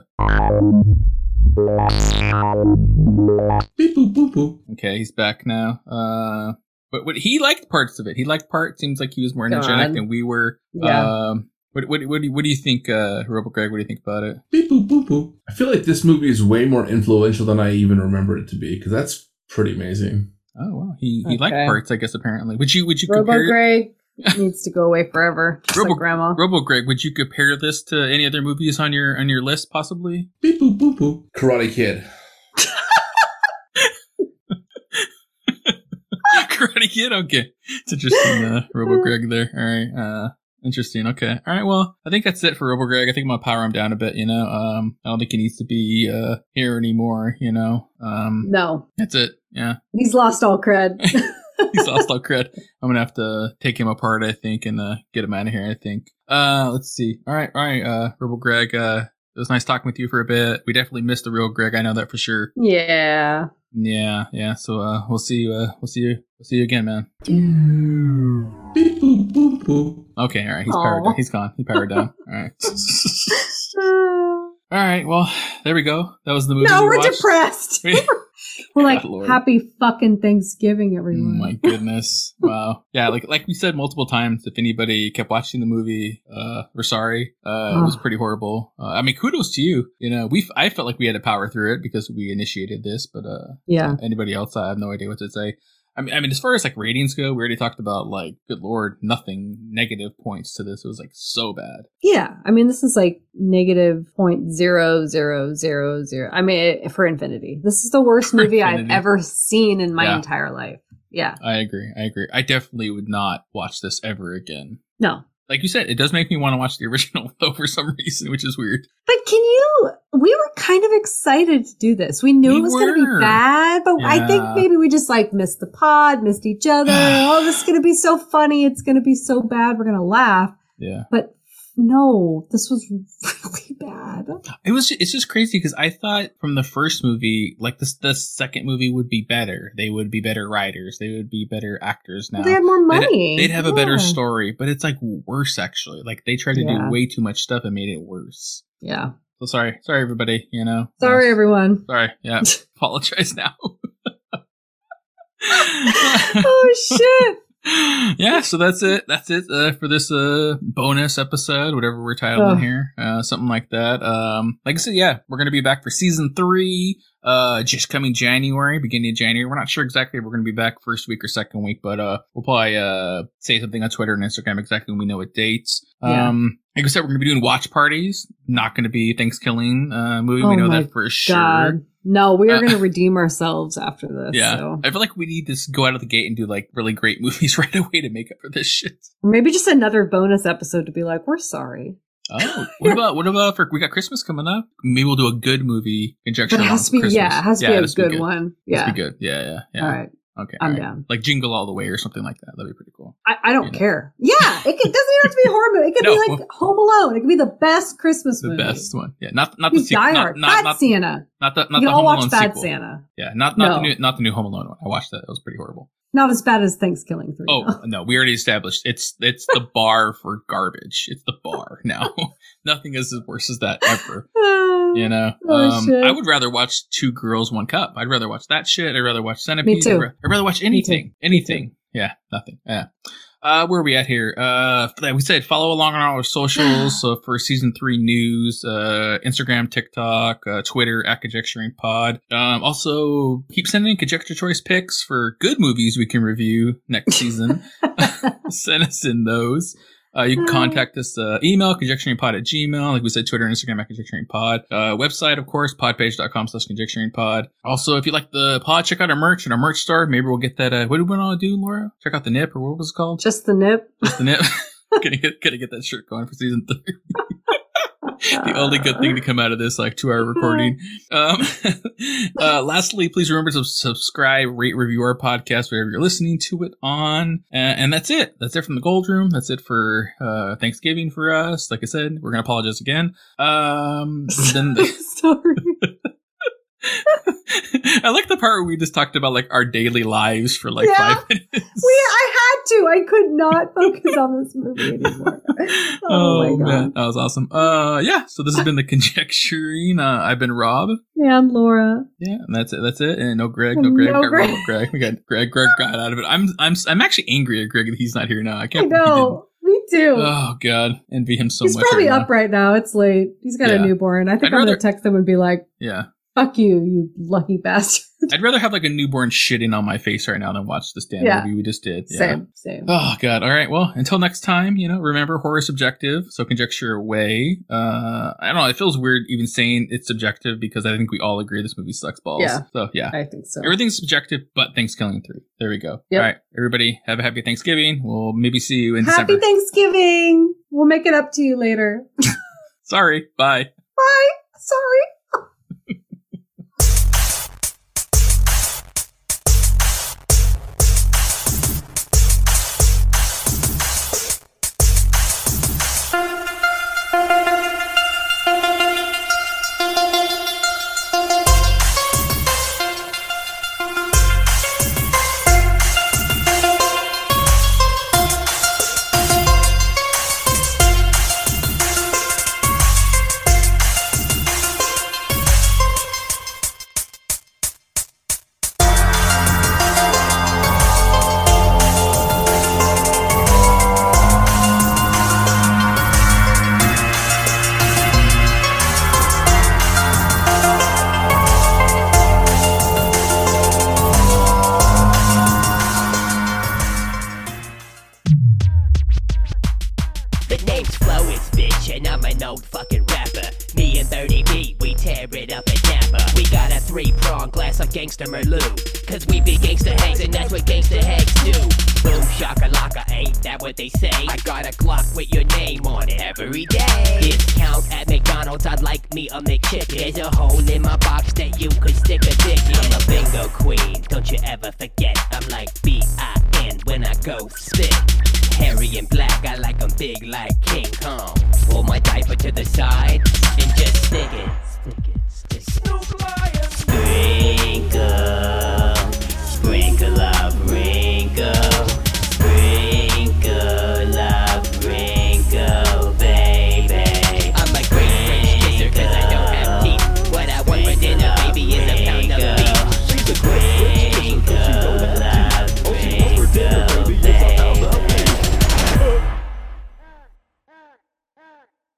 Beep boop boop boop. okay, he's back now. Uh, but what he liked parts of it. He liked part. Seems like he was more God. energetic than we were. Yeah. Um, what what what do you, what do you think, uh, Robo Greg? What do you think about it? Beep boop boop boop. I feel like this movie is way more influential than I even remember it to be because that's pretty amazing. Oh wow, he he liked Okay. parts. I guess apparently. Would you would you Robo compare Greg needs to go away forever. Just Robo- like grandma. Robo Greg? Would you compare this to any other movies on your on your list possibly? Beep boop boop boop. Karate Kid. Karate Kid. Okay, it's interesting. Uh, Robo Greg there. All right. Uh, interesting. Okay. All right. Well, I think that's it for Robo Greg. I think I'm gonna power him down a bit. You know, um, I don't think he needs to be uh here anymore. You know, um, no. that's it. Yeah. He's lost all cred. he's lost all cred. I'm gonna have to take him apart, I think, and uh, get him out of here. I think. Uh, let's see. All right, all right. Uh, Rebel Greg. Uh, it was nice talking with you for a bit. We definitely missed the real Greg. I know that for sure. yeah. Yeah, yeah. So uh, we'll see you. Uh, we'll see you. We'll see you again, man. Beep boop boop boop. Okay, all right. He's powered Aw. down. He's gone. He powered down. All right. Uh, all right. Well, there we go. That was the movie. no, we we're watched. depressed. We're like, God, Lord. Mm, happy fucking Thanksgiving, everyone. My goodness! Wow. Yeah, like like we said multiple times, if anybody kept watching the movie, uh, we're sorry. Uh, it was Ugh. pretty horrible. Uh, I mean, kudos to you. You know, we I felt like we had to power through it because we initiated this, but uh, yeah. anybody else, I have no idea what to say. I mean, I mean, as far as like ratings go, we already talked about like, good lord, nothing negative points to this. It was like so bad. Yeah. I mean, this is like negative point zero zero zero zero. I mean, it, for infinity. This is the worst For movie I've infinity. ever seen in my Yeah. entire life. Yeah. I agree. I agree. I definitely would not watch this ever again. No. Like you said, it does make me want to watch the original though for some reason, which is weird. But can you? We were kind of excited to do this. We knew We it was going to were. be bad, but I think Yeah. maybe we just like missed the pod, missed each other. oh, this is going to be so funny. It's going to be so bad. We're going to laugh. Yeah. But no, this was really bad. It was. Just, it's just crazy because I thought from the first movie, like this, the second movie would be better. They would be better writers. They would be better actors now. They had more They'd- money. They'd, have a better Yeah. story, but it's like worse actually. Like they tried to Yeah. do way too much stuff and made it worse. Yeah. So sorry, sorry everybody. You know, Sorry, Uh, everyone. sorry. Yeah, apologize now. oh shit. yeah, so that's it. That's it uh, for this uh, bonus episode, whatever we're titling Ugh. here, uh, something like that. Um, like I said, yeah, we're gonna be back for season three, uh, just coming January, beginning of January. We're not sure exactly if we're gonna be back first week or second week, but uh, we'll probably uh say something on Twitter and Instagram exactly when we know what dates. Yeah. Um, like I said, we're gonna be doing watch parties. Not gonna be Thanksgiving uh movie. Oh we know my that for sure. God. No, we are Uh, going to redeem ourselves after this. Yeah, So. I feel like we need to s- go out of the gate and do like really great movies right away to make up for this shit. Or maybe just another bonus episode to be like, we're sorry. Oh, what about what about for we got Christmas coming up? Maybe we'll do a good movie But conjunction. it has to be, yeah, it has to be a good, one. Yeah, Yeah. be good. Yeah, yeah, yeah. All right. Okay, I'm all right. down. Like Jingle All the Way or something like that. That'd be pretty cool. I, I don't You know. care. Yeah. It, could, doesn't even have to be a horror movie. It could No. be like Home Alone. It could be the best Christmas The movie. best one. Yeah, not not Be the sequel. Die Not, Hard. not, Bad not, Santa. not the not you the all Home Alone watch Bad sequel. Santa. Yeah, not not No. the new not the new Home Alone one. I watched that. That was pretty horrible. Not as bad as Thanksgiving 3. Oh no, we already established it's it's the bar for garbage. It's the bar now. Nothing is as worse as that ever. though. You know, Oh, um, shit. I would rather watch Two Girls, One Cup. I'd rather watch that shit. I'd rather watch Centipede. Me too. I'd, ra- I'd rather watch too. anything. Anything. Yeah, nothing. Yeah. Uh, where are we at here? Uh, like we said, follow along on our socials. so for season three news, uh, Instagram, TikTok, uh, Twitter, at Conjecturing Pod. Um, also keep sending conjecture choice picks for good movies we can review next season. Send us in those. Uh, you can Hmm. contact us uh, email conjecturingpod at gmail like we said twitter and instagram at conjecturingpod uh, website of course podpage.com slash conjecturingpod also if you like the pod check out our merch in our merch store maybe we'll get that uh, what do we want to do laura check out the nip or what was it called Just the nip. just the nip gonna get gonna get that shirt going for season three the only good thing to Uh-huh. come out of this like two hour recording. Um, Mm-hmm. uh, lastly, please remember to subscribe, rate, review our podcast wherever you're listening to it on. Uh, and that's it. That's it from the Gold Room. That's it for uh, Thanksgiving for us. Like I said, we're gonna apologize again. Um, then the- Sorry. I like the part where we just talked about like our daily lives for like Yeah. five minutes. We, I had to. I could not focus on this movie anymore. Oh, my god. man, that was awesome. Uh, yeah. So this has been the conjecturing. Uh, I've been Rob. Yeah, and Laura. Yeah, and that's it. That's it. And no Greg, no No Greg, got Greg. rid of Greg. We got Greg. Greg got out of it. I'm I'm I'm actually angry at Greg that he's not here now. I I can't. believe he know. Me too. didn't. Oh God, envy him so He's much. probably right now. up right now. It's late. He's got Yeah. a newborn. I think I'd I'm rather- gonna text him and be like, Yeah, "Fuck you, you lucky bastard." I'd rather have like a newborn shitting on my face right now than watch this damn Yeah. movie we just did. Yeah. Same, same. Oh God! All right. Well, until next time, you know, remember horror is subjective, so conjecture away. Uh, I don't know. It feels weird even saying it's subjective because I think we all agree this movie sucks balls. Yeah. So yeah. I think so. Everything's subjective, but Thanksgiving three. There we go. Yep. All right, everybody, have a happy Thanksgiving. We'll maybe see you in Happy December. Thanksgiving. We'll make it up to you later. Sorry, bye. Bye. Sorry. The name's Flo, it's bitch, and I'm an old fucking rapper. rapper. Me and 30B, we tear it up at Dapper. We got a three prong glass of gangster Merlot. Cause we be gangster hags, and that's what gangster hags do. Boom, shaka laka, ain't that what they say? I got a Glock with your name on it every day. Discount at McDonald's, I'd like me a McChicken. There's a hole in my box that you could stick a dick in. I'm a bingo queen, don't you ever forget. I'm like B I N when I go spit. Hairy and black, I like 'em big like King Kong. Pull my diaper to the side and just stick it.